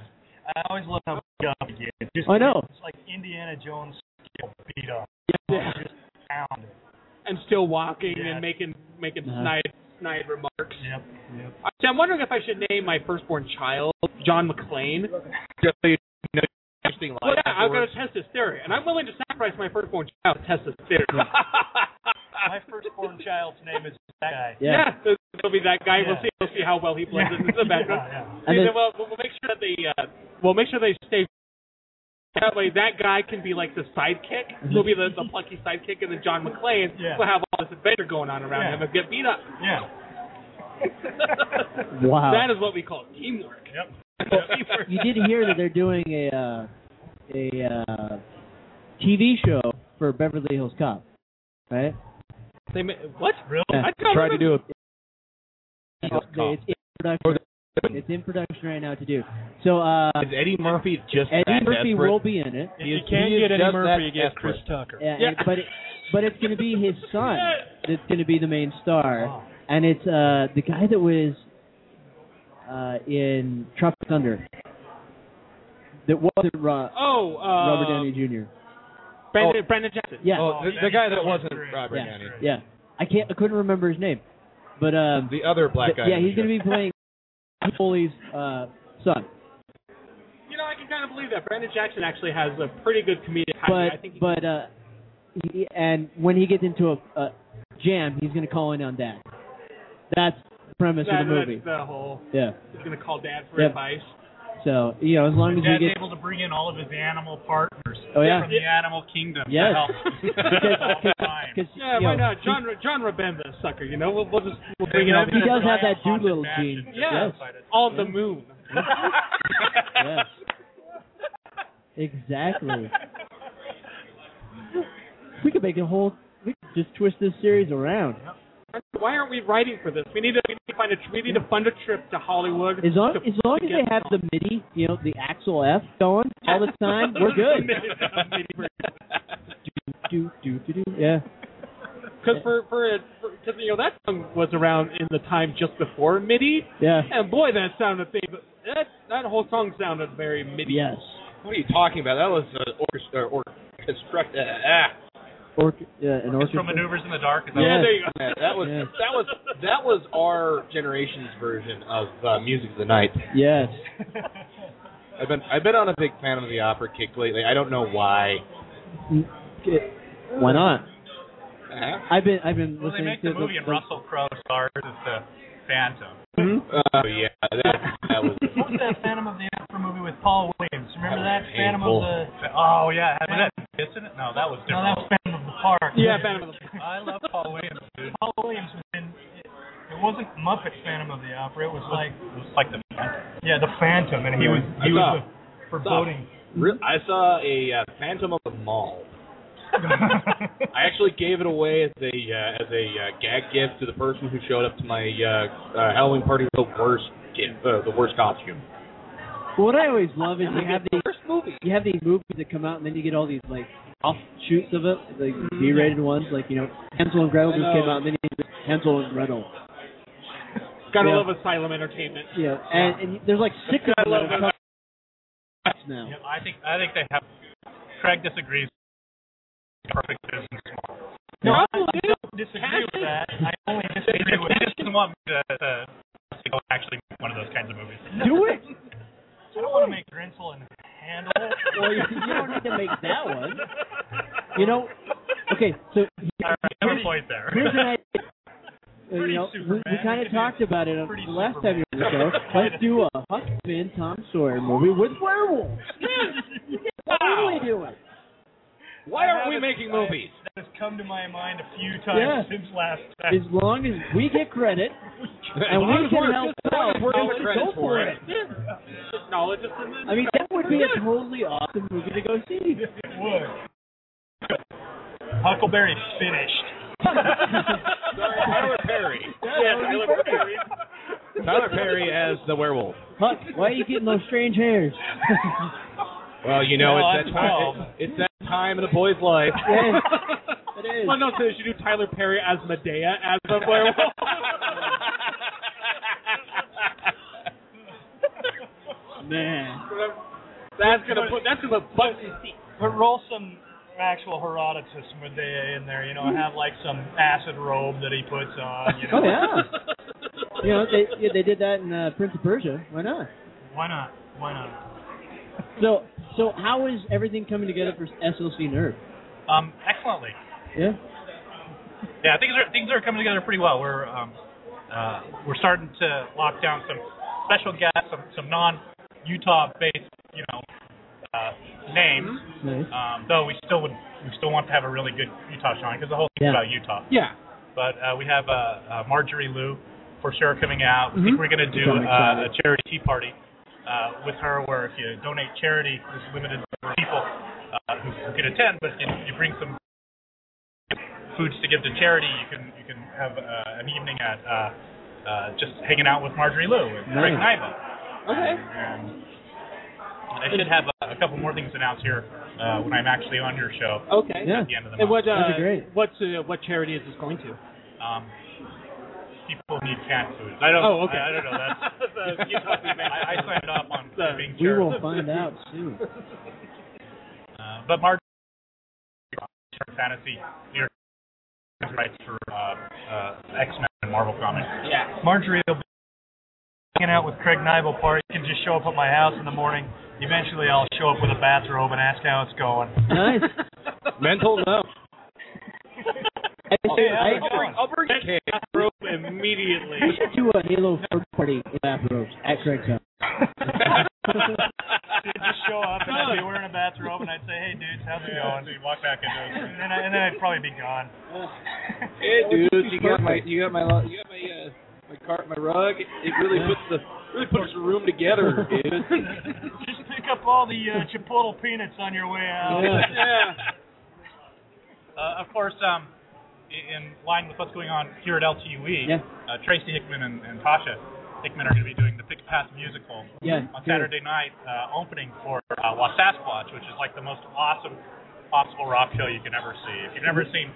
Speaker 11: I always love how beat up he is. Just-
Speaker 7: I know.
Speaker 11: It's like Indiana Jones skill beat up.
Speaker 7: Yeah.
Speaker 11: Just pounded.
Speaker 9: and still walking
Speaker 11: Yeah.
Speaker 9: and making making
Speaker 11: Uh-huh.
Speaker 9: snide snide remarks.
Speaker 11: Yep. Yep.
Speaker 9: Actually, I'm wondering if I should name my firstborn child John McClane.
Speaker 8: Interesting
Speaker 9: Well,
Speaker 8: life
Speaker 9: yeah, I'm going
Speaker 8: afterwards.
Speaker 9: to test this theory, and I'm willing to sacrifice my firstborn child to test this *laughs* theory.
Speaker 11: My firstborn child's name is that guy.
Speaker 9: yeah, so it'll be that guy. We'll
Speaker 11: Yeah.
Speaker 9: see. We'll see how well he plays it in
Speaker 11: *laughs*
Speaker 9: the background.
Speaker 11: Yeah,
Speaker 9: See,
Speaker 7: And then-
Speaker 9: then we'll, we'll make sure that they uh, we'll make sure they stay. That way, that guy can be like the sidekick. He'll be the, the plucky sidekick, and then John McClane
Speaker 11: Yeah.
Speaker 9: will have all this adventure going on around
Speaker 11: Yeah.
Speaker 9: him and get beat up. *laughs*
Speaker 11: Yeah.
Speaker 7: Wow.
Speaker 9: That is what we call teamwork.
Speaker 11: Yep.
Speaker 7: you did hear that they're doing a uh, a uh, TV show for Beverly Hills Cop, right?
Speaker 9: They ma- what?
Speaker 11: Really?
Speaker 7: Yeah.
Speaker 9: I tried to do
Speaker 8: it.
Speaker 7: It's in production. It's in production right now to do. So uh,
Speaker 8: Is Eddie Murphy just
Speaker 7: Eddie
Speaker 8: that
Speaker 7: Murphy
Speaker 8: desperate?
Speaker 7: will be in it.
Speaker 8: He
Speaker 11: If you
Speaker 8: is-
Speaker 11: can't
Speaker 8: he is
Speaker 11: get Eddie
Speaker 8: just
Speaker 11: Murphy, you
Speaker 8: that
Speaker 11: get Chris
Speaker 8: desperate.
Speaker 11: Tucker.
Speaker 7: Yeah,
Speaker 9: Yeah.
Speaker 7: and- but it, but it's going to be his son that's going to be the main star,
Speaker 8: Oh.
Speaker 7: and it's uh the guy that was uh in Tropic Thunder. That wasn't Ro-
Speaker 9: Oh, uh,
Speaker 7: Robert Downey Jr.
Speaker 9: Brandon, Brandon Jackson.
Speaker 7: Yeah,
Speaker 8: Oh, the, the guy that wasn't Robert
Speaker 7: yeah,
Speaker 8: Downey.
Speaker 7: yeah. I can't. I couldn't remember his name, but um,
Speaker 8: The other black guy.
Speaker 7: yeah, he's going to be
Speaker 8: *laughs*
Speaker 7: playing Foley's uh son.
Speaker 9: You know, I can kind of believe that Brandon Jackson actually has a pretty good comedic. timing. I think
Speaker 7: But but uh, he, and when he gets into a, a jam, he's going to call in on dad. That's the premise
Speaker 9: that-
Speaker 7: of the movie.
Speaker 9: That's the whole.
Speaker 7: Yeah.
Speaker 9: He's gonna call dad for
Speaker 7: Yeah.
Speaker 9: advice.
Speaker 7: So you know, as long as
Speaker 11: Dad's
Speaker 7: you get
Speaker 11: able to bring in all of his animal partners
Speaker 7: Oh, yeah.
Speaker 11: from the animal kingdom
Speaker 7: Yes. *laughs*
Speaker 11: to help. all the time.
Speaker 7: because
Speaker 9: Yeah,
Speaker 7: you
Speaker 9: why
Speaker 7: know,
Speaker 9: not? John John Rabenda, sucker. You know, we'll, we'll just we'll
Speaker 7: he,
Speaker 9: bring it up.
Speaker 7: he does have
Speaker 11: Giant
Speaker 7: that
Speaker 11: haunted
Speaker 7: Doolittle
Speaker 11: mansion
Speaker 7: gene.
Speaker 11: to
Speaker 9: Yeah.
Speaker 7: Yes.
Speaker 11: fight it.
Speaker 9: On the
Speaker 7: *laughs*
Speaker 9: moon.
Speaker 7: Yes.
Speaker 11: *laughs*
Speaker 7: Exactly. We could make a whole. We could just twist this series around.
Speaker 9: Why aren't we writing for this? We need to, we need to find a we need to fund a trip to Hollywood.
Speaker 7: As long
Speaker 9: to,
Speaker 7: as long as they have the MIDI, you know, the Axel F going all the time,
Speaker 11: *laughs*
Speaker 9: *laughs*
Speaker 7: we're good. do, do, do, do. Yeah.
Speaker 9: Because for for because you know that song was around in the time just before MIDI,
Speaker 7: Yeah.
Speaker 9: and boy, that sounded thing. But that that whole song sounded very MIDI.
Speaker 7: Yes.
Speaker 8: What are you talking about? That was an orchestra or construct. Uh, ah.
Speaker 7: Or uh, an
Speaker 11: Orchestra
Speaker 7: orchestra.
Speaker 11: maneuvers in the dark. Is
Speaker 7: Yeah.
Speaker 11: that-
Speaker 8: Yeah, there you go. Yeah, that was
Speaker 7: Yeah.
Speaker 8: that was that was our generation's version of uh, music of the night.
Speaker 7: Yes.
Speaker 8: I've been I've been on a big Phantom of the Opera kick lately. I don't know why.
Speaker 7: Mm, okay. Why not?
Speaker 8: Uh-huh.
Speaker 7: I've been I've been
Speaker 11: Well, they
Speaker 7: listening
Speaker 11: make
Speaker 7: to
Speaker 11: the movie and Russell Crowe stars as the Phantom.
Speaker 7: Hmm?
Speaker 8: Oh yeah, that that was.
Speaker 11: *laughs* What was that Phantom of the Opera movie with Paul Williams? Remember
Speaker 8: That
Speaker 11: that,
Speaker 8: was
Speaker 11: Phantom
Speaker 8: painful.
Speaker 11: of the? Oh yeah, was that Kiss in it? No, that was different. No, that was Phantom of the *laughs* Park.
Speaker 9: Yeah, Phantom of the Park.
Speaker 11: I love Paul Williams, dude. Paul Williams was in. It wasn't Muppet Phantom of the Opera. It was like it was like the Phantom. Yeah, the Phantom, and he was he
Speaker 8: I
Speaker 11: was
Speaker 8: saw-
Speaker 11: the foreboding.
Speaker 7: *laughs*
Speaker 8: Re- I saw a uh, Phantom of the Mall.
Speaker 4: I actually gave it away as a uh, as a uh, gag gift to the person who showed up to my uh, uh, Halloween party with the worst gift, uh, the worst costume.
Speaker 7: Well, what I always love is you have these you have these movies that come out, and then you get all these like offshoots of it, like B-rated ones, like you know Hansel and Gretel
Speaker 12: I
Speaker 7: just
Speaker 12: know.
Speaker 7: came out, and then you get Hansel and Gretel.
Speaker 12: Gotta
Speaker 7: Yeah.
Speaker 12: love Asylum Entertainment.
Speaker 7: Yeah, and, and there's like six of
Speaker 12: I
Speaker 7: them.
Speaker 12: love
Speaker 7: that are coming now.
Speaker 11: Yeah, I think I think they have. Craig disagrees. Perfect business model.
Speaker 7: No,
Speaker 11: I don't disagree with that. I only disagree with. He doesn't want me to, to, to go uh, actually make one of those kinds of movies.
Speaker 7: Do
Speaker 11: *laughs*
Speaker 7: it.
Speaker 11: I don't want to make Grinsel and Handel.
Speaker 7: Well, you, you don't need to make that
Speaker 11: *laughs*
Speaker 7: one. You know, okay. So
Speaker 11: All right, I have a point there.
Speaker 7: here's an idea. Uh,
Speaker 11: *laughs* Pretty
Speaker 7: you know, we,
Speaker 11: Superman.
Speaker 7: kind of talked about it on the last time you were on the
Speaker 11: *laughs*
Speaker 7: show.
Speaker 11: Superman.
Speaker 7: Let's do a Huckman Tom Sawyer movie with werewolves.
Speaker 11: Ah.
Speaker 7: What are we doing?
Speaker 11: Why
Speaker 4: aren't we making movies?
Speaker 11: That has come to my mind a few
Speaker 7: Yes.
Speaker 11: times since last
Speaker 7: As long as we get credit and
Speaker 11: long
Speaker 7: we
Speaker 11: *laughs* as
Speaker 7: can
Speaker 11: we're-
Speaker 7: help
Speaker 11: as long
Speaker 7: out,
Speaker 11: as
Speaker 7: we're
Speaker 11: we're
Speaker 7: going to
Speaker 11: credit
Speaker 7: go for
Speaker 11: for it.
Speaker 7: it.
Speaker 12: Just knowledge of the
Speaker 7: I mean, that would be
Speaker 12: *laughs*
Speaker 7: a totally awesome movie to go see.
Speaker 11: would. Huckleberry finished.
Speaker 4: Tyler
Speaker 9: *laughs*
Speaker 4: Perry.
Speaker 11: Yeah, Tyler Perry.
Speaker 8: Tyler Perry as the werewolf.
Speaker 7: Huck, why are you getting those strange hairs? *laughs*
Speaker 8: Well, you know,
Speaker 4: Well, I'm
Speaker 8: it's that time.
Speaker 4: twelve.
Speaker 8: It's, it's that time in a boy's life.
Speaker 9: *laughs*
Speaker 12: *laughs*
Speaker 7: Yes.
Speaker 12: It is. Well, no, so they should do Tyler Perry as Medea as
Speaker 9: *laughs*
Speaker 12: a werewolf.
Speaker 7: Man.
Speaker 12: *laughs* That's gonna put that's gonna put butts in seats.
Speaker 11: But roll some actual Herodotus Medea in there, you know, and
Speaker 12: Hmm.
Speaker 11: have like some acid robe that he puts on, you
Speaker 7: Oh
Speaker 11: know.
Speaker 7: yeah.
Speaker 11: *laughs*
Speaker 7: You know they yeah, they did that in uh, Prince of Persia. Why not?
Speaker 11: Why not? Why not?
Speaker 7: So so how is everything coming together for SLC Nerve?
Speaker 11: Um, excellently.
Speaker 7: Yeah.
Speaker 11: Yeah, things are things are coming together pretty well. We're um, uh, we're starting to lock down some special guests, some some non Utah based, you know, uh, names.
Speaker 7: Mm-hmm. Nice.
Speaker 11: Um, though we still would we still want to have a really good Utah shine because the whole
Speaker 7: Yeah.
Speaker 11: thing's about Utah.
Speaker 7: Yeah.
Speaker 11: But uh, we have uh, uh, Marjorie Lou for sure coming out. We think
Speaker 7: Mhm.
Speaker 11: we're going to do
Speaker 7: Which I'm
Speaker 11: uh, a
Speaker 7: excited.
Speaker 11: charity tea party uh, with her, where if you donate charity, there's a limited number of people uh, who, who can attend, but if you bring some foods to give to charity, you can you can have uh, an evening at uh, uh, just hanging out with Marjorie Lou and Rick
Speaker 7: Nice.
Speaker 11: Niva.
Speaker 7: Okay.
Speaker 11: And, and I should have a, a couple more things announced here uh, when I'm actually on your show.
Speaker 12: Okay.
Speaker 11: At the end of the month.
Speaker 12: what, uh,
Speaker 7: That'd be great.
Speaker 12: What uh, what charity is this going to?
Speaker 11: Um, people need canned foods. I don't.
Speaker 12: Oh, okay.
Speaker 11: I, I don't know. That's.
Speaker 7: *laughs*
Speaker 12: The Utah Food Bank.
Speaker 11: I, I signed up on being
Speaker 7: We
Speaker 11: charitable.
Speaker 7: will find out soon.
Speaker 11: *laughs* Uh, but Mark, fantasy, your rights for uh, uh, X Men and Marvel Comics.
Speaker 4: Yeah.
Speaker 11: Marjorie will be hanging out with Craig Nibel part. You can just show up at my house in the morning. Eventually, I'll show up with a bathrobe and ask how it's going.
Speaker 7: *laughs* Nice.
Speaker 8: Mental no.
Speaker 7: I say,
Speaker 11: Oh, Yeah,
Speaker 7: I,
Speaker 11: I'll bring-
Speaker 8: I'll bring a cake.
Speaker 12: Rope
Speaker 8: *laughs*
Speaker 12: immediately.
Speaker 7: we should do a Halo 4 party in bathrobes at Craig's
Speaker 8: *laughs*
Speaker 7: *laughs* house.
Speaker 11: I'd just show up and I'd be wearing a bathrobe and I'd say, "Hey, dudes, how's it going?" And walk back into it, and then, I, and then I'd probably be gone.
Speaker 4: Hey, dude, you got my you got my lo- you got my uh, my cart my rug. It really puts the really puts the room together, dude. *laughs*
Speaker 11: Just pick up all the uh, Chipotle peanuts on your way out.
Speaker 4: yeah.
Speaker 11: *laughs* Uh, of course, um, i- in line with what's going on here at LTUE,
Speaker 7: Yeah.
Speaker 11: uh, Tracy Hickman and, and Tasha Hickman are going to be doing the Pick Pass musical
Speaker 7: Yeah,
Speaker 11: on
Speaker 7: good.
Speaker 11: Saturday night, uh, opening for uh, Wasasquatch, which is like the most awesome possible rock show you can ever see. If you've never seen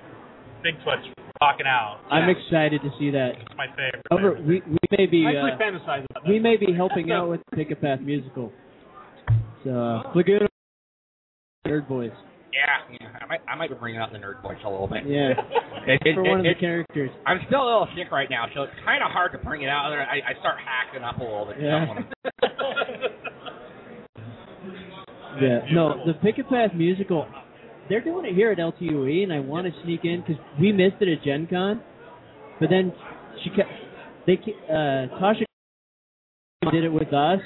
Speaker 11: Bigfoot's rocking out,
Speaker 7: Mm-hmm. I'm Oh. excited to see that.
Speaker 11: it's my favorite.
Speaker 7: However, we, we may be
Speaker 12: I
Speaker 7: uh,
Speaker 12: actually fantasize about that.
Speaker 7: we may be helping out with the Pick a Path musical. So Lagoon Third Boys.
Speaker 8: Yeah, yeah. I might I might be bringing out the nerd voice a little bit.
Speaker 7: Yeah.
Speaker 8: It, it,
Speaker 7: For one of the
Speaker 8: it, it,
Speaker 7: characters.
Speaker 8: I'm still a little sick right now, so it's kind of hard to bring it out. I, I start hacking up a little bit.
Speaker 7: Yeah.
Speaker 8: Someone-
Speaker 7: Yeah. No, the Pick a Path musical, they're doing it here at LTUE, E, and I want to sneak in because we missed it at Gen Con. But then she kept, they, ke- uh, Tasha did it with us.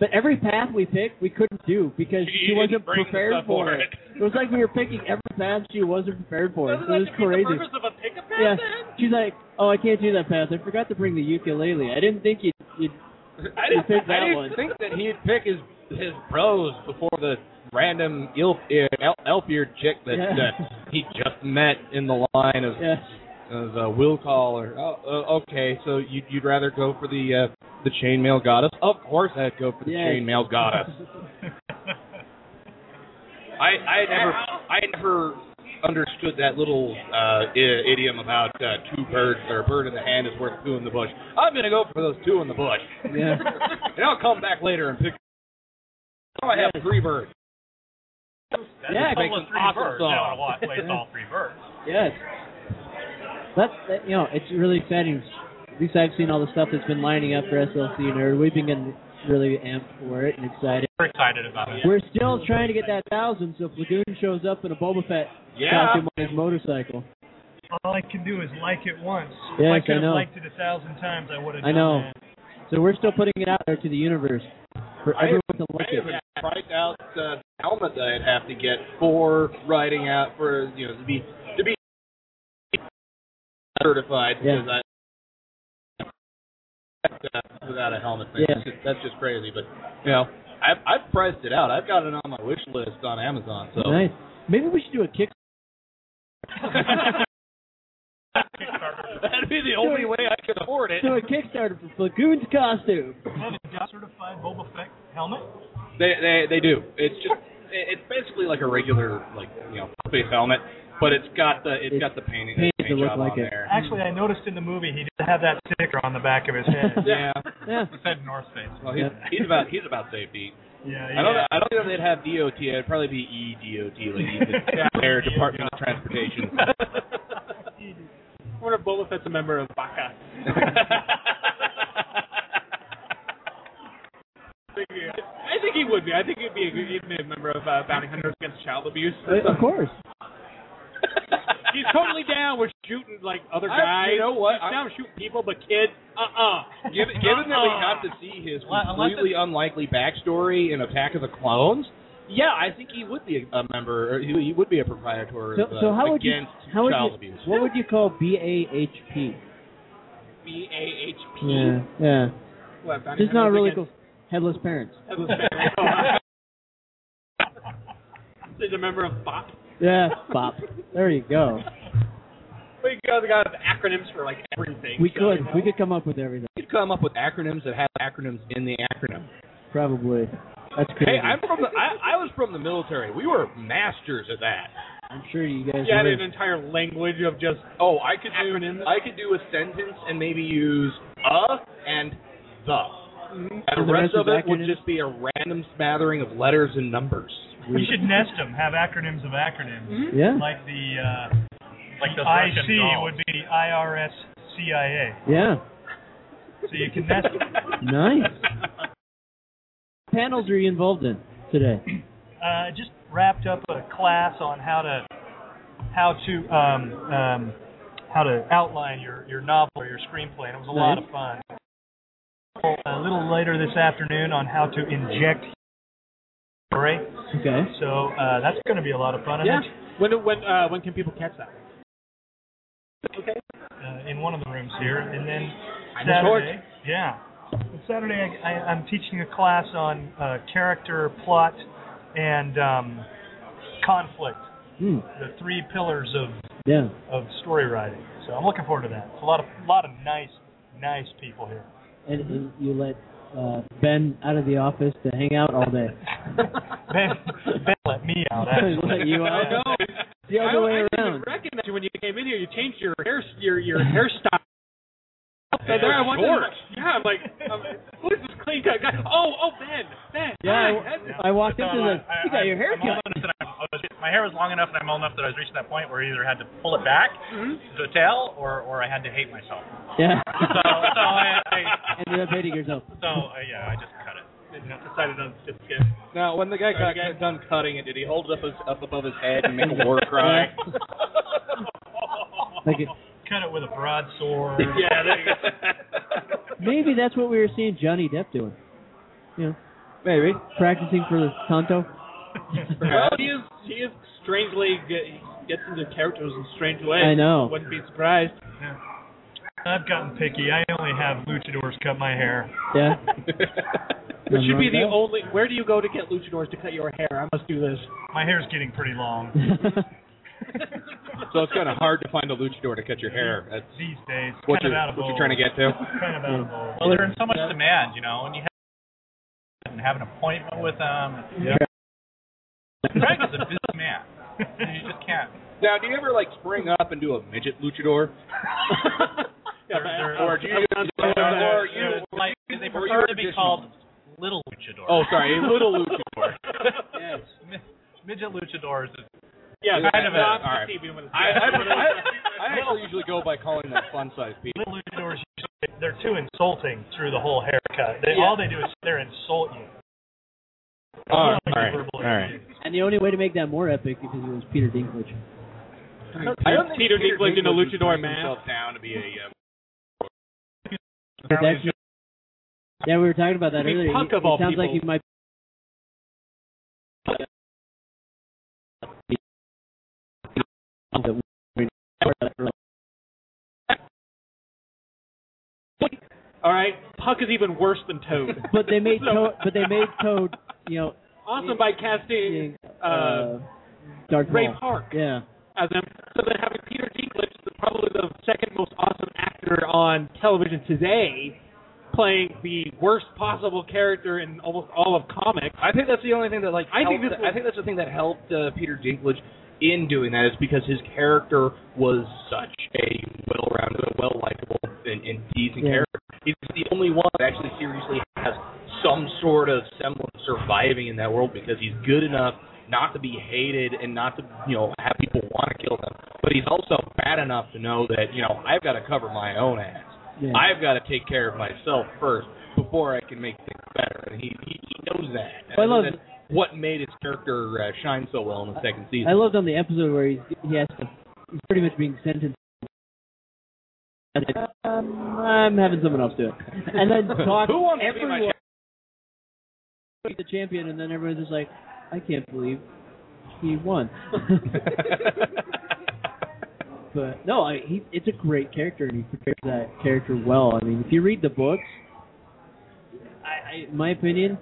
Speaker 7: But every path we picked, we couldn't do because she wasn't prepared for it. It was like we were picking every path she wasn't prepared for. It was crazy.
Speaker 12: of a pickup
Speaker 7: Yeah. She's like, oh, I can't do that path. I forgot to bring the ukulele. I didn't think you'd, you'd
Speaker 8: *laughs* I didn't,
Speaker 7: pick that
Speaker 8: I didn't
Speaker 7: one.
Speaker 8: think that he'd pick his his bros before the random ill elf eared chick that
Speaker 7: Yeah.
Speaker 8: uh, he just met in the line of
Speaker 7: Yes.
Speaker 8: of uh, will call or oh, uh, okay, so you'd, you'd rather go for the uh, the chainmail goddess? Of course, I'd go for the
Speaker 7: Yes. *laughs*
Speaker 8: chainmail goddess. I I never I never understood that little uh, I- idiom about uh, two birds or a bird in the hand is worth two in the bush. I'm gonna go for those two in the bush,
Speaker 7: Yeah.
Speaker 8: *laughs* and I'll come back later and pick. Oh, I have three birds.
Speaker 13: That's
Speaker 7: Yeah,
Speaker 13: a
Speaker 7: it
Speaker 13: total
Speaker 7: makes
Speaker 13: of three
Speaker 7: an awesome
Speaker 13: birds.
Speaker 7: song.
Speaker 13: Now I want to play all three birds.
Speaker 7: *laughs* Yes. That's that, you know, it's really exciting. At least I've seen all the stuff that's been lining up for SLC Nerd. We've been getting really amped for it and excited.
Speaker 13: We're excited about it.
Speaker 7: We're still
Speaker 11: *laughs*
Speaker 7: trying to get that thousand, so if Lagoon shows up in a Boba Fett
Speaker 13: Yeah.
Speaker 7: costume on his motorcycle.
Speaker 13: All I can do is like it once.
Speaker 7: Yes,
Speaker 13: if
Speaker 7: I
Speaker 13: I could have
Speaker 7: know.
Speaker 13: liked it a thousand times, I would have
Speaker 7: I
Speaker 13: done
Speaker 7: know.
Speaker 13: that.
Speaker 7: So we're still putting it out there to the universe for
Speaker 8: I
Speaker 7: everyone
Speaker 8: even-
Speaker 7: to like
Speaker 8: I
Speaker 7: it.
Speaker 8: even priced out uh, the helmet that I'd have to get for riding out for you know to be to be certified
Speaker 7: Yeah.
Speaker 8: because I. uh, Without a helmet, man.
Speaker 7: Yeah.
Speaker 8: That's, just, that's just crazy. But you know, I've I've priced it out. I've got it on my wish list on Amazon. So
Speaker 7: Nice. Maybe we should do a kick.
Speaker 8: that'd be *laughs* the only way I could afford it.
Speaker 7: Do a Kickstarter for Lagoon's costume.
Speaker 13: got certified Boba Fett helmet?
Speaker 8: They they they do. It's just it- it's basically like a regular like you know space helmet, but it's got the it's got the painting
Speaker 7: painted
Speaker 8: paint
Speaker 7: to look
Speaker 8: job
Speaker 7: like
Speaker 8: on
Speaker 7: it.
Speaker 8: there.
Speaker 13: Actually, I noticed in the movie he did have that sticker on the back of his head.
Speaker 8: *laughs* Yeah.
Speaker 7: Yeah.
Speaker 13: It said North Face.
Speaker 8: Well, he's, he's about he's about safety.
Speaker 13: Yeah,
Speaker 8: I don't know, I don't know if they'd have DOT. It'd probably be E EDOT,
Speaker 7: *laughs*
Speaker 8: like the Air Department of
Speaker 9: *laughs*
Speaker 8: Transportation.
Speaker 9: I wonder if Boba Fett's a member of
Speaker 8: *laughs*
Speaker 9: Baca. I think he would be. I think he'd be a good he'd be a member of uh, Bounty Hunters Against Child Abuse.
Speaker 7: Uh, Of course.
Speaker 9: He's totally down with shooting like other
Speaker 8: I-
Speaker 9: guys.
Speaker 8: you know what?
Speaker 9: He's
Speaker 8: I-
Speaker 9: down with shooting people, but Uh-uh. kids. Uh uh
Speaker 8: Given, given that we got to see his completely
Speaker 9: *laughs*
Speaker 8: unlikely backstory in Attack of the Clones, yeah, I think he would be a member. Or he, he would be a proprietor
Speaker 7: So,
Speaker 8: of, uh,
Speaker 7: so how would you
Speaker 8: against
Speaker 7: how would
Speaker 8: child
Speaker 7: you
Speaker 8: abuse.
Speaker 7: what would you call BAHP?
Speaker 9: B A H P.
Speaker 7: Yeah, yeah.
Speaker 9: What, Bounty
Speaker 7: Just not
Speaker 9: Hunters
Speaker 7: really
Speaker 9: Against-
Speaker 7: cool. Headless parents.
Speaker 9: Headless
Speaker 8: *laughs*
Speaker 9: Parents. He's a member of BOP.
Speaker 7: yeah, bop. There you go.
Speaker 9: We got the guy with acronyms for like everything.
Speaker 7: We
Speaker 9: so,
Speaker 7: could
Speaker 9: you know.
Speaker 7: we could come up with everything.
Speaker 8: You could come up with acronyms that have acronyms in the acronym.
Speaker 7: Probably. That's crazy.
Speaker 8: Hey, I'm from the. I, I was from the military. We were masters at that.
Speaker 7: I'm sure you guys.
Speaker 9: You had
Speaker 7: were.
Speaker 9: an entire language of just
Speaker 8: Oh, I could do. I could do a sentence and maybe use a and the.
Speaker 7: And
Speaker 8: And the rest of it would just be a random smattering of letters and numbers.
Speaker 13: We should nest them. Have acronyms of acronyms.
Speaker 7: Yeah.
Speaker 13: Like the uh, like the
Speaker 8: those Russian
Speaker 13: IC
Speaker 8: dolls.
Speaker 13: would be IRS CIA.
Speaker 7: Yeah.
Speaker 13: So you can nest them.
Speaker 8: *laughs*
Speaker 7: Nice. Panels are you involved in today?
Speaker 13: uh, just wrapped up a class on how to how to um, um, how to outline your, your novel or your screenplay, and it was a lot
Speaker 7: Nice.
Speaker 13: of fun. A little later this afternoon on how to inject story,
Speaker 7: Okay.
Speaker 13: so uh, that's going to be a lot of fun. I
Speaker 9: yeah.
Speaker 13: think,
Speaker 9: When when uh, when can people catch that? Okay.
Speaker 13: uh, in one of the rooms here, and then
Speaker 9: I'm in charge.
Speaker 13: Saturday, yeah, And Saturday I, I, I'm teaching a class on uh, character, plot, and um, conflict.
Speaker 7: Hmm.
Speaker 13: the three pillars of,
Speaker 7: Yeah.
Speaker 13: of story writing. So I'm looking forward to that. It's a lot of lot of nice nice people
Speaker 9: *laughs*
Speaker 13: here.
Speaker 7: And, and you let uh, Ben out of the office to hang out all day.
Speaker 13: Ben, ben let me out. Actually.
Speaker 7: Let
Speaker 13: *laughs*
Speaker 9: *laughs*
Speaker 7: you out.
Speaker 9: No,
Speaker 7: The
Speaker 9: I
Speaker 7: other
Speaker 9: don't
Speaker 7: way
Speaker 9: I didn't
Speaker 7: around.
Speaker 9: even recognize you when you came in here. You changed your hair your your
Speaker 13: *laughs*
Speaker 9: hairstyle. So there I went.
Speaker 13: short.
Speaker 9: *laughs* Yeah, I'm like, I'm, who is this clean cut guy? Oh, oh, Ben, Ben.
Speaker 7: Yeah,
Speaker 9: hi, that's-
Speaker 7: I, I walked
Speaker 13: It's
Speaker 7: into the.
Speaker 13: not like- I-
Speaker 7: You got
Speaker 13: I-
Speaker 7: your hair
Speaker 13: I'm
Speaker 7: cut.
Speaker 13: old enough that
Speaker 7: *laughs*
Speaker 13: I'm- I was- My hair was long enough and I'm old enough that I was reaching that point where I either had to pull it back to the tail or, or I had to hate myself.
Speaker 7: Yeah.
Speaker 13: So, so I, I
Speaker 7: Ended up hating
Speaker 9: *laughs*
Speaker 7: yourself.
Speaker 13: so uh, yeah, I just cut it.
Speaker 9: decided to just skip.
Speaker 8: Now, when the guy got done cutting it, did he hold it up, his, up above his head and make a *laughs* war cry?
Speaker 7: Like it-
Speaker 13: Cut it with a broadsword.
Speaker 9: Yeah, there you go. *laughs*
Speaker 7: maybe that's what we were seeing Johnny Depp doing. You know,
Speaker 8: Maybe.
Speaker 7: practicing for Tonto.
Speaker 9: Well, he is he is strangely g- gets into characters in strange ways.
Speaker 7: I know.
Speaker 9: Wouldn't be surprised.
Speaker 13: I've gotten picky. I only have luchadors cut my hair.
Speaker 7: Yeah.
Speaker 9: It should be the only. Where do you go to get luchadors to cut your hair? I must do this.
Speaker 11: My hair's getting pretty *laughs* long
Speaker 8: So it's kind of hard to find a luchador to cut your hair. That's
Speaker 11: these days.
Speaker 8: what
Speaker 11: kind
Speaker 8: you're,
Speaker 11: of out of
Speaker 8: what you're
Speaker 11: vogue.
Speaker 8: trying to get to.
Speaker 11: kind of out of vogue. Well, they're in so much demand, you know, and you have, and have an appointment with them.
Speaker 8: Yeah.
Speaker 11: Frank is a busy man. you just can't.
Speaker 8: Now, do you ever like spring up and do a midget *laughs* luchador?
Speaker 11: They're, they're,
Speaker 8: Or do you-
Speaker 11: they're-
Speaker 8: or you-
Speaker 11: they're like, they
Speaker 8: or you
Speaker 11: prefer to be
Speaker 8: traditional.
Speaker 11: called little luchador.
Speaker 8: Oh, sorry, a little
Speaker 11: *laughs*
Speaker 8: luchador.
Speaker 11: yes. Midget luchadors is
Speaker 8: Yeah,
Speaker 11: kind of a.
Speaker 8: all right. I, I, *laughs* I, I actually usually go by calling them fun size people.
Speaker 11: Little luchadors usually they're too insulting through the whole haircut. They
Speaker 8: Yeah.
Speaker 11: all they do is they're insult you.
Speaker 8: Oh, All right,
Speaker 11: Like
Speaker 8: all right,
Speaker 11: verbal
Speaker 8: all right.
Speaker 11: abuse.
Speaker 7: And the only way to make that more epic because it was Peter Dinklage.
Speaker 8: I don't think
Speaker 9: Peter Dinklage in a
Speaker 8: would
Speaker 9: luchador
Speaker 8: bring
Speaker 9: mask.
Speaker 8: himself down to be a
Speaker 9: uh,
Speaker 8: um,
Speaker 7: But that's- yeah, we were talking about that
Speaker 8: I mean,
Speaker 7: earlier.
Speaker 8: Punk
Speaker 7: He-
Speaker 8: of
Speaker 7: he
Speaker 8: all
Speaker 7: sounds like he
Speaker 8: people.
Speaker 7: might.
Speaker 9: All right, Puck is even worse than Toad.
Speaker 7: *laughs* But they made
Speaker 9: So-
Speaker 7: Toad. But they made Toad. You know,
Speaker 9: awesome by casting uh,
Speaker 7: uh, Dark
Speaker 9: Ray
Speaker 7: Maul.
Speaker 9: Park
Speaker 7: Yeah.
Speaker 9: as them. So they're having Peter Dinklage, the- probably the second most awesome actor on television today, playing the worst possible character in almost all of comics.
Speaker 8: I think that's the only thing that like
Speaker 9: I think
Speaker 8: helped-
Speaker 9: this was-
Speaker 8: I think that's the thing that helped uh, Peter Dinklage in doing that is because his character was such a well-rounded, well likable, and, and decent
Speaker 7: Yeah.
Speaker 8: character. He's the only one that actually seriously has some sort of semblance of surviving in that world because he's good enough not to be hated and not to you know have people want to kill him, but he's also bad enough to know that you know I've got to cover my own ass.
Speaker 7: Yeah.
Speaker 8: I've got to take care of myself first before I can make things better, and he he, he knows that. And
Speaker 7: Well, I love-
Speaker 8: that's what made his character uh, shine so well in the second season.
Speaker 7: I loved on the episode where he's, he has to. He's pretty much being sentenced. And it's like, um, I'm having someone else do it, *laughs* and *laughs* then talk.
Speaker 8: Who wants to be my
Speaker 7: everyone, he's the champion, and then everyone's just like, I can't believe he
Speaker 8: *laughs*
Speaker 7: won. but no, I, he it's a great character, and he portrays that character well. I mean, if you read the books, I, I, in my opinion,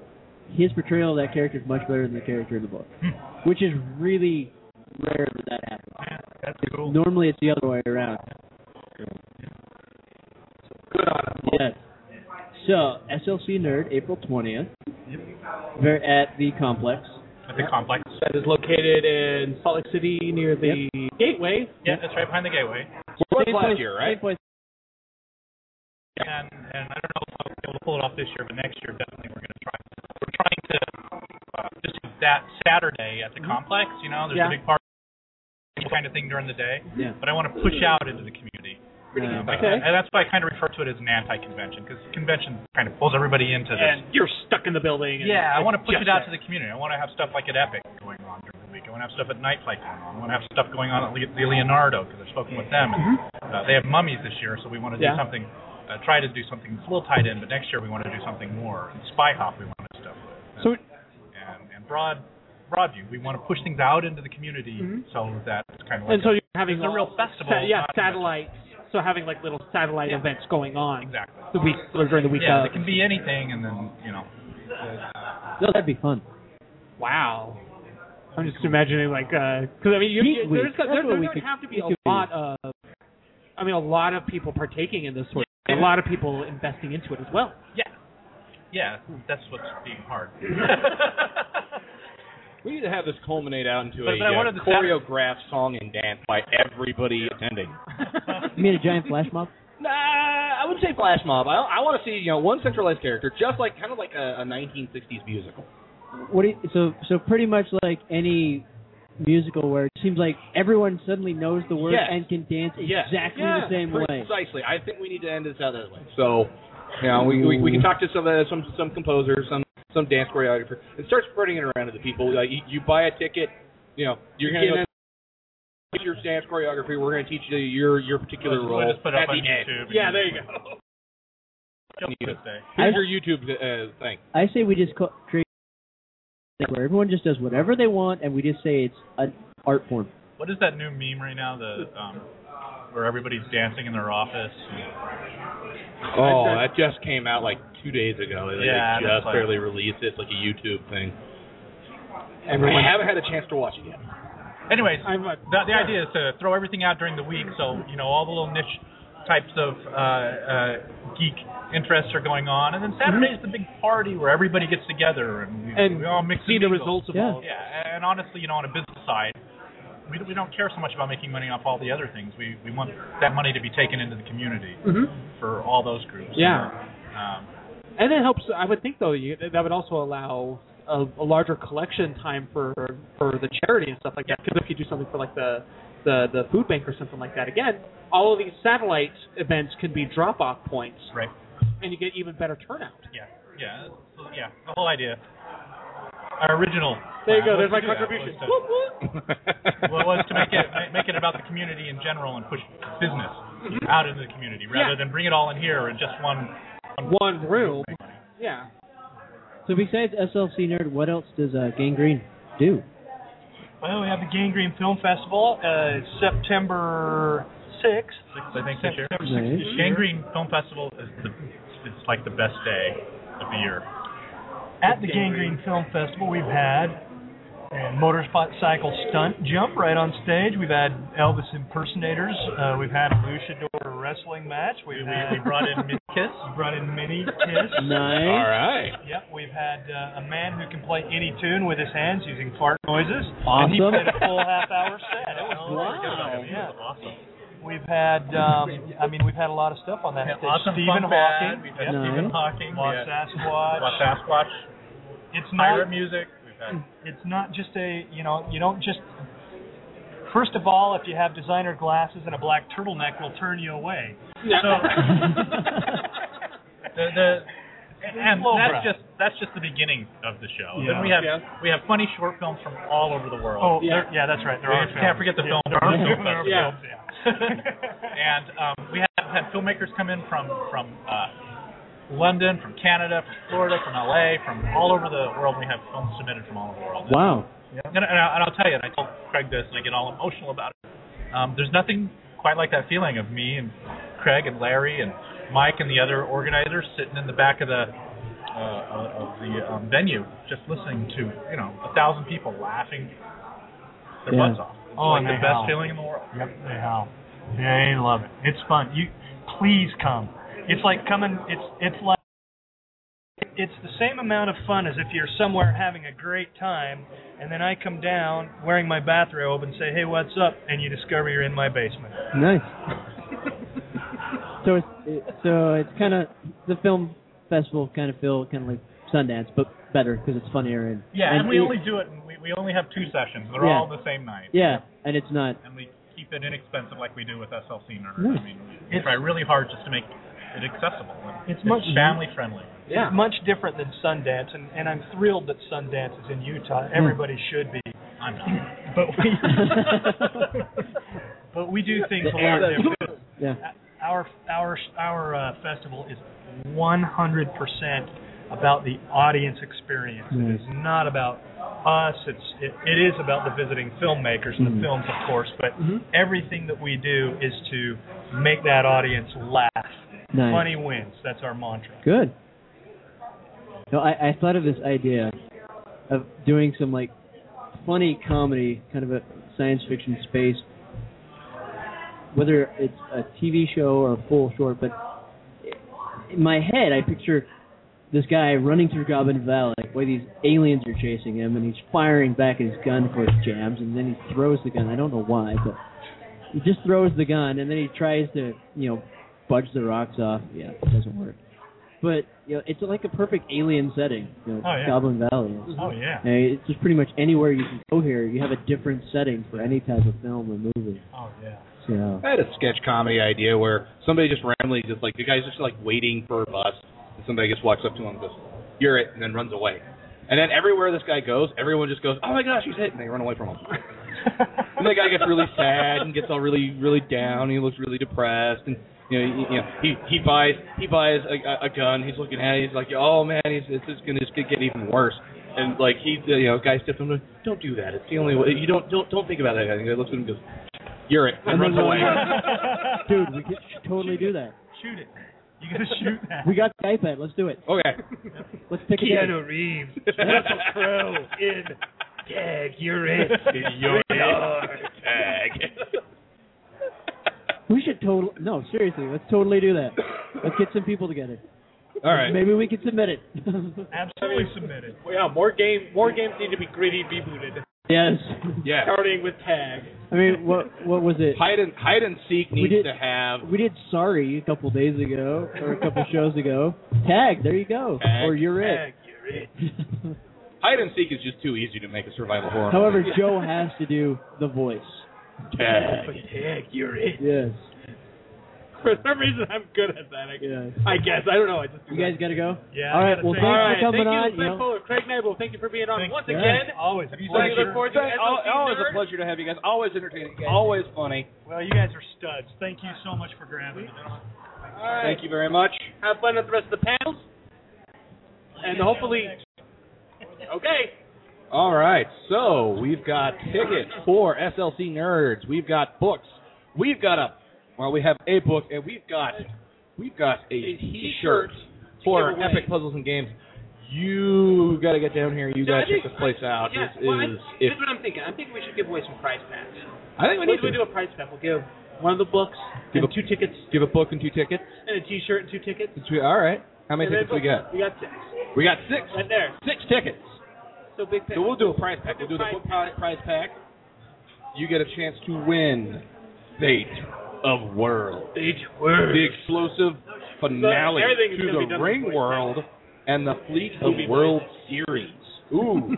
Speaker 7: his portrayal of that character is much better than the character in the book, *laughs* which is really rare that that happens.
Speaker 11: That's
Speaker 7: cool. Normally, it's the other way around.
Speaker 8: Good on him.
Speaker 7: Yes. So, SLC Nerd, April 20th, Ver at the complex.
Speaker 11: At the complex.
Speaker 9: That is located in Salt Lake City near the Gateway.
Speaker 11: *laughs* Yeah, that's right behind the gateway.
Speaker 8: It was last year, right?
Speaker 11: And, and I don't know if I'll be able to pull it off this year, but next year definitely we're going to try. We're trying to uh, just have that Saturday at the complex. You know, there's
Speaker 9: Yeah.
Speaker 11: a big party kind of thing during the day.
Speaker 7: Yeah.
Speaker 11: But I want to push out into the community. Um,
Speaker 9: Okay.
Speaker 11: And that's why I kind of refer to it as an anti-convention because convention kind of pulls everybody into this.
Speaker 9: And you're stuck in the building. And
Speaker 11: Yeah, I want to push
Speaker 9: just
Speaker 11: it out
Speaker 9: that.
Speaker 11: to the community. I want to have stuff like at Epic going on during the week. I want to have stuff at Nightlight going on. I want to have stuff going on at Le- the Leonardo because I've spoken with them. And, uh, they have mummies this year, so we want to do
Speaker 9: Mm-hmm. Yeah.
Speaker 11: something. Uh, try to do something that's a little tied in, but next year we want to do something more. And Spy Hop, we want to do stuff with.
Speaker 14: So-
Speaker 11: and, and broad, Broadview, we want to push things out into the community.
Speaker 9: Mhm.
Speaker 11: So that it's kind of like
Speaker 9: And
Speaker 11: a-
Speaker 9: so you're having
Speaker 11: it's a real
Speaker 9: all-
Speaker 11: festival.
Speaker 9: sa- *laughs* yeah,
Speaker 11: not a-
Speaker 9: satellite. So having like little satellite
Speaker 11: Yeah.
Speaker 9: events going on.
Speaker 11: Exactly.
Speaker 9: The week or during the week
Speaker 11: Yeah,
Speaker 9: of.
Speaker 11: it can be anything, and then you know.
Speaker 7: No, that'd be fun.
Speaker 9: Wow. I'm just imagining like because I mean you,
Speaker 7: Geek
Speaker 9: you,
Speaker 7: Week.
Speaker 9: there's got-
Speaker 7: That's
Speaker 9: there,
Speaker 7: what
Speaker 9: there's
Speaker 7: we
Speaker 9: going
Speaker 7: could-
Speaker 9: to have to be
Speaker 7: we
Speaker 9: a
Speaker 7: could do.
Speaker 9: lot of I mean a lot of people partaking in this sort of
Speaker 11: Yeah.
Speaker 9: a lot of people investing into it as well.
Speaker 11: Yeah. Yeah, that's what's being hard. *laughs*
Speaker 8: We need to have this culminate out into
Speaker 11: But-
Speaker 8: a
Speaker 11: but I
Speaker 8: uh,
Speaker 11: wanted to-
Speaker 8: choreographed song and dance by everybody attending.
Speaker 7: You mean a giant flash mob?
Speaker 8: Nah, I wouldn't say flash mob. I, I want to see you know one centralized character, just like kind of like a, a 1960s musical.
Speaker 7: What do you, so so pretty much like any musical where it seems like everyone suddenly knows the words
Speaker 8: Yes.
Speaker 7: and can dance
Speaker 8: Yes.
Speaker 7: exactly
Speaker 8: Yeah,
Speaker 7: the same way.
Speaker 8: Precisely. I think we need to end this out that way. So, you know,
Speaker 7: Mm-hmm.
Speaker 8: we, we, we can talk to some uh, some some composer, some some dance choreographer, and start spreading it around to the people. Like, you, you buy a ticket, you know, you're
Speaker 9: You
Speaker 8: gonna
Speaker 9: get
Speaker 8: go teach your dance choreography. We're gonna teach you your your particular
Speaker 11: We'll
Speaker 8: role
Speaker 11: just put it up
Speaker 8: at
Speaker 11: on
Speaker 8: the end.
Speaker 11: YouTube.
Speaker 9: Yeah, there you go.
Speaker 8: *laughs*
Speaker 11: Just
Speaker 8: Here's your YouTube uh, thing.
Speaker 7: I say we just co- create where everyone just does whatever they want and we just say it's an art form.
Speaker 11: What is that new meme right now? The um, where everybody's dancing in their office.
Speaker 8: Oh, that just came out like two days ago. They
Speaker 11: Yeah,
Speaker 8: just
Speaker 11: that's like-
Speaker 8: barely released it. It's like a YouTube thing.
Speaker 11: Everyone-
Speaker 8: I haven't had a chance to watch it yet.
Speaker 11: Anyways, I'm, uh, the, the idea is to throw everything out during the week, so you know all the little niche types of uh, uh, geek interests are going on, and then Saturday's the big party where everybody gets together and we,
Speaker 9: And
Speaker 11: we all mix
Speaker 9: see
Speaker 11: and
Speaker 9: the
Speaker 11: mingle.
Speaker 9: results of
Speaker 11: yeah.
Speaker 9: all of it.
Speaker 11: Yeah, and honestly, you know, on a business side, we, we don't care so much about making money off all the other things. We we want that money to be taken into the community for all those groups.
Speaker 9: Mm-hmm. Yeah.
Speaker 11: Um,
Speaker 9: And it helps. I would think though you, that would also allow a, a larger collection time for for the charity and stuff like that. Because if you do something for like the the the food bank or something like that, again, all of these satellite events can be drop off points.
Speaker 11: Right.
Speaker 9: And you get even better turnout.
Speaker 11: yeah, yeah, so, yeah. The whole idea. Our original.
Speaker 9: There you
Speaker 11: plan
Speaker 9: go. There's
Speaker 11: was
Speaker 9: my
Speaker 11: to do that,
Speaker 9: contribution.
Speaker 11: was to- well, it was to make it ma- make it about the community in general and push business out into the community rather
Speaker 9: Yeah.
Speaker 11: than bring it all in here in just one
Speaker 9: one room. Yeah.
Speaker 7: So besides SLC Nerd, what else does uh, Gangrene do?
Speaker 13: Well, we have the Gangrene Film Festival, uh, September 6th.
Speaker 11: I think this year.
Speaker 13: September 6th this year.
Speaker 11: Gangrene Film Festival is the it's like the best day of the year.
Speaker 13: At the Gangrene Film Festival, we've had a motorcycle stunt jump right on stage. We've had Elvis impersonators. Uh, we've had a luchador wrestling match.
Speaker 11: We,
Speaker 13: We've had
Speaker 11: we brought in
Speaker 9: *laughs*
Speaker 11: Mid Kiss.
Speaker 13: We *laughs* brought in Mini Kiss.
Speaker 11: Nice. All right.
Speaker 13: Yep, we've had uh, a man who can play any tune with his hands using fart noises. And he
Speaker 11: Awesome.
Speaker 13: played a full half hour set. It was
Speaker 11: *laughs* Wow.
Speaker 13: really good. Yeah.
Speaker 11: Awesome.
Speaker 13: We've had, um, I mean, we've had a lot of stuff on that
Speaker 11: Yeah,
Speaker 13: stage.
Speaker 11: awesome
Speaker 13: Stephen
Speaker 11: fun
Speaker 13: Hawking.
Speaker 11: band. We've had
Speaker 13: Yep.
Speaker 11: Stephen Hawking.
Speaker 13: Lost
Speaker 11: We had-
Speaker 13: Sasquatch.
Speaker 11: Lost Sasquatch.
Speaker 13: It's
Speaker 11: Pirate
Speaker 13: not.
Speaker 11: music. We've had
Speaker 13: It's not just a you know you don't just. First of all, if you have designer glasses and a black turtleneck, will turn you away.
Speaker 11: Yeah. *laughs*
Speaker 13: So,
Speaker 9: *laughs*
Speaker 11: the, the and
Speaker 13: Low
Speaker 11: that's
Speaker 13: brow.
Speaker 11: just that's just the beginning of the show.
Speaker 13: Yeah.
Speaker 11: Then we have
Speaker 13: Yeah.
Speaker 11: we have funny short films from all over the world.
Speaker 13: Oh, yeah. yeah, that's right. There
Speaker 11: We
Speaker 13: are
Speaker 11: can't
Speaker 13: films.
Speaker 11: forget the
Speaker 13: Yeah.
Speaker 11: film. There are
Speaker 13: There
Speaker 11: films.
Speaker 13: are
Speaker 11: That's
Speaker 13: films,
Speaker 11: films, yeah. *laughs* and um, we have had filmmakers come in from from uh, London, from Canada, from Florida, from LA, from all over the world. We have films submitted from all over the world.
Speaker 7: Wow.
Speaker 11: And, and, I, and I'll tell you, and I told Craig this, and I get all emotional about it. Um, there's nothing quite like that feeling of me and Craig and Larry and Mike and the other organizers sitting in the back of the uh, of the um, venue, just listening to you know a thousand people laughing their
Speaker 13: Yeah.
Speaker 11: butts off. It's
Speaker 13: Oh,
Speaker 11: like
Speaker 13: and
Speaker 11: the
Speaker 13: they
Speaker 11: best
Speaker 13: howl.
Speaker 11: feeling in the world.
Speaker 13: Yep, they howl. They love it. It's fun. You please come. It's like coming. It's it's like it's the same amount of fun as if you're somewhere having a great time, and then I come down wearing my bathrobe and say, "Hey, what's up?" and you discover you're in my basement.
Speaker 11: *laughs*
Speaker 7: Nice. so it's it, so it's kind of the film festival kind of feel kind of like Sundance, but better because it's funnier and
Speaker 11: Yeah, and, we
Speaker 7: it-
Speaker 11: only do it. We, we only have two sessions. They're
Speaker 7: Yeah.
Speaker 11: all the same night.
Speaker 7: yeah, and it's not
Speaker 11: and we keep it inexpensive like we do with SLC Nerd.
Speaker 13: Hmm.
Speaker 7: Yeah.
Speaker 11: I mean, we try really hard just to make it accessible. and
Speaker 13: It's much-
Speaker 11: family friendly.
Speaker 13: It's much different than Sundance, and, and I'm thrilled that Sundance is in Utah.
Speaker 7: Hmm.
Speaker 13: Everybody should be.
Speaker 11: I'm not.
Speaker 13: But we, *laughs* but we do things a lot
Speaker 7: Aaron.
Speaker 13: different.
Speaker 7: Yeah.
Speaker 13: Our our our uh, festival is 100% about the audience experience. It is not about us. It's it, it is about the visiting filmmakers and the
Speaker 7: Mm-hmm.
Speaker 11: Mhm.
Speaker 13: films, of course. But everything that we do is to make that audience laugh.
Speaker 7: Nice.
Speaker 13: Money wins. That's our mantra.
Speaker 7: *laughs* Good. No, I, I thought of this idea of doing some like funny comedy, kind of a science fiction space, whether it's a TV show or a full short. But in my head, I picture this guy running through Goblin Valley where these aliens are chasing him, and he's firing back at his gun before it jams, and then he throws the gun. I don't know why, but he just throws the gun, and then he tries to, you know, budge the rocks off. Yeah, it doesn't work. But you know, it's like a perfect alien setting. You know,
Speaker 13: Oh, yeah.
Speaker 7: Goblin Valley.
Speaker 13: Oh, yeah.
Speaker 7: I mean, it's just pretty much anywhere you can go here, you have a different setting for any type of film or movie.
Speaker 13: Oh yeah. *laughs*
Speaker 7: So
Speaker 8: I had a sketch comedy idea where somebody just randomly just like the guy's just like waiting for a bus and somebody just walks up to him and goes, You're it and then runs away. And then everywhere this guy goes, everyone just goes, Oh my gosh, he's hit and they run away from him. and the guy gets really sad and gets all really really down, he looks really depressed and you know, he, you know, he he buys he buys a, a gun. He's looking at it. He's like, "Oh man, he's it's just gonna it's gonna get even worse." And like he, you know, guy steps on him. Don't do that. It's the only way. You don't don't don't think about that. guy. And the guy looks at him and goes,
Speaker 13: *laughs*
Speaker 8: "You're it." And runs away.
Speaker 7: Dude, we could totally do that.
Speaker 13: Shoot it. You gotta *laughs* shoot that.
Speaker 7: We got the iPad. Let's do it.
Speaker 15: Okay.
Speaker 7: Let's pick a day.
Speaker 13: Keanu Reeves,
Speaker 7: *laughs*
Speaker 13: Russell Crowe in Tag. You're it.
Speaker 15: You're
Speaker 13: it.
Speaker 15: Tag.
Speaker 7: We should total. No, seriously, let's totally do that. Let's get some people together.
Speaker 15: All right.
Speaker 7: Maybe we can submit it.
Speaker 13: Absolutely submitted.
Speaker 15: Well, yeah, more game, more games need to be gritty, rebooted.
Speaker 7: yes.
Speaker 15: Yeah.
Speaker 9: Starting with tag. *laughs*
Speaker 7: I mean, what what was it?
Speaker 15: Hide and hide and seek
Speaker 7: We
Speaker 15: needs
Speaker 7: did-
Speaker 15: to have.
Speaker 7: We did sorry a couple days ago or a couple shows ago. Tag, there you go.
Speaker 15: Tag,
Speaker 7: or you're it.
Speaker 15: tag, you're it. Hide and seek is just too easy to make a survival horror.
Speaker 7: *laughs* However,
Speaker 15: movie.
Speaker 7: Joe
Speaker 8: *laughs*
Speaker 7: has to do the voice.
Speaker 15: Tag.
Speaker 9: Tag, you're it.
Speaker 7: Yes.
Speaker 9: For some reason, I'm good at that. I guess. I, guess. I don't know. I just
Speaker 7: You guys gotta go.
Speaker 9: Yeah,
Speaker 7: All
Speaker 9: I
Speaker 7: right.
Speaker 9: gotta
Speaker 7: Well, thanks
Speaker 9: say- All
Speaker 7: for
Speaker 9: right,
Speaker 7: coming
Speaker 9: thank you,
Speaker 7: on.
Speaker 9: Cliff Fuller, Craig Nabel, thank you for being on once
Speaker 7: yeah.
Speaker 9: again.
Speaker 13: Always a
Speaker 9: We
Speaker 13: pleasure.
Speaker 9: look forward to
Speaker 13: Thank-
Speaker 9: SOC
Speaker 8: always a
Speaker 9: Nerd.
Speaker 8: pleasure to have you guys. Always entertaining. Always funny.
Speaker 13: Well, you guys are studs. Thank you so much for grabbing. us.
Speaker 9: All right.
Speaker 8: Thank you very much.
Speaker 9: Have fun with the rest of the panels. And hopefully. Okay.
Speaker 8: All right, so we've got tickets for SLC Nerds. We've got books. We've got a well, we have a book, and we've got we've got a T-shirt for
Speaker 9: give away.
Speaker 8: Epic Puzzles and Games. You gotta get down here. You
Speaker 9: No, I
Speaker 8: gotta check
Speaker 9: think-
Speaker 8: this place out.
Speaker 9: Yeah,
Speaker 8: This
Speaker 9: well, I-
Speaker 8: is
Speaker 9: here's
Speaker 8: if
Speaker 9: what I'm thinking. I'm thinking we should give away some prize packs.
Speaker 8: I think we need
Speaker 9: What if we
Speaker 8: to.
Speaker 9: do a prize pack? We'll give one of the books
Speaker 8: Give
Speaker 9: and
Speaker 8: a-
Speaker 9: two tickets
Speaker 8: give a book and two tickets.
Speaker 9: and a T-shirt and two tickets.
Speaker 8: It's- All right, how many
Speaker 9: And then
Speaker 8: tickets we got?
Speaker 9: We got six.
Speaker 8: We got six
Speaker 9: Right there.
Speaker 8: six tickets.
Speaker 9: So big.
Speaker 8: So we'll do a prize pack. We'll do the book prize, prize pack. You get a chance to win Fate of World.
Speaker 9: Fate World.
Speaker 8: The explosive finale
Speaker 9: So everything is
Speaker 8: to
Speaker 9: gonna be
Speaker 8: the
Speaker 9: done
Speaker 8: Ring
Speaker 9: with voice
Speaker 8: World and the Fleet of
Speaker 9: Movie
Speaker 8: World
Speaker 9: *laughs*
Speaker 8: series. Ooh.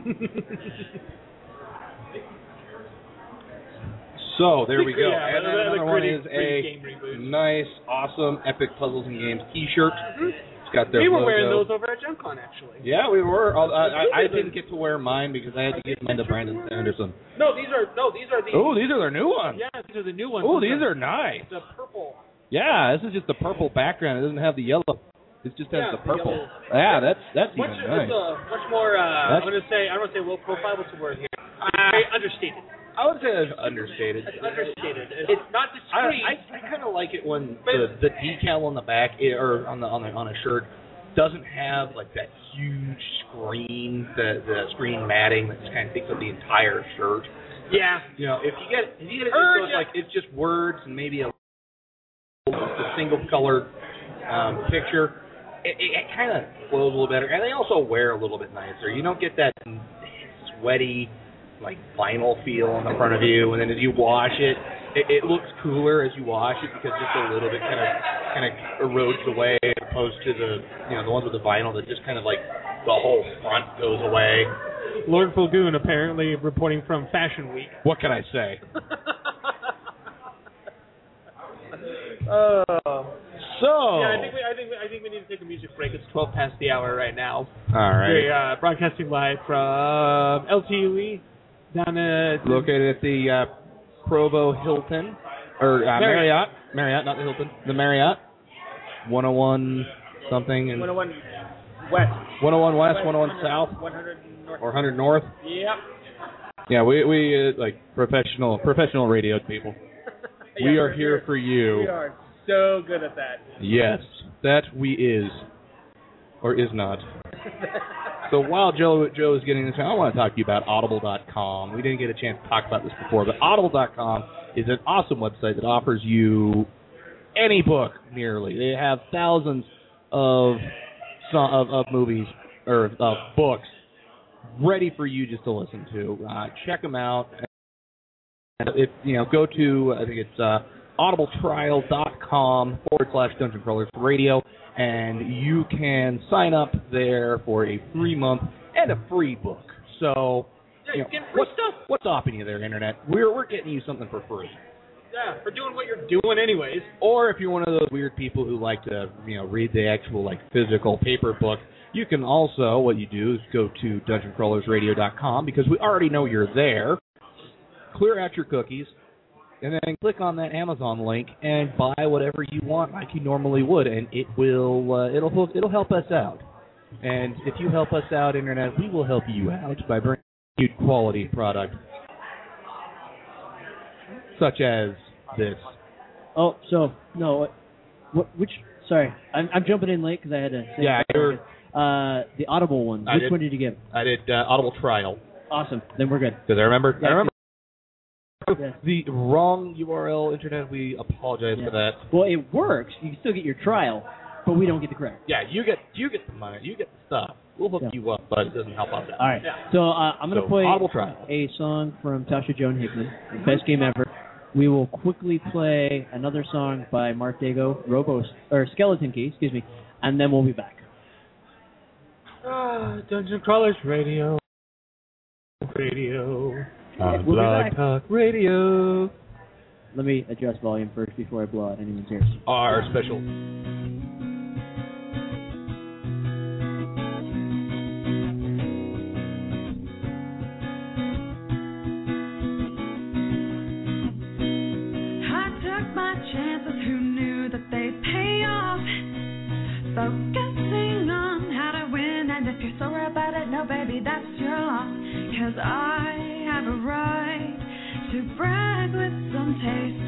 Speaker 8: so there we go.
Speaker 9: Yeah,
Speaker 8: and then
Speaker 9: another
Speaker 8: another one
Speaker 9: gritty-
Speaker 8: is
Speaker 9: gritty
Speaker 8: a
Speaker 9: game reboot.
Speaker 8: nice, awesome Epic Puzzles and Games T-shirt.
Speaker 9: Mhm.
Speaker 8: It's Mm-hmm. got their
Speaker 9: We were
Speaker 8: logo.
Speaker 9: wearing those over at GenCon actually.
Speaker 8: Yeah, we were. Although I, I, I
Speaker 9: Really?
Speaker 8: didn't get to wear mine because I had to give mine to Brandon Sanderson.
Speaker 9: No, these are no, these are the.
Speaker 8: Oh, these are their new ones.
Speaker 9: Yeah, these are the new ones.
Speaker 8: Oh, these are nice.
Speaker 9: The purple.
Speaker 8: Yeah, this is just the purple background. It doesn't have the yellow. It just has
Speaker 9: Yeah,
Speaker 8: the
Speaker 9: the
Speaker 8: purple.
Speaker 9: yellow.
Speaker 8: yeah, that's that's
Speaker 9: Much,
Speaker 8: even
Speaker 9: it's
Speaker 8: nice.
Speaker 9: uh, much more. Uh, I'm
Speaker 8: That's-
Speaker 9: gonna say I don't wanna say low profile. What's the word here? Very understated.
Speaker 8: I would say that's understated.
Speaker 9: It's understated. It's not
Speaker 8: I,
Speaker 9: discreet.
Speaker 8: I, I kind of like it when the, the decal on the back eh, or on the on the on a shirt doesn't have like that huge screen, the the screen matting that just kind of takes up the entire shirt.
Speaker 9: yeah.
Speaker 8: You know, if you get if you get it just
Speaker 9: Or
Speaker 8: so it's
Speaker 9: just-
Speaker 8: like it's just words and maybe a, a single colored um, picture, it, it, it kind of flows a little better. And they also wear a little bit nicer. You don't get that sweaty like vinyl feel in the front of you. And then as you wash it, it, it looks cooler as you wash it because just a little bit kind of kind of erodes away, as opposed to the you know the ones with the vinyl that just kind of like the whole front goes away.
Speaker 9: Lord Fulgoon apparently reporting from Fashion Week.
Speaker 8: What can I
Speaker 9: *laughs*
Speaker 8: say?
Speaker 9: Uh,
Speaker 8: so.
Speaker 9: Yeah, I think we, I think we, I think we need to take a music break. It's 12 past the hour right now.
Speaker 8: All
Speaker 9: We're
Speaker 8: right.
Speaker 9: uh, broadcasting live from LTUE down at
Speaker 8: Located at the uh, Provo Hilton or uh, Marriott.
Speaker 9: Marriott.
Speaker 8: Marriott, not the Hilton. The Marriott. 101 something and
Speaker 9: 101 West.
Speaker 8: 101 West, 101 South,
Speaker 9: 100 North.
Speaker 8: or 100 North.
Speaker 9: Yeah.
Speaker 8: Yeah, we we uh, like professional professional radio people.
Speaker 9: Yeah,
Speaker 8: we are
Speaker 9: we're
Speaker 8: here for you.
Speaker 9: We are so good at that. *laughs*
Speaker 8: Yes, that we is or is not. So while Joe Joe is getting this, I want to talk to you about Audible.com. We didn't get a chance to talk about this before, but Audible.com is an awesome website that offers you any book nearly. They have thousands of so- of, of movies or of books ready for you just to listen to. Uh, check them out. And If you know, go to I think it's uh, audibletrial.com forward slash Dungeon Crawlers Radio, and you can sign up there for a free month and a free book. So you
Speaker 9: Yeah,
Speaker 8: know,
Speaker 9: you get free
Speaker 8: what's
Speaker 9: stuff.
Speaker 8: what's stopping you there, Internet? We're we're getting you something for free.
Speaker 9: Yeah, for doing what you're doing anyways.
Speaker 8: Or if you're one of those weird people who like to, you know, read the actual like physical paper book, you can also what you do is go to dungeoncrawlersradio.com because we already know you're there. Clear out your cookies and then click on that Amazon link and buy whatever you want like you normally would and it will uh, it'll hook- it'll help us out. And if you help us out internet, we will help you out by bringing you quality product such as this.
Speaker 7: Oh, so no. What? Which Sorry, I'm, I'm jumping in late because I had to. say-
Speaker 8: Yeah, you're-
Speaker 7: Uh, the Audible one.
Speaker 8: I
Speaker 7: Which
Speaker 8: did-
Speaker 7: one did you get?
Speaker 8: I did uh, Audible Trial.
Speaker 7: Awesome. Then we're good.
Speaker 8: Because I remember, I
Speaker 7: Yeah,
Speaker 8: remember the wrong URL internet. We apologize for that.
Speaker 7: Well, it works. You can still get your trial, but we don't get the credit.
Speaker 8: Yeah, you get you get the money, you get the stuff. We'll hook you up, but it doesn't help us out.
Speaker 7: All right. So uh, I'm going to
Speaker 8: So,
Speaker 7: play
Speaker 8: Audible Trial.
Speaker 7: a song from Tasha Joan Hickman, the best game ever. We will quickly play another song by Mark Dago, Robo or Skeleton Key, excuse me, and then we'll be back.
Speaker 16: Dungeon Crawlers Radio. Radio.
Speaker 7: Uh, We'll be Blog back.
Speaker 16: Talk Radio.
Speaker 7: Let me adjust volume first before I blow out anyone's ears.
Speaker 8: Our special.
Speaker 17: I took my chances, who knew that they'd pay off? Focusing on how to win, and if you're sore about it, no, baby, that's your loss. Cause I have a right to brag with some taste.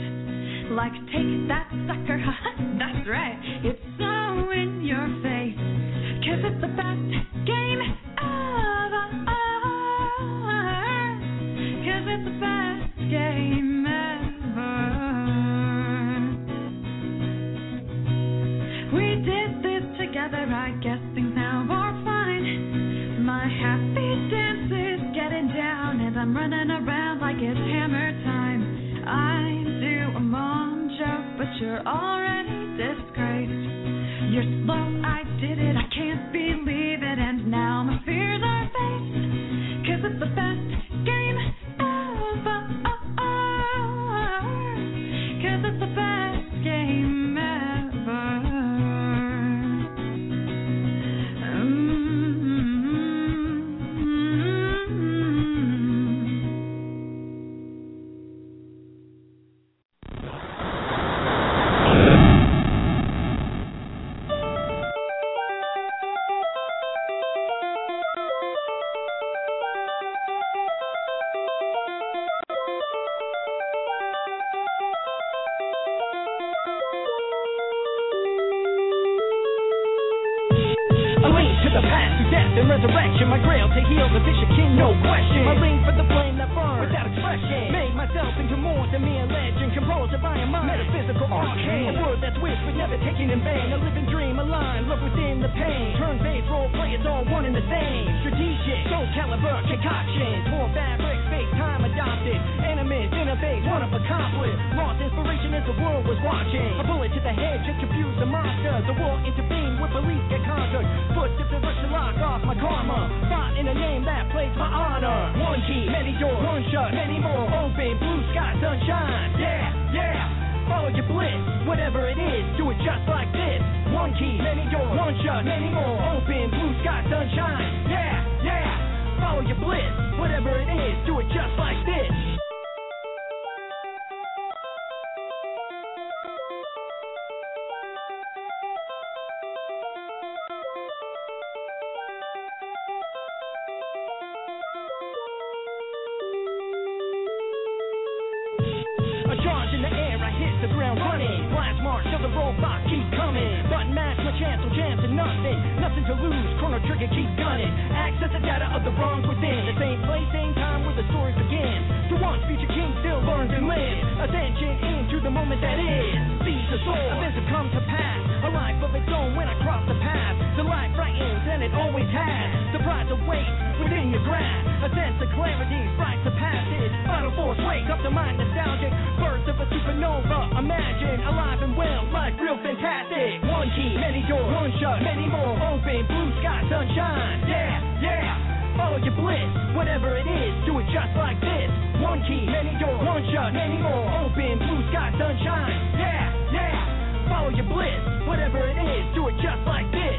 Speaker 17: Like, take that sucker, *laughs* that's right, it's so in your face. Cause it's the best game ever. Cause it's the best game ever. We did this together, I guess things now are fine. My happy dance is getting down, and I'm running around like it's hammer time. I do a mom joke, but you're already disgraced. You're slow, I did it, I can't believe it, and now my fears are faced. Cause it's the best game ever. Cause it's the best game ever. Mm-hmm.
Speaker 15: A link to the path to death and resurrection. My grail to heal the vicious kin, no question. My ring for the flame that burns without expression. Made myself into more than mere legend. Composed of iron mind, metaphysical arcane. A word that's whispered, never taken in vain. A living dream, a line, look within the pain. Turn-based role play, it's all one and the same. Strategic, soul caliber, concoction. Poor fabric, fake time adopted. Enemies, innovate, one of a accomplice. Lost inspiration as the world was watching. A bullet to the head just confused the monster. The war intervened with police get contact. Foot to the rush to lock off my karma. Fought in a name that plays my honor. One key, many doors, one shut, many more. Open, blue sky, sunshine. Yeah, yeah. Follow your bliss, whatever it is, do it just like this. One key, many doors, one shut, many more. Open, blue sky, sunshine. Yeah, yeah. Follow your bliss, whatever it is, do it just like this. A charge in the air, I hit the ground running. Blast march till the robot keep coming. Button mash, my chance, no chance, and nothing. Nothing to lose, chrono trigger, keep gunning. Access the data of the wrongs within. The same place, same time where the story begins. The once future king still learns and lives. Ascension into the moment that is. Seize the soul, events have come to pass. A life of its own when I cross the path. The light brightens and it always has. The prize awaits within your grasp. A sense of clarity, bright surpasses. Final force, wake up the mind nostalgic. Birth of a supernova, imagine. Alive and well, life real fantastic. One key, many doors, one shut, many more. Open, blue sky, sunshine. Yeah, yeah. Follow your bliss, whatever it is, do it just like this. One key, many doors, one shut, many more. Open, blue sky, sunshine. Yeah, yeah. Follow your bliss, whatever it is, do it just like this.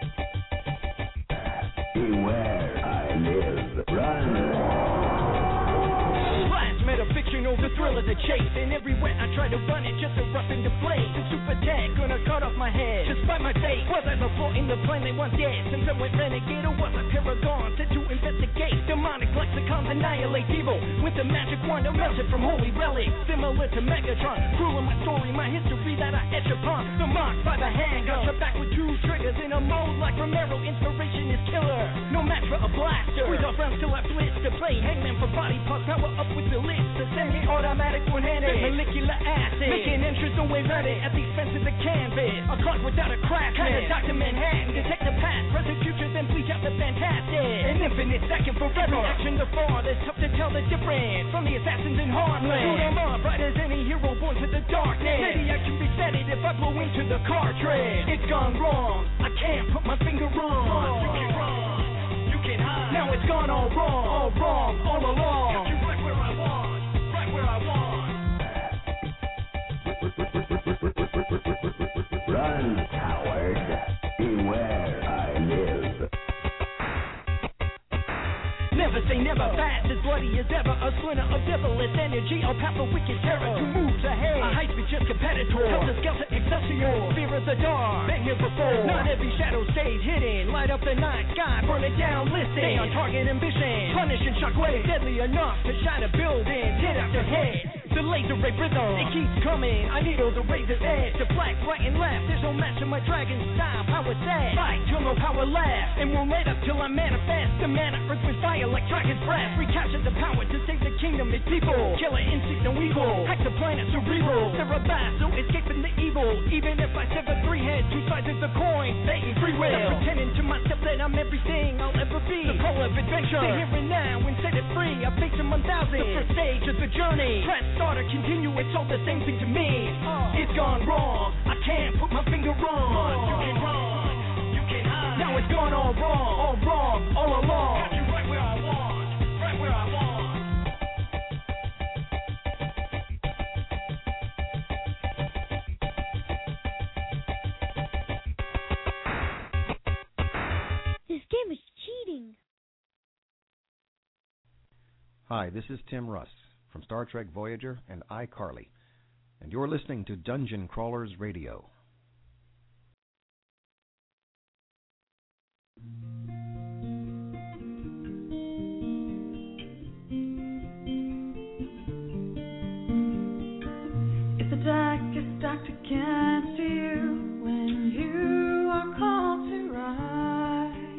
Speaker 2: Beware, I live. Run.
Speaker 15: Blast metafiction over thrill of the chase. And everywhere I try to run it, just erupting the flames. And super tag, gonna cut off my head. Just by my fate, was I before in the plan they once dead? Since I went renegade, or was I paragon? Set to investigate demonic lexicons, annihilate evil with the magic wand, melted from holy relic, similar to Megatron. Cruel in my story, my history that I etch upon. The mark by the handgun, shot back with two triggers in a mode like Romero. Inspiration is killer, no match for a blaster. With off rounds till I blitz to play hangman for body parts. Now we're up with the list, the semi-automatic one-handed, molecular acid, making entrance away ready at the expense of the canvas. A clock without a crack, kinda Doctor Manhattan, detect the past, present, future, then bleach out the fantastic. An infinite second forever, action to far. That's tough to tell the difference from the assassins in Harmland. Who am I? Bright as any hero born to the darkness. Maybe I can reset it if I blow into the cartridge. It's gone wrong. I can't put my finger on. You can run. You can hide. Now it's gone all wrong. All wrong. All along. Got you right where I want. Right where I want.
Speaker 18: Run, coward. Beware I live.
Speaker 15: Never say never, fast as bloody as ever. A slinger of devilish energy, a path of wicked terror. Two moves ahead, a high speed just competitor. Helter skelter, excelsior, fear of the dark. Been here before, not every shadow stays hidden. Light up the night sky, burn it down, listen. Stay on target ambition, punishing shockwaves. Deadly enough to shatter buildings, hit after head. The laser ray rhythm, it keeps coming. I needle the razor's edge to flex right and left. There's no match in my dragon style, power sad. Fight till no power left, and won't let up till I manifest. The man of earth with fire like dragon's breath. Recapture the power to save the kingdom, its people. Killer instinct, no evil. Hack the planet, cerebral. Cerebast, no escaping the evil. Even if I sever three heads, two sides of the coin, Satan free will. Stop pretending to myself that I'm everything I'll ever be. The call of adventure, the here and now, and set it free. I face them one thousand. The first stage of the journey. Press start to continue, it's all the same thing to me. It's gone wrong, I can't put my finger on. You can run, you can hide. Now it's gone all wrong, all wrong, all along. Got you right where I want, right where I want.
Speaker 19: This game is cheating.
Speaker 20: Hi, this is Tim Russ from Star Trek Voyager and iCarly, and you're listening to Dungeon Crawlers Radio.
Speaker 17: If the darkest doctor can't see you when you are called to rise,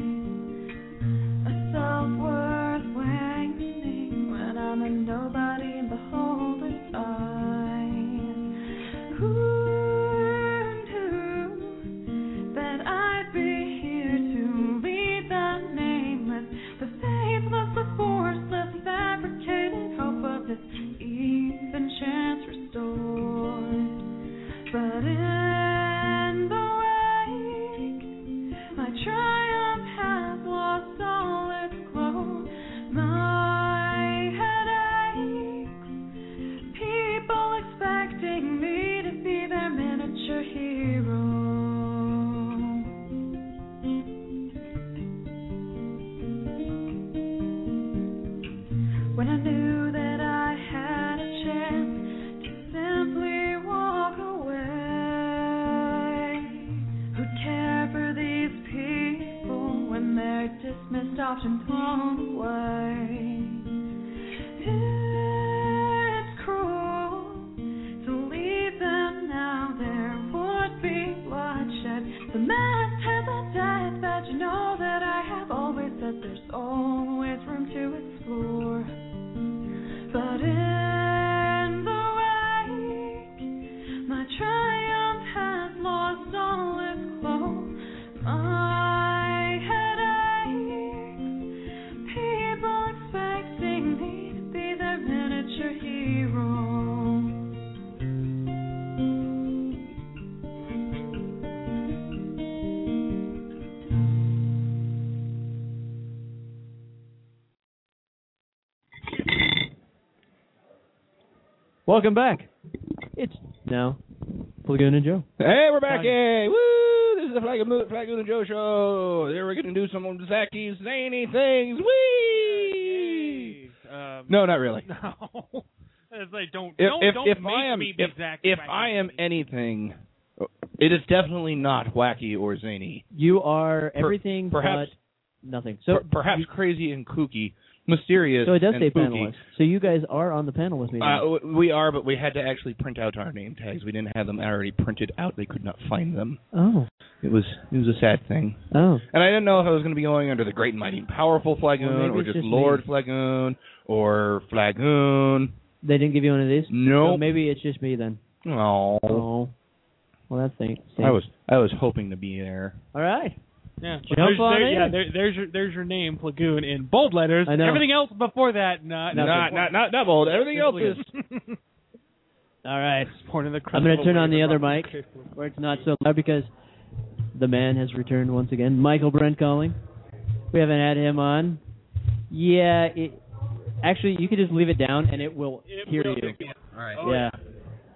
Speaker 17: a self worth waning when I'm a nobody in beholder's eyes. Who knew that I'd be here to lead the nameless, the faithless, the forceless, fabricated hope of this even chance restored. But in the wake, my triumph has lost all its glow. My head aches. People expecting me to be their miniature hero. When I knew that I had a chance to simply walk away, who'd care for these people when they're dismissed, often thrown away? It's cruel to leave them now. There would be bloodshed. The masthead, the death that you know that I have always said there's always room to explore. But in the wake, my triumph has lost all its glow. My headaches, people expecting me to be their miniature hero.
Speaker 7: Welcome back. It's now Plagoon and Joe.
Speaker 8: Hey, we're back! Yay! Woo! This is the Flag of Mo- Flagoon and Joe show. There we're gonna do some of Zacky's zany things. Whee!
Speaker 12: Um,
Speaker 9: *laughs*
Speaker 8: No, not really.
Speaker 12: No.
Speaker 11: as they don't.
Speaker 8: If
Speaker 11: don't,
Speaker 8: if,
Speaker 11: don't
Speaker 8: if
Speaker 11: make
Speaker 8: I am
Speaker 11: me be
Speaker 8: if,
Speaker 11: Zach
Speaker 8: if
Speaker 11: Braff.
Speaker 8: I am anything, it is definitely not wacky or zany.
Speaker 7: You are
Speaker 8: Per-
Speaker 7: everything
Speaker 8: perhaps-
Speaker 7: but nothing. So
Speaker 8: Per- perhaps crazy and kooky, mysterious.
Speaker 7: so it does
Speaker 8: and
Speaker 7: say
Speaker 8: spooky.
Speaker 7: panelist. So you guys are on the panel with me.
Speaker 8: Uh,
Speaker 7: now.
Speaker 8: w- we are, but we had to actually print out our name tags. We didn't have them already printed out. They could not find them.
Speaker 7: oh.
Speaker 8: It was it was a sad thing.
Speaker 7: Oh.
Speaker 8: And I didn't know if I was going to be going under the Great and Mighty and Powerful Flagoon,
Speaker 7: maybe
Speaker 8: or
Speaker 7: it's
Speaker 8: just,
Speaker 7: just
Speaker 8: Lord Flagoon, or Flagoon.
Speaker 7: They didn't give you one of these?
Speaker 8: No.
Speaker 7: So maybe it's just me then.
Speaker 8: Oh.
Speaker 7: Oh. Well, that's thing.
Speaker 8: I was I was hoping to be there.
Speaker 7: All right.
Speaker 9: Yeah.
Speaker 7: Jump
Speaker 9: there's,
Speaker 7: on
Speaker 9: there,
Speaker 7: in.
Speaker 9: yeah, there, there's your there's your name, Plagoon, in bold letters.
Speaker 7: I know.
Speaker 9: Everything else before that, not
Speaker 8: Not not not that bold. Everything else is
Speaker 9: *laughs*
Speaker 7: All right.
Speaker 9: Born in the
Speaker 7: I'm going to
Speaker 9: crystal
Speaker 7: turn on the
Speaker 9: wave
Speaker 7: other
Speaker 9: above
Speaker 7: mic
Speaker 9: crystal.
Speaker 7: where it's not so loud because the man has returned once again. Michael Brent calling. We haven't had him on. Yeah. It, actually, you could just leave it down and it will hear you.
Speaker 21: All right.
Speaker 7: yeah.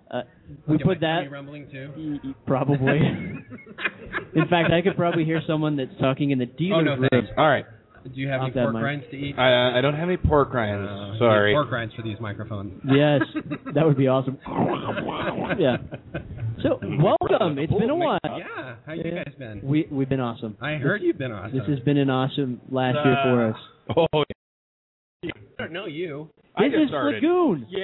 Speaker 7: Uh, we
Speaker 21: Am I
Speaker 7: put that E,
Speaker 21: tummy rumbling too. *laughs*
Speaker 7: probably. in fact, I could probably hear someone that's talking in the dealer's
Speaker 21: Oh, no,
Speaker 7: room.
Speaker 21: thanks.
Speaker 8: All right.
Speaker 21: Do you have
Speaker 7: Not
Speaker 21: any
Speaker 7: that
Speaker 21: pork
Speaker 7: much.
Speaker 21: rinds to eat?
Speaker 8: I I don't have any pork rinds.
Speaker 21: Uh,
Speaker 8: Sorry.
Speaker 21: you need Pork rinds for these microphones.
Speaker 8: *laughs*
Speaker 7: Yes, that would be awesome. yeah. So welcome. It's been a while.
Speaker 21: Yeah. How you guys been?
Speaker 7: We we've been awesome.
Speaker 21: I heard you've been awesome.
Speaker 7: This has been an awesome last year for us.
Speaker 8: *laughs* Oh.
Speaker 21: I don't know you.
Speaker 7: This is Flagoon.
Speaker 21: Yeah.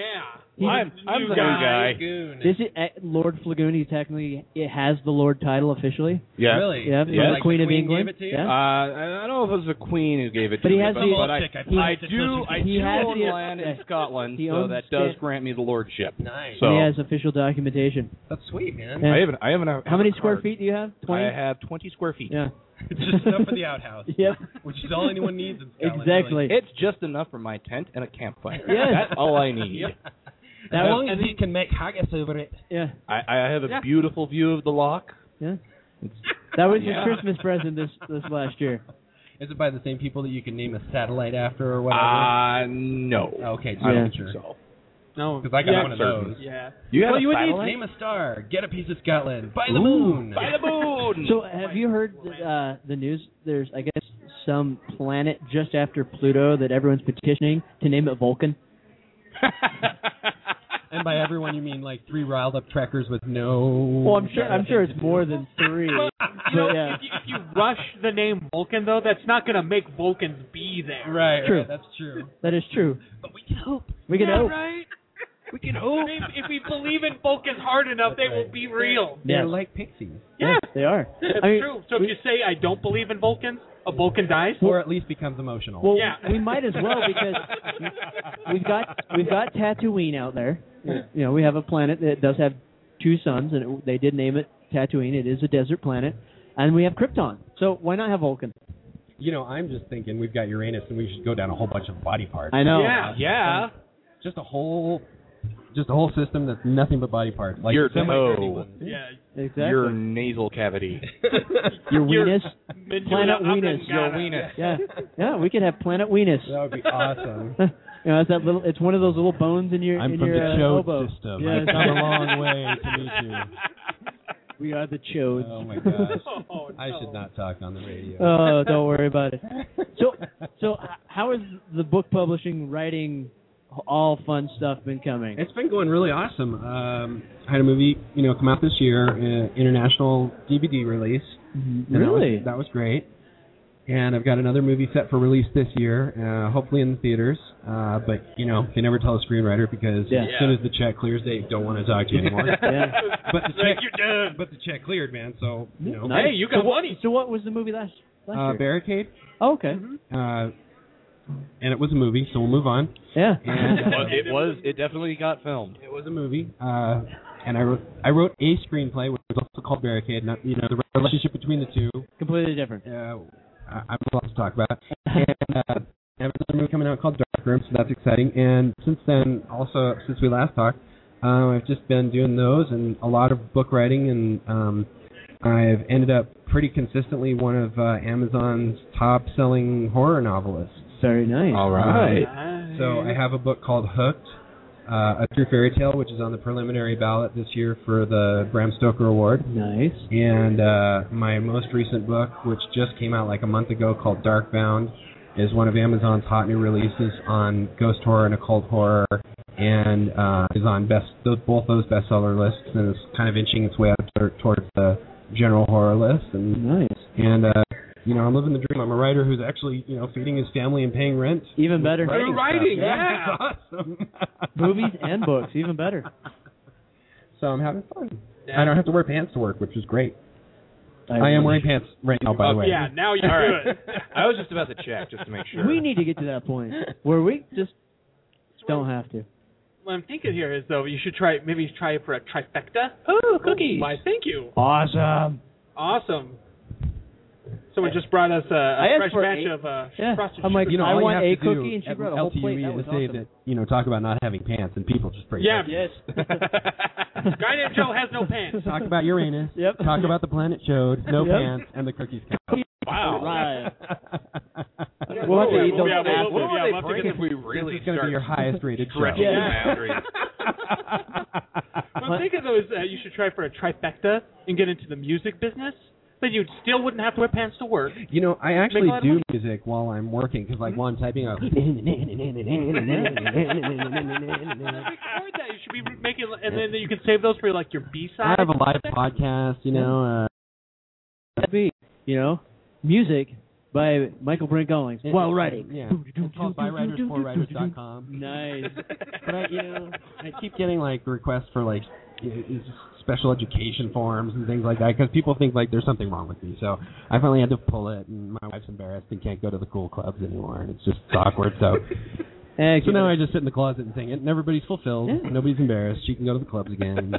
Speaker 7: He's-
Speaker 21: I'm- I'm the new guy. Flagoon.
Speaker 7: This is uh, Lord Flagoon. He technically it has the Lord title officially.
Speaker 8: Yeah.
Speaker 21: Really?
Speaker 7: Yeah.
Speaker 8: Yes.
Speaker 7: from The Queen of England.
Speaker 8: Uh,
Speaker 7: Yeah.
Speaker 8: I I don't know if it was the Queen who gave it to
Speaker 7: But he
Speaker 8: me,
Speaker 7: has
Speaker 8: but,
Speaker 7: the-
Speaker 8: but I,
Speaker 7: Politic, I believe
Speaker 8: I
Speaker 7: it does.
Speaker 8: do I
Speaker 7: He
Speaker 8: do
Speaker 7: has
Speaker 8: own
Speaker 7: the-
Speaker 8: land in Scotland,
Speaker 7: He
Speaker 8: so
Speaker 7: owns
Speaker 8: that does
Speaker 7: the-
Speaker 8: grant me the lordship.
Speaker 21: Nice.
Speaker 8: So
Speaker 7: And he has official documentation.
Speaker 21: That's sweet, man.
Speaker 8: I haven't I haven't
Speaker 7: How many square feet do you have? Twenty.
Speaker 8: I have 20 square feet.
Speaker 7: Yeah.
Speaker 21: It's *laughs* just enough for
Speaker 7: *laughs*
Speaker 21: the outhouse.
Speaker 7: Yep.
Speaker 21: Which is all anyone needs in Scotland.
Speaker 7: Exactly.
Speaker 8: It's just enough for my tent and a campfire.
Speaker 21: Yes.
Speaker 8: That's all
Speaker 21: *laughs*
Speaker 8: I need.
Speaker 21: Yep.
Speaker 7: That
Speaker 21: as
Speaker 7: was-
Speaker 21: long as you can make haggis over it.
Speaker 7: Yeah.
Speaker 8: I, I have a
Speaker 7: Yeah.
Speaker 8: beautiful view of the lock.
Speaker 7: Yeah. That was his
Speaker 21: Yeah. *laughs*
Speaker 7: Christmas present this this last year.
Speaker 21: Is it by the same people that you can name a satellite after or whatever?
Speaker 8: Uh, no.
Speaker 21: okay, just
Speaker 8: I don't
Speaker 21: making
Speaker 8: think
Speaker 21: sure.
Speaker 8: so.
Speaker 9: No,
Speaker 21: Because I got
Speaker 9: yeah,
Speaker 21: one of
Speaker 9: certain.
Speaker 21: those.
Speaker 9: Yeah.
Speaker 8: You have
Speaker 21: well,
Speaker 8: a
Speaker 21: you would
Speaker 8: satellite?
Speaker 21: need name a star, get a piece of Scotland, by the
Speaker 8: Ooh,
Speaker 21: moon.
Speaker 8: by the moon.
Speaker 7: So have you heard uh, the news? There's I guess some planet just after Pluto that everyone's petitioning to name it Vulcan.
Speaker 21: *laughs* and by everyone you mean like three riled up trekkers with no
Speaker 7: Well, I'm sure I'm sure it's more than three.
Speaker 9: You know, if, you, if you rush the name Vulcan, though, that's not going to make Vulcans be there.
Speaker 21: Right,
Speaker 7: True.
Speaker 21: right, that's true.
Speaker 7: That is true.
Speaker 21: But we can hope.
Speaker 7: We can
Speaker 9: yeah,
Speaker 7: hope.
Speaker 9: right?
Speaker 21: We can hope.
Speaker 9: If, if we believe in Vulcans hard enough, they will be real.
Speaker 21: They're
Speaker 7: Yes.
Speaker 21: like pixies.
Speaker 7: Yes, they are.
Speaker 9: That's
Speaker 7: I mean,
Speaker 9: true. So if you say I don't believe in Vulcans, a Vulcan dies.
Speaker 21: Or
Speaker 9: *laughs*
Speaker 21: at least becomes emotional.
Speaker 7: Well,
Speaker 9: Yeah.
Speaker 7: we might as well
Speaker 8: *laughs*
Speaker 7: because we've got we've got Tatooine out there. You know, we have a planet that does have two suns, and it, they did name it Tatooine. It is a desert planet, and we have Krypton. So why not have Vulcan?
Speaker 21: you know, I'm just thinking we've got Uranus and we should go down a whole bunch of body parts.
Speaker 7: I know.
Speaker 9: Yeah, yeah.
Speaker 21: Just a whole just a whole system that's nothing but body parts. Like
Speaker 8: Your
Speaker 21: so many
Speaker 8: toe.
Speaker 21: dirty ones.
Speaker 9: Yeah.
Speaker 7: Exactly.
Speaker 8: Your nasal *laughs* cavity.
Speaker 7: Your Venus,
Speaker 9: Medulla
Speaker 7: planet Venus,
Speaker 9: oblongata.
Speaker 7: yeah, yeah. We could have planet Venus.
Speaker 21: That would be awesome.
Speaker 7: *laughs* you know, it's that little. It's one of those little bones in your
Speaker 6: I'm
Speaker 7: in
Speaker 6: from
Speaker 7: your
Speaker 6: the
Speaker 7: uh,
Speaker 6: Chode
Speaker 7: elbow.
Speaker 6: system.
Speaker 7: Yeah,
Speaker 6: I've
Speaker 7: it's-
Speaker 6: come a long way to meet you.
Speaker 7: we are the chodes.
Speaker 21: *laughs* Oh my gosh.
Speaker 9: *laughs*
Speaker 7: *laughs*
Speaker 21: *laughs*
Speaker 9: Oh,
Speaker 21: I should not talk on the radio.
Speaker 7: Oh, don't worry about it. So,
Speaker 21: *laughs*
Speaker 7: so h- how has the book publishing, writing, all fun stuff been coming?
Speaker 21: It's been going really awesome. Um, I had a movie, you know, come out this year, uh, international DVD release. and that was-
Speaker 7: Mm-hmm. Really?
Speaker 21: That was, great. And I've got another movie set for release this year, uh, hopefully in the theaters. Uh, but you know, they never tell a screenwriter because
Speaker 7: Yeah.
Speaker 21: as soon as the check clears, they don't want to talk to you anymore.
Speaker 7: *laughs* Yeah.
Speaker 21: but the check,
Speaker 9: Like you're done.
Speaker 21: but the check cleared, man. So you know,
Speaker 7: Nice.
Speaker 9: Hey, you got
Speaker 7: so what,
Speaker 9: money.
Speaker 7: So what was the movie last last
Speaker 21: uh,
Speaker 7: year?
Speaker 21: barricade.
Speaker 7: oh, okay.
Speaker 21: Uh, and it was a movie, so we'll move on.
Speaker 7: Yeah.
Speaker 21: *laughs* And,
Speaker 9: *laughs*
Speaker 21: uh,
Speaker 8: Well, it was. It definitely got filmed.
Speaker 21: It was a movie, uh, and I wrote I wrote a screenplay, which was also called Barricade. And, uh, you know, the relationship between the two.
Speaker 7: Completely different.
Speaker 21: Uh, I, I'm allowed to talk about. And uh, I have another movie coming out called Dark Room, so that's exciting. And since then, also since we last talked, um, I've just been doing those and a lot of book writing, and um, I've ended up pretty consistently one of uh, Amazon's top-selling horror novelists.
Speaker 7: Very nice.
Speaker 8: All right.
Speaker 9: *laughs*
Speaker 21: So I have a book called Hooked, uh, a true fairy tale, which is on the preliminary ballot this year for the Bram Stoker Award.
Speaker 7: Nice.
Speaker 21: And uh, my most recent book, which just came out like a month ago, called Darkbound, is one of Amazon's hot new releases on ghost horror and occult horror and uh, is on best those, both those bestseller lists, and is kind of inching its way up to, towards the general horror list. And
Speaker 7: nice.
Speaker 21: And uh, you know, I'm living the dream. I'm a writer who's actually you know feeding his family and paying rent.
Speaker 7: Even better.
Speaker 21: Writing,
Speaker 7: You're writing,
Speaker 21: stuff.
Speaker 7: yeah.
Speaker 21: That's awesome.
Speaker 9: *laughs*
Speaker 7: Movies and books, even better.
Speaker 21: So I'm having fun.
Speaker 7: Yeah.
Speaker 21: I don't have to wear pants to work, which is great.
Speaker 7: I
Speaker 21: I, am
Speaker 7: wish.
Speaker 21: wearing pants right now, by the way.
Speaker 7: Oh, Yeah, now you
Speaker 8: All
Speaker 7: do
Speaker 8: right. I was just about to check just to make sure.
Speaker 7: We need to get to that
Speaker 21: *laughs*
Speaker 7: point where we just don't have to.
Speaker 9: What I'm thinking here is though you should try maybe try for a trifecta. Oh,
Speaker 7: cookies.
Speaker 9: Why? Thank you.
Speaker 13: Awesome.
Speaker 9: Awesome. Someone just brought us a,
Speaker 7: I
Speaker 9: a
Speaker 7: asked
Speaker 9: fresh
Speaker 7: for
Speaker 9: batch
Speaker 7: eight-
Speaker 9: of uh,
Speaker 7: yeah.
Speaker 9: frosted
Speaker 7: I'm like,
Speaker 9: sugar
Speaker 21: you know,
Speaker 7: I
Speaker 21: all
Speaker 7: want
Speaker 21: you
Speaker 7: a
Speaker 21: have to do
Speaker 7: cookie and she
Speaker 21: at
Speaker 7: brought a whole
Speaker 21: LTUE
Speaker 9: E
Speaker 7: plate. That was
Speaker 21: is say
Speaker 7: awesome.
Speaker 21: that you know talk about not having pants, and people just break.
Speaker 9: Yeah.
Speaker 21: up.
Speaker 9: Yes.
Speaker 21: *laughs*
Speaker 9: Guy named Joe has
Speaker 7: *laughs*
Speaker 9: no pants.
Speaker 21: talk about Uranus.
Speaker 7: Yep.
Speaker 21: Talk about the planet showed. No
Speaker 7: Yep.
Speaker 21: pants, and the cookies. count.
Speaker 7: *laughs*
Speaker 8: Wow.
Speaker 7: Right.
Speaker 21: We'll have to eat
Speaker 8: yeah,
Speaker 21: those
Speaker 8: yeah,
Speaker 21: afterwards. Yeah,
Speaker 8: we'll, yeah,
Speaker 21: we'll
Speaker 8: we'll
Speaker 21: have to
Speaker 8: break
Speaker 21: get
Speaker 8: if we
Speaker 21: them-
Speaker 8: really
Speaker 21: this is gonna be
Speaker 8: start
Speaker 21: your highest rated show.
Speaker 8: stretching the
Speaker 21: Yeah.
Speaker 8: boundaries.
Speaker 21: *laughs*
Speaker 9: What I'm thinking though is uh, you should try for a trifecta and get into the music business. Then you still wouldn't have to wear pants
Speaker 21: *laughs*
Speaker 9: to work.
Speaker 21: You know, I actually
Speaker 9: Make a lot of
Speaker 21: do
Speaker 9: money.
Speaker 21: music while I'm working because, like, while I'm typing, I go,
Speaker 9: Record that. You should be re- making, and then you can save those for like your B
Speaker 21: I
Speaker 9: side.
Speaker 21: have a live podcast, you know. Uh,
Speaker 7: That beat, you know, music by Michael Brent Goings. While writing.
Speaker 21: Yeah. It's called bywritersforwriters.com.
Speaker 7: Nice.
Speaker 21: But I, you know, I keep getting like requests for like i- is special education forms and things like that because people think like there's something wrong with me. So I finally had to pull it, and my wife's embarrassed and can't go to the cool clubs anymore, and it's just awkward. So. So now I just sit in the closet and sing it, and everybody's fulfilled. Nobody's embarrassed. She can go to the clubs again.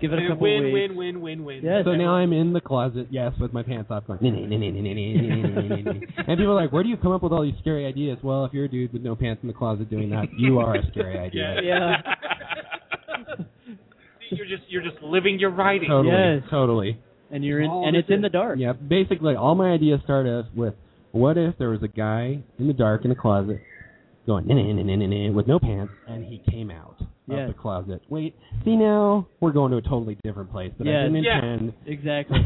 Speaker 7: Give it a couple
Speaker 9: win,
Speaker 7: weeks.
Speaker 9: win, win, win, win.
Speaker 21: So now I'm in the closet, yes, with my pants off, going.
Speaker 7: *laughs*
Speaker 21: and people are like, "Where do you come up with all these scary ideas?" Well, if you're a dude with no pants in the closet doing that, you are a
Speaker 7: *laughs*
Speaker 21: scary idea.
Speaker 9: *laughs* Yeah. you're just you're just living your writing.
Speaker 21: Totally. Totally.
Speaker 7: And you're in,
Speaker 9: All
Speaker 7: and
Speaker 9: this
Speaker 7: it's in the dark.
Speaker 21: Yeah. Basically, all my ideas start off with, "What if there was a guy in the dark in the closet, going with no pants, and he came out
Speaker 7: Yes.
Speaker 21: of the closet? Wait, see now we're going to a totally different place that I
Speaker 7: Yes.
Speaker 21: didn't
Speaker 7: Yeah.
Speaker 21: intend." *laughs*
Speaker 7: Exactly.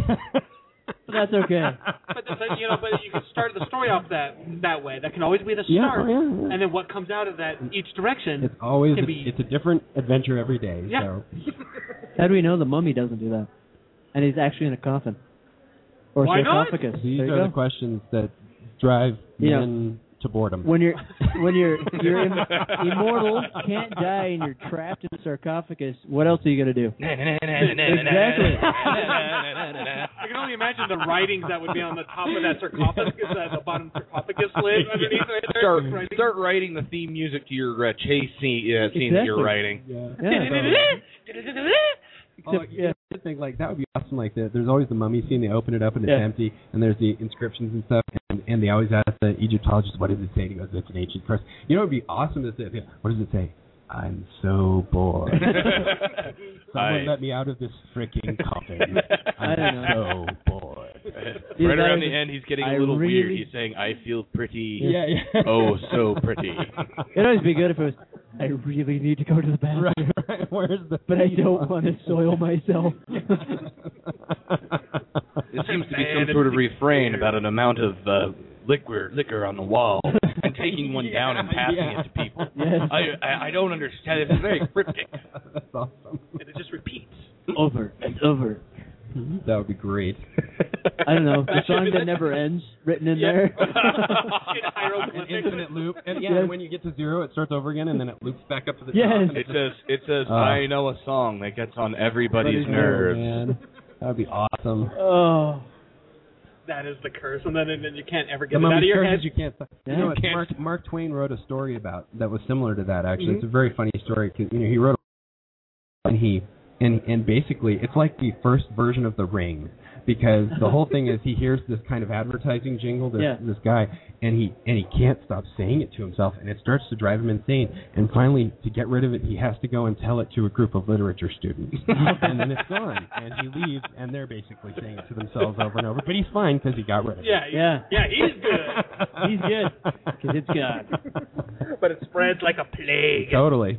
Speaker 7: but that's okay.
Speaker 9: But, but you know, but you can start the story off that that way. That can always be the
Speaker 21: Yeah,
Speaker 9: start.
Speaker 21: yeah, yeah.
Speaker 9: And then what comes out of that each direction.
Speaker 21: It's always
Speaker 9: can
Speaker 21: a,
Speaker 9: be
Speaker 21: it's a different adventure every day.
Speaker 9: Yeah.
Speaker 21: So
Speaker 7: How do we know the mummy doesn't do that? And he's actually in a coffin. Or
Speaker 21: Why not?
Speaker 7: sarcophagus.
Speaker 21: these
Speaker 7: there you
Speaker 21: are
Speaker 7: go.
Speaker 21: the questions that drive
Speaker 7: Yeah.
Speaker 21: men to boredom.
Speaker 7: when you're when you're you're
Speaker 21: *laughs*
Speaker 7: im- immortal, can't die, and you're trapped in a sarcophagus, what else are you gonna do? *laughs*
Speaker 21: *laughs*
Speaker 7: exactly.
Speaker 9: I can only imagine the writings that would be on the top of that sarcophagus, uh, the bottom sarcophagus lid underneath right *laughs* there.
Speaker 8: Start,
Speaker 9: Right.
Speaker 8: start writing the theme music to your uh, chase scene, uh, scene that you're
Speaker 21: Exactly.
Speaker 8: writing. *laughs*
Speaker 21: Oh, yeah. I think like that would be awesome. Like that, there's always the mummy scene. They open it up and it's
Speaker 7: Yeah.
Speaker 21: empty, and there's the inscriptions and stuff. And, and they always ask the Egyptologist, "What does it say?" And he goes, "It's an ancient curse." You know, it'd be awesome to say, yeah, "What does it say?" I'm so
Speaker 7: *laughs*
Speaker 21: bored. Someone
Speaker 22: I-
Speaker 21: let me out of this
Speaker 7: *laughs*
Speaker 21: freaking coffin.
Speaker 22: I don't
Speaker 21: I'm
Speaker 22: know.
Speaker 21: so bored.
Speaker 7: Dude,
Speaker 8: right
Speaker 7: that
Speaker 8: around
Speaker 7: is-
Speaker 8: the end, he's getting
Speaker 7: I
Speaker 8: a little weird.
Speaker 7: really- *laughs*
Speaker 8: He's saying, "I feel pretty.
Speaker 7: Yeah, yeah.
Speaker 8: Oh, so
Speaker 13: *laughs*
Speaker 8: pretty."
Speaker 7: It'd always be good if it was. I really need to go to the bathroom,
Speaker 21: Where's the
Speaker 7: but I don't want to soil
Speaker 21: *laughs*
Speaker 7: myself.
Speaker 8: It seems to be some sort of refrain about an amount of uh, liquor liquor on
Speaker 21: *laughs*
Speaker 8: the wall and taking one down and passing it to people.
Speaker 7: Yes.
Speaker 8: I, I I don't understand. It's very
Speaker 21: *laughs*
Speaker 8: cryptic.
Speaker 21: That's awesome.
Speaker 9: And it just repeats.
Speaker 7: over and over.
Speaker 21: That would be great.
Speaker 7: *laughs* I don't know the song that never ends written in there.
Speaker 21: An infinite loop. And yeah,
Speaker 7: Yes.
Speaker 21: and when you get to zero, it starts over again, and then it loops back up to the top.
Speaker 7: Yes.
Speaker 21: and
Speaker 8: It
Speaker 21: it's just-
Speaker 8: says it says
Speaker 21: Uh.
Speaker 8: I know a song that gets on everybody's
Speaker 21: Everybody's
Speaker 8: nerves.
Speaker 21: man. That would be awesome.
Speaker 7: oh,
Speaker 9: That is the curse, and then and then you can't ever
Speaker 21: The
Speaker 9: get it out of
Speaker 21: moment's
Speaker 9: your
Speaker 21: curse
Speaker 9: head.
Speaker 21: is you *laughs* can't. You
Speaker 9: Yeah.
Speaker 21: know, what,
Speaker 9: Can't-
Speaker 21: Mark, Mark Twain wrote a story about that was similar to that. Actually, it's a
Speaker 9: Mhm.
Speaker 21: very funny story 'cause, you know he wrote and he and and basically it's like the first version of the Ring because the whole thing is he hears this kind of advertising jingle this
Speaker 22: Yeah.
Speaker 21: this guy and he and he can't stop saying it to himself and it starts to drive him insane and finally to get rid of it he has to go and tell it to a group of literature students
Speaker 9: *laughs*
Speaker 21: and then it's gone and he leaves and they're basically saying it to themselves over and over but he's fine because he got rid of it
Speaker 9: Yeah, he-
Speaker 7: Yeah.
Speaker 9: yeah, he's good.
Speaker 7: *laughs*
Speaker 21: *laughs*
Speaker 7: he's good because it's
Speaker 9: *laughs*
Speaker 7: God.
Speaker 9: but it spreads like a plague.
Speaker 21: Totally.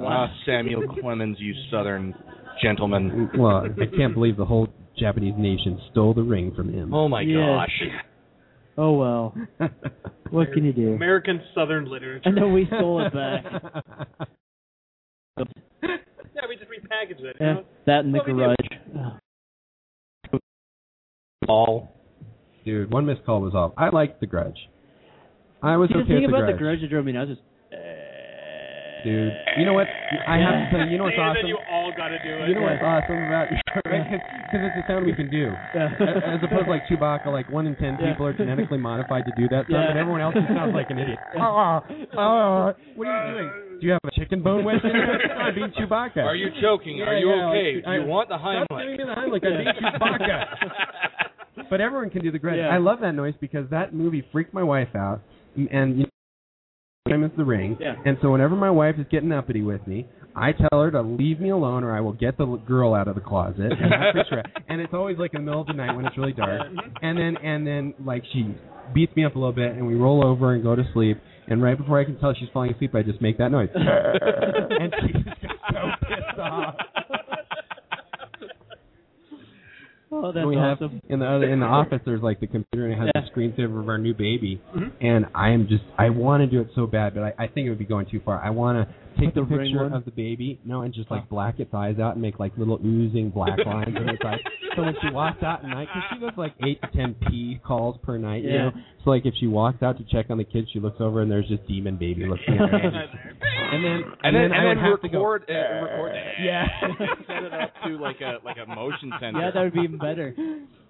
Speaker 8: Ah, Samuel
Speaker 21: *laughs*
Speaker 8: Clemens, you Southern gentleman.
Speaker 21: Well, I can't believe the whole Japanese nation stole the ring from him.
Speaker 8: *laughs* Oh my
Speaker 7: Yes.
Speaker 8: gosh.
Speaker 7: *laughs* Oh well, what can you do?
Speaker 9: American Southern
Speaker 21: *laughs*
Speaker 9: literature.
Speaker 7: I know we stole it back.
Speaker 8: it.
Speaker 7: Eh, that in the
Speaker 8: What we do.
Speaker 21: Oh,
Speaker 7: garage.
Speaker 21: All. Dude, one missed call was all. I liked The Grudge. I was
Speaker 7: See, the
Speaker 21: okay
Speaker 7: thing
Speaker 21: with The
Speaker 7: about
Speaker 21: Grudge.
Speaker 7: the grudge that drove me nuts is
Speaker 21: Dude, you know what? I have to tell you, you know what's
Speaker 9: And
Speaker 21: awesome?
Speaker 9: then *laughs* you all got to do it.
Speaker 21: You know what's awesome about *laughs* because it's a sound we can do. As opposed to like Chewbacca, like one in ten
Speaker 9: Yeah.
Speaker 21: people are genetically modified to do that stuff,
Speaker 9: Yeah.
Speaker 21: and everyone else just sounds like an
Speaker 7: *laughs*
Speaker 21: idiot.
Speaker 7: Oh,
Speaker 9: Ah,
Speaker 21: ah, what are you doing? Do you have a chicken bone wedge? in your-
Speaker 9: *laughs*
Speaker 21: I beat Chewbacca.
Speaker 8: Are you choking? Are
Speaker 21: Yeah,
Speaker 8: you
Speaker 21: yeah,
Speaker 8: okay?
Speaker 21: like,
Speaker 8: Do you
Speaker 21: I-
Speaker 8: want the Heimlich?
Speaker 21: Stop giving me the Heimlich. I beat
Speaker 8: *laughs*
Speaker 9: *laughs*
Speaker 21: Chewbacca. But everyone can do the Grudge.
Speaker 9: Yeah.
Speaker 21: I love that noise because that movie freaked my wife out, and, and you know, time is the ring.
Speaker 9: Yeah.
Speaker 21: And so whenever my wife is getting uppity with me, I tell her to leave me alone, or I will get the l- girl out of the closet. And,
Speaker 8: *laughs*
Speaker 21: I push her out. and it's always like in the middle of the night when it's really
Speaker 9: *laughs*
Speaker 21: dark.
Speaker 9: Mm-hmm.
Speaker 21: And then and then like she beats me up a little bit, and we roll over and go to sleep. And right before I can tell she's falling asleep, I just make that
Speaker 8: *laughs*
Speaker 21: noise. *laughs* and she *laughs* just got so pissed off.
Speaker 7: Oh,
Speaker 21: And
Speaker 7: that's
Speaker 21: we have
Speaker 7: awesome.
Speaker 21: in the other in the office there's like the computer and it has the screensaver of our new baby
Speaker 9: Mm-hmm.
Speaker 7: Mhm.
Speaker 21: and I am just I want to do it so bad but I, I think it would be going too far I want to take
Speaker 9: Put
Speaker 21: the,
Speaker 9: the ring
Speaker 21: picture
Speaker 9: on?
Speaker 21: of the baby no and just like black its eyes out and make like little oozing
Speaker 9: *laughs*
Speaker 21: black lines in its eyes so when she walks out at night because she does like eight to ten p calls per night you
Speaker 9: Yeah.
Speaker 21: know so like if she walks out to check on the kids she looks over and there's just demon baby looking
Speaker 9: *laughs*
Speaker 21: at her and then
Speaker 8: And then,
Speaker 21: I would
Speaker 8: and then
Speaker 21: have to go
Speaker 8: record, uh, record that.
Speaker 21: Yeah.
Speaker 8: *laughs* Set it up to like a like a motion sensor.
Speaker 7: Yeah, that would be even better.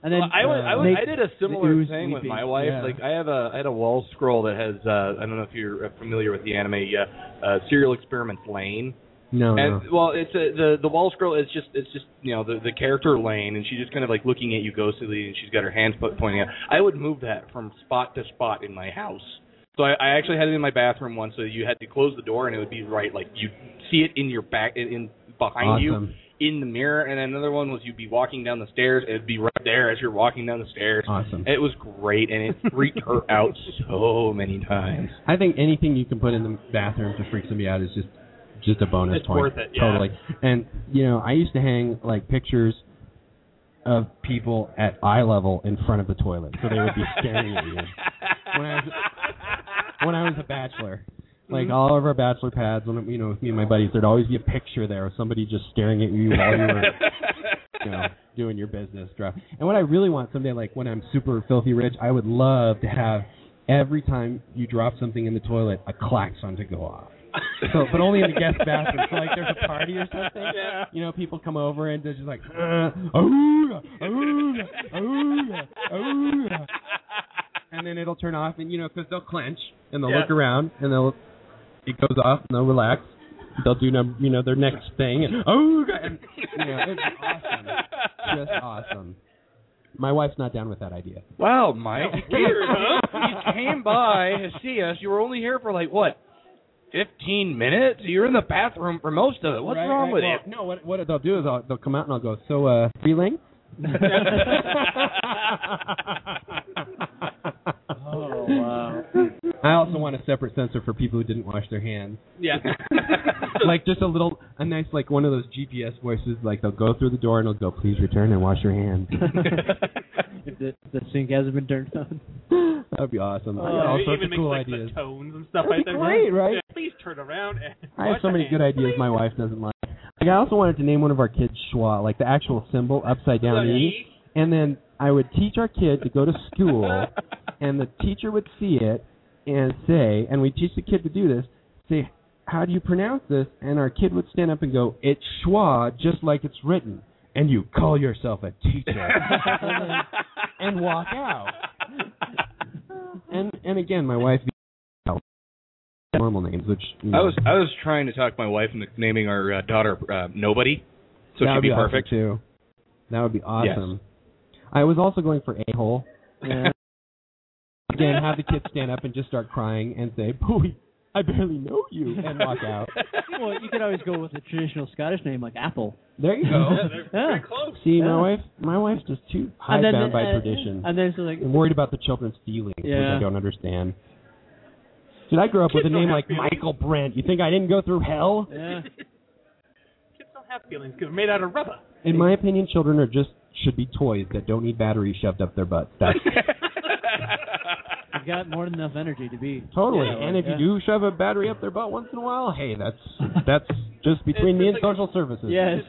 Speaker 7: And then uh,
Speaker 8: Well, I, was, I, was,
Speaker 7: make
Speaker 8: I did a
Speaker 7: the
Speaker 8: similar
Speaker 7: ooze
Speaker 8: thing with
Speaker 7: sleeping.
Speaker 8: my wife.
Speaker 7: Yeah.
Speaker 8: Like I have a I had a wall scroll that has uh, I don't know if you're uh, familiar with the anime uh, uh, Serial Experiments Lane.
Speaker 21: no Oh, no
Speaker 8: and well, it's a, the the wall scroll is just it's just you know the the character Lane, and she's just kind of like looking at you ghostly, and she's got her hands put, pointing out. I would move that from spot to spot in my house. So I, I actually had it in my bathroom once. So you had to close the door, and it would be right like you see it in your back in, in behind you
Speaker 21: awesome
Speaker 8: in the mirror, and another one was you'd be walking down the stairs, and it'd be right there as you're walking down the stairs.
Speaker 21: awesome
Speaker 8: It was great, and it freaked
Speaker 21: *laughs*
Speaker 8: her out so many times.
Speaker 21: I think anything you can put in the bathroom to freak somebody out is just just a bonus
Speaker 8: It's
Speaker 21: point.
Speaker 8: worth it, yeah.
Speaker 21: Totally. And you know, I used to hang like pictures of people at eye level in front of the toilet, so they would
Speaker 8: *laughs*
Speaker 21: be staring at you. When I was when I was a bachelor, like
Speaker 9: Mhm.
Speaker 21: all of our bachelor pads, when you know, with me and my buddies, there'd always be a picture there of somebody just staring at you while you
Speaker 8: *laughs*
Speaker 21: were you know, doing your business stuff. And what I really want someday, like when I'm super filthy rich, I would love to have every time you drop something in the toilet, a klaxon to go off. So, but only in the guest bathroom. So, like, there's a party or something. You know, people come over and they're just like, uh, ooga, ooga, ooga, ooga. and then it'll turn off, and you know, because they'll clench and they'll
Speaker 9: Yeah.
Speaker 21: look around and they'll it goes off and they'll relax. They'll do num- you know their next thing and ooga, and you know, it's
Speaker 9: *laughs*
Speaker 21: awesome, just awesome. My wife's not down with that idea.
Speaker 8: Wow, Oh, Mike. Weird, huh? *laughs* You came by to see us. You were only here for like what, fifteen minutes? You were in the bathroom for most of it. What's
Speaker 21: Right,
Speaker 8: wrong
Speaker 21: right.
Speaker 8: with
Speaker 21: Well,
Speaker 8: it?
Speaker 21: No, what what they'll do is I'll, they'll come out and I'll go, so uh,
Speaker 8: *laughs*
Speaker 21: feeling.
Speaker 9: oh wow.
Speaker 21: I also want a separate sensor for people who didn't wash their hands.
Speaker 9: Yeah.
Speaker 21: *laughs* like just a little, a nice like one of those GPS voices. Like they'll go through the door and they'll go, please return and wash your
Speaker 8: *laughs*
Speaker 21: hands.
Speaker 7: If *laughs* the, the sink hasn't been turned
Speaker 8: *laughs*
Speaker 7: on.
Speaker 21: That'd be awesome. I
Speaker 9: Oh,
Speaker 21: got all
Speaker 9: it
Speaker 21: sorts
Speaker 9: even
Speaker 21: of
Speaker 9: makes,
Speaker 21: cool
Speaker 9: like, the
Speaker 21: ideas.
Speaker 9: tones and stuff
Speaker 21: That'd
Speaker 9: like
Speaker 21: be
Speaker 9: that.
Speaker 21: great, right?
Speaker 9: Yeah, please turn around and
Speaker 21: I have
Speaker 9: wash
Speaker 21: so
Speaker 9: your
Speaker 21: many good
Speaker 9: hands.
Speaker 21: ideas my wife doesn't like. Like I also wanted to name one of our kids schwa, like the actual symbol upside down
Speaker 9: Yeah.
Speaker 21: E. And then I would teach our kid to go to *laughs* school, and the teacher would see it and say, and we teach the kid to do this, say, how do you pronounce this? And our kid would stand up and go, it's schwa, just like it's written. And you call yourself a *laughs* teacher. and,
Speaker 8: *laughs*
Speaker 21: then- and walk out. And and again, my wife normal names, which you know,
Speaker 8: I was I was trying to talk my wife into naming our uh, daughter uh, nobody, so
Speaker 21: that
Speaker 8: she'd
Speaker 21: would
Speaker 8: be,
Speaker 21: be awesome,
Speaker 8: perfect.
Speaker 21: too. That would be awesome. I was also going for a hole.
Speaker 7: Yeah.
Speaker 21: Again, have the kids stand up and just start crying and say, "Boy, I barely know you," and walk out.
Speaker 7: *laughs* well, you could always go with a traditional Scottish name like Apple.
Speaker 21: There you go.
Speaker 7: Yeah, they're very Yeah. close.
Speaker 21: See,
Speaker 7: Yeah.
Speaker 21: my wife, my wife's just too
Speaker 7: And then-
Speaker 21: hidebound by
Speaker 7: uh,
Speaker 21: tradition.
Speaker 7: And then it's like,
Speaker 21: I'm worried about the children's feelings, which
Speaker 7: Yeah.
Speaker 21: I don't understand. Did I grow up with a
Speaker 9: Kids don't
Speaker 21: name
Speaker 9: have
Speaker 21: like
Speaker 9: feelings.
Speaker 21: Michael Brent? You think I didn't go through hell?
Speaker 7: Yeah.
Speaker 9: Kids don't have feelings. 'cause They're made out of rubber.
Speaker 21: In my opinion, children are just should be toys that don't need batteries shoved up their butts. That's
Speaker 7: I've got more than enough energy to be.
Speaker 21: Totally.
Speaker 7: Yeah,
Speaker 21: and if
Speaker 7: yeah.
Speaker 21: you do shove
Speaker 7: *laughs*
Speaker 21: a
Speaker 12: *laughs*
Speaker 21: battery up their butt once in a while, hey, that's that's just between me and social services.
Speaker 7: Yes.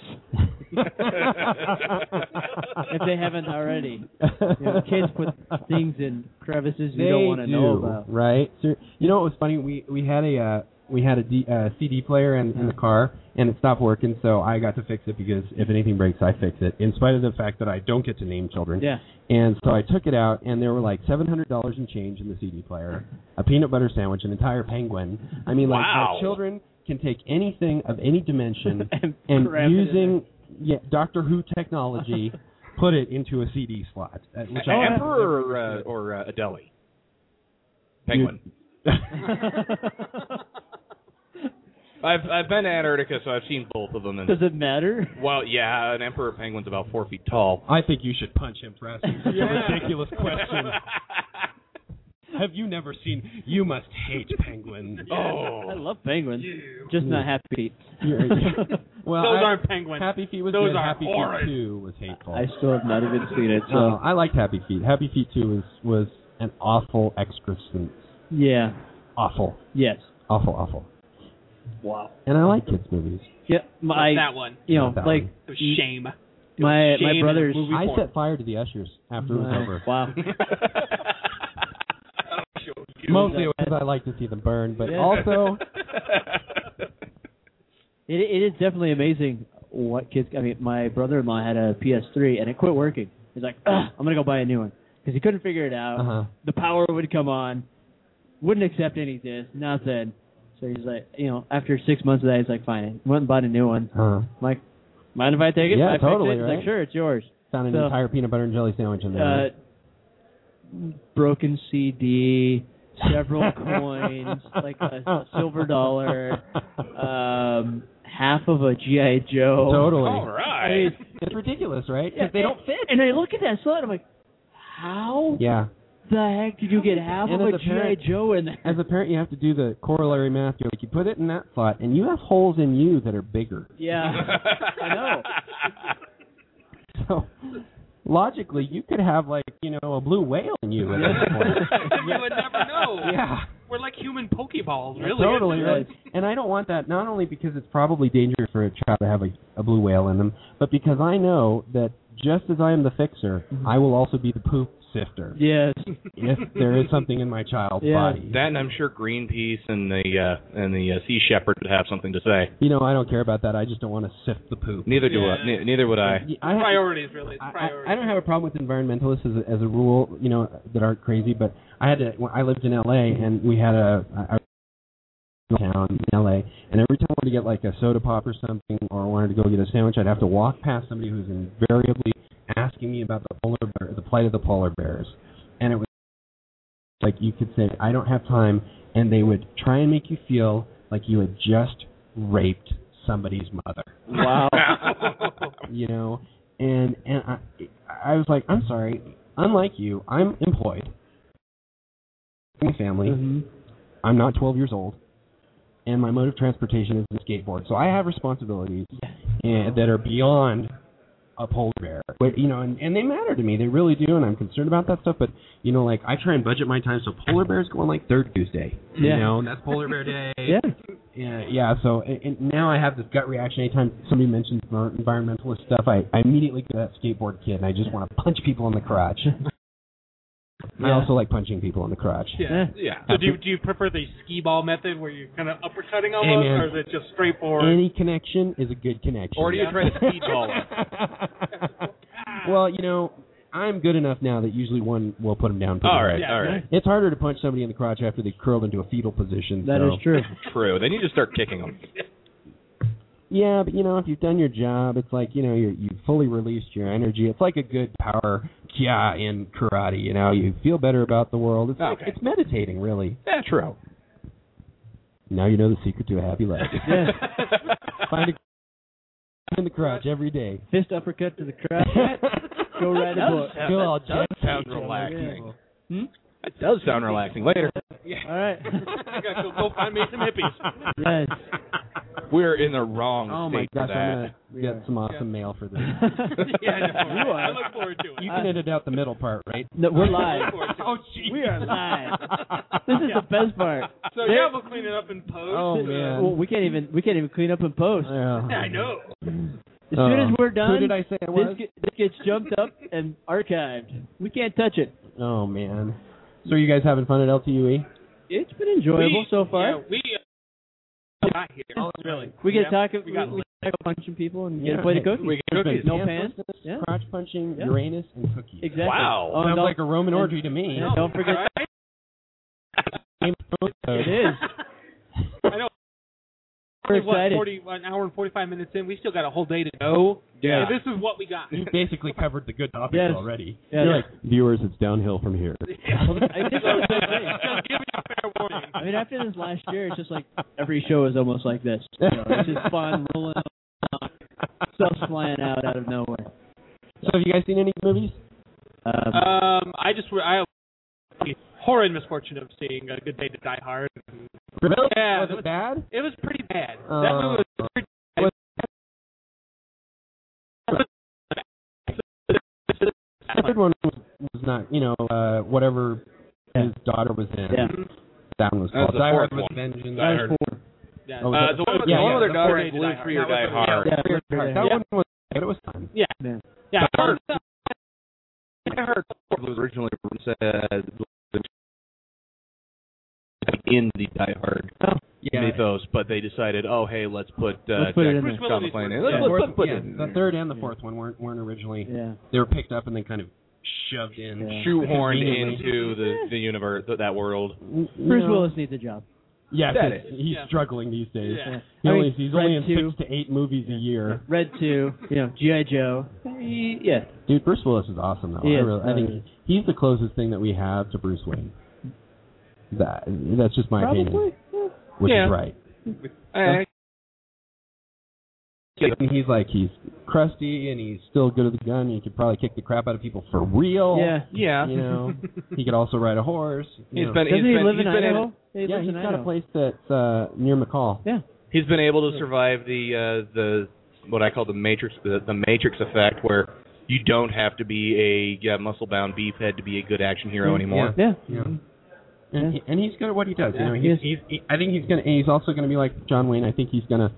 Speaker 7: if they haven't
Speaker 21: *laughs*
Speaker 7: already. You know, kids put things in crevices you don't want to know about.
Speaker 21: Right? So, you know what was funny? We we had a uh, we had a D, uh, CD player in, in the car, and it stopped working. So I got to fix it because if anything breaks, I fix it. In spite of the fact that I don't get to name children.
Speaker 7: Yeah.
Speaker 21: And so I took it out, and there were like seven hundred dollars in change in the CD player, a peanut butter sandwich, an entire penguin. I mean, like
Speaker 18: Wow.
Speaker 21: our children can take anything of any dimension and,
Speaker 18: cram it in
Speaker 21: using yeah, Doctor Who technology, put it into a CD slot. uh, Which I
Speaker 4: Emperor or, uh, or uh, Adeli? Penguin. I've I've been to Antarctica, so I've seen both of them. And
Speaker 7: Does it matter?
Speaker 4: Well, yeah, an emperor penguin's about four feet tall.
Speaker 21: I think you should punch him for asking such
Speaker 4: Yeah.
Speaker 21: a ridiculous question.
Speaker 7: *laughs*
Speaker 21: Have you never seen? You must hate
Speaker 7: *laughs*
Speaker 21: penguins.
Speaker 7: I love penguins. Just not happy feet. *laughs*
Speaker 21: Well,
Speaker 12: Those
Speaker 21: I-
Speaker 12: aren't penguins.
Speaker 21: Happy Feet was
Speaker 12: Those
Speaker 21: good.
Speaker 12: are
Speaker 21: Happy
Speaker 12: horrid.
Speaker 21: Feet Two was hateful.
Speaker 7: I still have not even seen it. So
Speaker 21: No, I liked Happy Feet. Happy Feet Two was was an awful excrescence.
Speaker 7: yeah,
Speaker 21: Awful.
Speaker 7: yes.
Speaker 21: Awful. Awful.
Speaker 12: Wow.
Speaker 21: And I like kids movies.
Speaker 7: Yeah, my
Speaker 12: that one.
Speaker 7: You know,
Speaker 21: Not that
Speaker 7: like
Speaker 21: one.
Speaker 12: It was shame.
Speaker 7: my
Speaker 12: shame
Speaker 7: my
Speaker 12: in
Speaker 7: brothers.
Speaker 12: movie
Speaker 21: I
Speaker 12: porn.
Speaker 21: set fire to the ushers after it was
Speaker 7: Wow.
Speaker 21: over.
Speaker 7: *laughs* Wow.
Speaker 21: Mostly because I like to see them burn, but
Speaker 7: Yeah.
Speaker 21: also
Speaker 7: It it is definitely amazing what kids. I mean, my brother-in-law had a PS3 and it quit
Speaker 21: *clears throat*
Speaker 7: working. He's like, Ugh, I'm gonna go buy a new one because he couldn't figure it out.
Speaker 21: Uh-huh.
Speaker 7: The power would come on, wouldn't accept any disc, nothing. So he's like, you know, after six months of that, he's like, fine, went and bought a new one.
Speaker 21: uh,
Speaker 7: Mike, mind if I take it?
Speaker 21: Yeah,
Speaker 7: I fixed
Speaker 21: totally,
Speaker 7: It. He's
Speaker 21: right?
Speaker 7: Like, sure, it's yours.
Speaker 21: found an
Speaker 7: So-
Speaker 21: entire peanut butter and jelly sandwich in there.
Speaker 7: Uh, broken CD, Uh,
Speaker 21: *laughs*
Speaker 7: several coins, like a, a silver
Speaker 9: *laughs*
Speaker 7: dollar, um, half of a GI Joe.
Speaker 21: Totally.
Speaker 7: right.
Speaker 21: it's ridiculous, right? 'Cause
Speaker 7: they don't fit. And I look at that slot, I'm like, how
Speaker 21: Yeah.
Speaker 7: the heck did you get half
Speaker 21: And
Speaker 7: of
Speaker 21: as
Speaker 7: a
Speaker 21: a parent-
Speaker 7: GI Joe in there?
Speaker 21: As a parent, you have to do the corollary math. You're like, you put it in that slot, and you have holes in you that are bigger. *laughs*
Speaker 7: Yeah, I know.
Speaker 21: So logically, you could have like you know a blue whale in you *laughs* at this
Speaker 12: *laughs*
Speaker 21: point.
Speaker 9: *laughs*
Speaker 12: we would never know.
Speaker 21: *laughs* Yeah.
Speaker 12: We're like human Pokeballs, really.
Speaker 21: Totally right. And I don't want that not only because it's probably dangerous for a child to have a, a blue whale in them, but because I know that just as I am the fixer, I will also be the poop sifter.
Speaker 7: Yes.
Speaker 21: If there is something in my
Speaker 8: *laughs*
Speaker 21: child's body.
Speaker 4: That and I'm sure Greenpeace and the uh, and the uh, Sea Shepherd would have something to say.
Speaker 21: You know, I don't care about that. I just don't want to sift the poop.
Speaker 4: Neither do I. Ne- neither would I.
Speaker 21: I have-
Speaker 12: priorities, really. It's priorities.
Speaker 21: I don't have a problem with environmentalists as a, as a rule, you know, that aren't crazy. But I had to. When I lived in L.A. and we had a, a a town in L.A. and every time I wanted to get like a soda pop or something, or wanted to go get a sandwich, I'd have to walk past somebody who's invariably asking me about the polar bear, the plight of the polar bears, and it was like you could say, "I don't have time," and they would try and make you feel like you had just raped somebody's mother.
Speaker 18: Wow.
Speaker 21: *laughs* you know, and and I, I was like, I'm sorry. Unlike you, I'm employed. My family.
Speaker 9: Mm-hmm.
Speaker 7: Mm-hmm.
Speaker 21: I'm not 12 years old, and my mode of transportation is a skateboard. So I have responsibilities and, that are beyond a polar bear. But you know, and, and they matter to me. They really do, and I'm concerned about that stuff. But you know, like I try and budget my time so polar bears go on like third Tuesday.
Speaker 18: Yeah.
Speaker 21: You know, and that's polar
Speaker 9: *laughs*
Speaker 7: *laughs*
Speaker 21: bear day. Yeah, yeah. So and, and now I have this gut reaction anytime somebody mentions mer- environmentalist stuff. I, I immediately go to that skateboard kid, and I just want to punch people in the crotch. I also like punching people in the crotch.
Speaker 12: Yeah. yeah. So do you, do you prefer the skee ball method where you're kind of uppercutting almost,
Speaker 21: man.
Speaker 12: or is *laughs* it just straightforward?
Speaker 21: Any connection is a good connection.
Speaker 12: Or do you
Speaker 21: Yeah.
Speaker 12: try to speedball
Speaker 21: *laughs* well, you know, I'm good enough now that usually one will put them down. pretty
Speaker 4: All right,
Speaker 21: hard.
Speaker 4: all right.
Speaker 21: It's harder to punch somebody in the crotch after they curled into a fetal position.
Speaker 4: That
Speaker 21: That
Speaker 4: is
Speaker 21: is
Speaker 4: True. They need to start kicking them.
Speaker 21: Yeah, but you know, if you've done your job, it's like you know you you fully released your energy. It's like a good power kia in karate. You know, you feel better about the world. It's like, it's meditating, really.
Speaker 4: Yeah, true.
Speaker 21: Now you know the secret to a
Speaker 7: *laughs*
Speaker 21: happy life.
Speaker 7: Yes.
Speaker 21: *laughs* Find a in the crotch every day.
Speaker 7: Fist uppercut to the
Speaker 21: *laughs*
Speaker 7: crotch. *laughs* Go write a book.
Speaker 21: Go all
Speaker 4: That does
Speaker 21: Jack
Speaker 4: sound
Speaker 21: Reacher.
Speaker 4: relaxing.
Speaker 7: Hmm?
Speaker 4: That does sound relaxing. Later.
Speaker 7: All
Speaker 12: *laughs*
Speaker 7: right.
Speaker 12: I gotta go,
Speaker 21: *laughs*
Speaker 12: go find me some hippies.
Speaker 7: *laughs* Yes.
Speaker 4: We're in the wrong
Speaker 21: Oh my
Speaker 4: state
Speaker 21: gosh,
Speaker 4: for
Speaker 21: I'm
Speaker 4: that.
Speaker 21: gonna get some awesome mail
Speaker 7: *laughs*
Speaker 21: for
Speaker 8: *laughs*
Speaker 21: this.
Speaker 12: *laughs* yeah, I know, right?
Speaker 7: You
Speaker 12: I
Speaker 7: are.
Speaker 12: look forward to it.
Speaker 21: You can edit out the middle part, right?
Speaker 7: No, we're live.
Speaker 12: oh,
Speaker 7: We are
Speaker 12: *laughs*
Speaker 7: live. This is the best part.
Speaker 12: So
Speaker 7: There-
Speaker 12: yeah, we'll clean it up in post.
Speaker 21: Oh man.
Speaker 7: Well, we can't even we can't even clean up in post.
Speaker 21: Yeah.
Speaker 12: I know.
Speaker 7: As soon as
Speaker 21: Um,
Speaker 7: we're done,
Speaker 21: who did I say it was?
Speaker 7: This, ge- this gets jumped up and archived. We can't touch it.
Speaker 21: Oh man. So are you guys having fun at LTUE?
Speaker 7: It's been enjoyable
Speaker 21: We-
Speaker 7: so far. Oh,
Speaker 12: Yeah, we uh, got here. really?
Speaker 7: We get
Speaker 12: yeah,
Speaker 7: talk. We,
Speaker 12: We got
Speaker 7: we get to punching people and
Speaker 21: Yeah,
Speaker 7: get a plate of
Speaker 21: hey,
Speaker 7: cookies.
Speaker 21: we get cookies.
Speaker 7: No
Speaker 21: Hand
Speaker 7: pants.
Speaker 21: fistfuls,
Speaker 7: Yeah.
Speaker 21: crotch punching,
Speaker 7: Yeah.
Speaker 21: Uranus, and cookies.
Speaker 7: Exactly. Oh,
Speaker 21: Wow. Sounds
Speaker 7: and don't-
Speaker 21: like a Roman
Speaker 7: and-
Speaker 21: orgy to me.
Speaker 7: and don't forget. It is.
Speaker 12: I know.
Speaker 7: We're
Speaker 12: what,
Speaker 7: excited.
Speaker 12: 40, an hour and 45 minutes in, we still got a whole day to go.
Speaker 21: Yeah.
Speaker 12: And this is what we got.
Speaker 21: You basically covered the good topics
Speaker 12: Yes.
Speaker 21: already. *laughs*
Speaker 12: Yes.
Speaker 21: You're like,
Speaker 23: Viewers, it's downhill from here.
Speaker 7: I think that's the
Speaker 12: *laughs*
Speaker 7: thing. I mean, after this last year, it's just
Speaker 21: *laughs*
Speaker 7: like *laughs* every show is almost like this. You know, it's just fun rolling up, stuff's flying out out of nowhere.
Speaker 21: So have you guys seen any movies?
Speaker 7: Um,
Speaker 9: Uh,
Speaker 12: Um, I just I had the horrid misfortune of seeing a good day to die hard.
Speaker 21: Really?
Speaker 12: Yeah,
Speaker 21: Was it bad?
Speaker 12: It was pretty bad. that
Speaker 21: Uh,
Speaker 12: movie was pretty bad.
Speaker 21: the third one was, was not, you know, uh, whatever his daughter was in.
Speaker 12: Yeah.
Speaker 21: That one was
Speaker 12: That was
Speaker 21: called
Speaker 12: the
Speaker 21: Die Hard
Speaker 12: fourth
Speaker 21: with
Speaker 12: one.
Speaker 21: Vengeance.
Speaker 12: Die Hard. Yeah.
Speaker 21: Oh, was
Speaker 12: Uh,
Speaker 21: that-
Speaker 12: the one with-
Speaker 21: yeah,
Speaker 12: the one
Speaker 21: yeah,
Speaker 12: with her daughter
Speaker 21: fourth
Speaker 12: named
Speaker 21: one.
Speaker 12: Die Free or Hard. Die Hard.
Speaker 21: Yeah,
Speaker 12: Yeah.
Speaker 21: Free or Die Hard. That
Speaker 12: Yeah.
Speaker 21: one was, but it was fun.
Speaker 12: Yeah. Yeah.
Speaker 21: Die Hard.
Speaker 8: I heard it was *laughs* originally released as in the Die Hard
Speaker 21: Oh, yeah.
Speaker 8: mythos, but they decided, oh hey, let's put uh,
Speaker 21: Let's put it
Speaker 8: Jack
Speaker 21: in
Speaker 8: Bruce
Speaker 21: there.
Speaker 8: John McClane in.
Speaker 21: Yeah,
Speaker 8: Let's,
Speaker 21: the
Speaker 8: let's
Speaker 21: fourth-
Speaker 8: put- put
Speaker 21: yeah,
Speaker 8: it in
Speaker 21: the
Speaker 8: there.
Speaker 21: third and the fourth one weren't weren't originally.
Speaker 7: Yeah.
Speaker 21: They were picked up and then kind of shoved in,
Speaker 8: shoehorned
Speaker 21: conveniently.
Speaker 8: into the the universe, th- that world.
Speaker 7: Bruce
Speaker 21: No.
Speaker 7: Willis needs a job.
Speaker 21: Yeah,
Speaker 8: That
Speaker 21: 'cause
Speaker 8: is.
Speaker 21: he's
Speaker 7: Yeah.
Speaker 21: struggling these days.
Speaker 7: Yeah.
Speaker 21: He
Speaker 7: I
Speaker 21: only,
Speaker 7: mean,
Speaker 21: he's only in
Speaker 7: Red two.
Speaker 21: six to eight movies a year.
Speaker 7: Red Two, you know, GI Joe. He- Yeah,
Speaker 21: Dude, Bruce Willis is awesome though.
Speaker 7: He
Speaker 21: I,
Speaker 7: is.
Speaker 21: really, I
Speaker 7: No,
Speaker 21: think
Speaker 7: he is.
Speaker 21: he's the closest thing that we have to Bruce Wayne. That that's just my opinion,
Speaker 7: probably. Yeah.
Speaker 21: which
Speaker 7: Yeah.
Speaker 21: is right. *laughs*
Speaker 7: I-
Speaker 21: And he's like he's crusty and he's still good at the gun. He could probably kick the crap out of people for real.
Speaker 7: Yeah.
Speaker 12: Yeah.
Speaker 21: You know, he could also ride a horse.
Speaker 8: He's
Speaker 21: You know.
Speaker 8: been- he's Doesn't he been- live he's in been in- Idaho?
Speaker 7: He
Speaker 21: yeah,
Speaker 7: lives
Speaker 21: he's
Speaker 7: in
Speaker 21: got a
Speaker 7: Idaho.
Speaker 21: place that's uh, near McCall.
Speaker 7: Yeah.
Speaker 8: He's been able to survive the uh, the what I call the matrix the, the matrix effect, where you don't have to be a uh, muscle bound beefhead to be a good action hero anymore.
Speaker 7: Yeah.
Speaker 21: Mm-hmm.
Speaker 7: Mm-hmm.
Speaker 21: yeah. And, he, and he's good at what he does. You
Speaker 8: Yeah.
Speaker 21: know, he's, he's, he, I think he's gonna. And he's also gonna be like John Wayne. I think he's gonna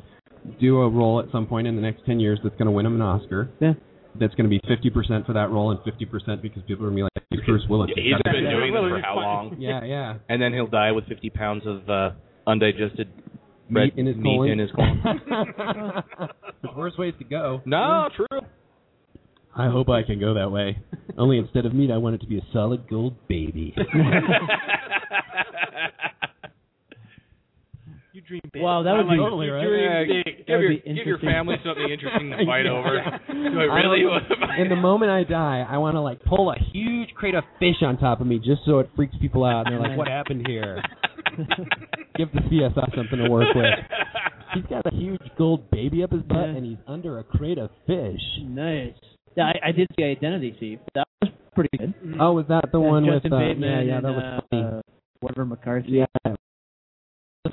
Speaker 21: do a role at some point in the next ten years that's gonna win him an Oscar.
Speaker 7: Yeah.
Speaker 21: That's gonna be fifty percent for that role and fifty percent because people are gonna be like, "It's Bruce Willis."
Speaker 8: He's
Speaker 21: That's
Speaker 8: been
Speaker 21: it.
Speaker 8: doing this for how *laughs* long?
Speaker 21: *laughs* Yeah, yeah.
Speaker 8: And then he'll die with 50 pounds of uh, undigested red
Speaker 21: in his
Speaker 8: meat
Speaker 21: colon.
Speaker 8: in
Speaker 21: *laughs*
Speaker 8: his colon.
Speaker 21: There's worse ways to go.
Speaker 8: No, true.
Speaker 21: I hope I can go that way. Only instead of meat, I want it to be a solid gold
Speaker 8: *laughs*
Speaker 21: baby. *laughs*
Speaker 12: You dream big.
Speaker 7: Wow, that
Speaker 12: I
Speaker 7: would be-
Speaker 12: like
Speaker 7: Totally,
Speaker 12: you
Speaker 7: right?
Speaker 12: dream
Speaker 8: Yeah,
Speaker 12: big.
Speaker 8: give your
Speaker 7: be
Speaker 8: give your
Speaker 7: interesting.
Speaker 8: family something
Speaker 21: *laughs*
Speaker 8: interesting to fight over. Do I
Speaker 21: I
Speaker 8: really
Speaker 21: don't-
Speaker 8: want to
Speaker 21: in the moment I die, I want to like pull a huge crate of fish on top of me just so it freaks people out. And they're
Speaker 8: *laughs*
Speaker 21: like, "What happened
Speaker 13: *laughs*
Speaker 21: here?" Give the CSI something to work
Speaker 8: *laughs*
Speaker 21: with. He's got a huge gold baby up his butt, and he's under a crate of fish.
Speaker 7: Nice. Yeah, I, I did see Identity Thief. That was pretty good.
Speaker 21: Oh, was that the
Speaker 7: Yeah,
Speaker 21: one
Speaker 7: Justin
Speaker 21: with? Uh, yeah,
Speaker 7: Bateman
Speaker 21: yeah,
Speaker 7: and,
Speaker 21: that was
Speaker 7: uh,
Speaker 21: funny.
Speaker 7: uh, Whatever McCarthy.
Speaker 21: yeah,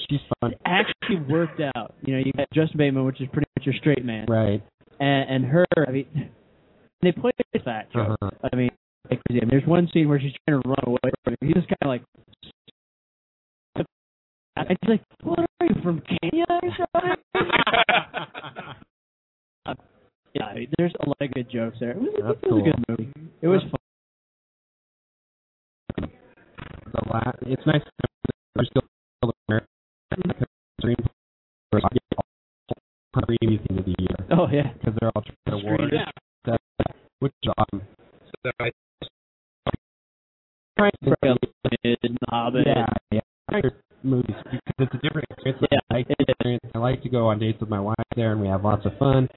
Speaker 21: she's fun.
Speaker 7: actually worked out. You know, you got Justin Bateman, which is pretty much your straight man,
Speaker 21: Right.
Speaker 7: and, and her. I mean, they played it that. Joe.
Speaker 21: Uh-huh.
Speaker 7: I mean, like crazy. I mean, there's one scene where she's trying to run away from him. He's just kind of like. *laughs* And she's like, "What are you from Kenya?" or something?"
Speaker 21: *laughs*
Speaker 7: yeah, I mean, there's a lot of good jokes there. It was,
Speaker 21: That's
Speaker 7: it was
Speaker 21: cool.
Speaker 7: a good movie. It was fun.
Speaker 21: the la- it's nice that we're still still American stream for like all three movies at the end of the year.
Speaker 7: Oh yeah,
Speaker 21: because they're all trying to award.
Speaker 7: Yeah.
Speaker 21: That, which is awesome. So I
Speaker 7: Frank is in the Hobbit.
Speaker 21: yeah, yeah. I like movies because it's a different experience. than I like the experience. I like to go on dates with my wife there, and we have lots of fun.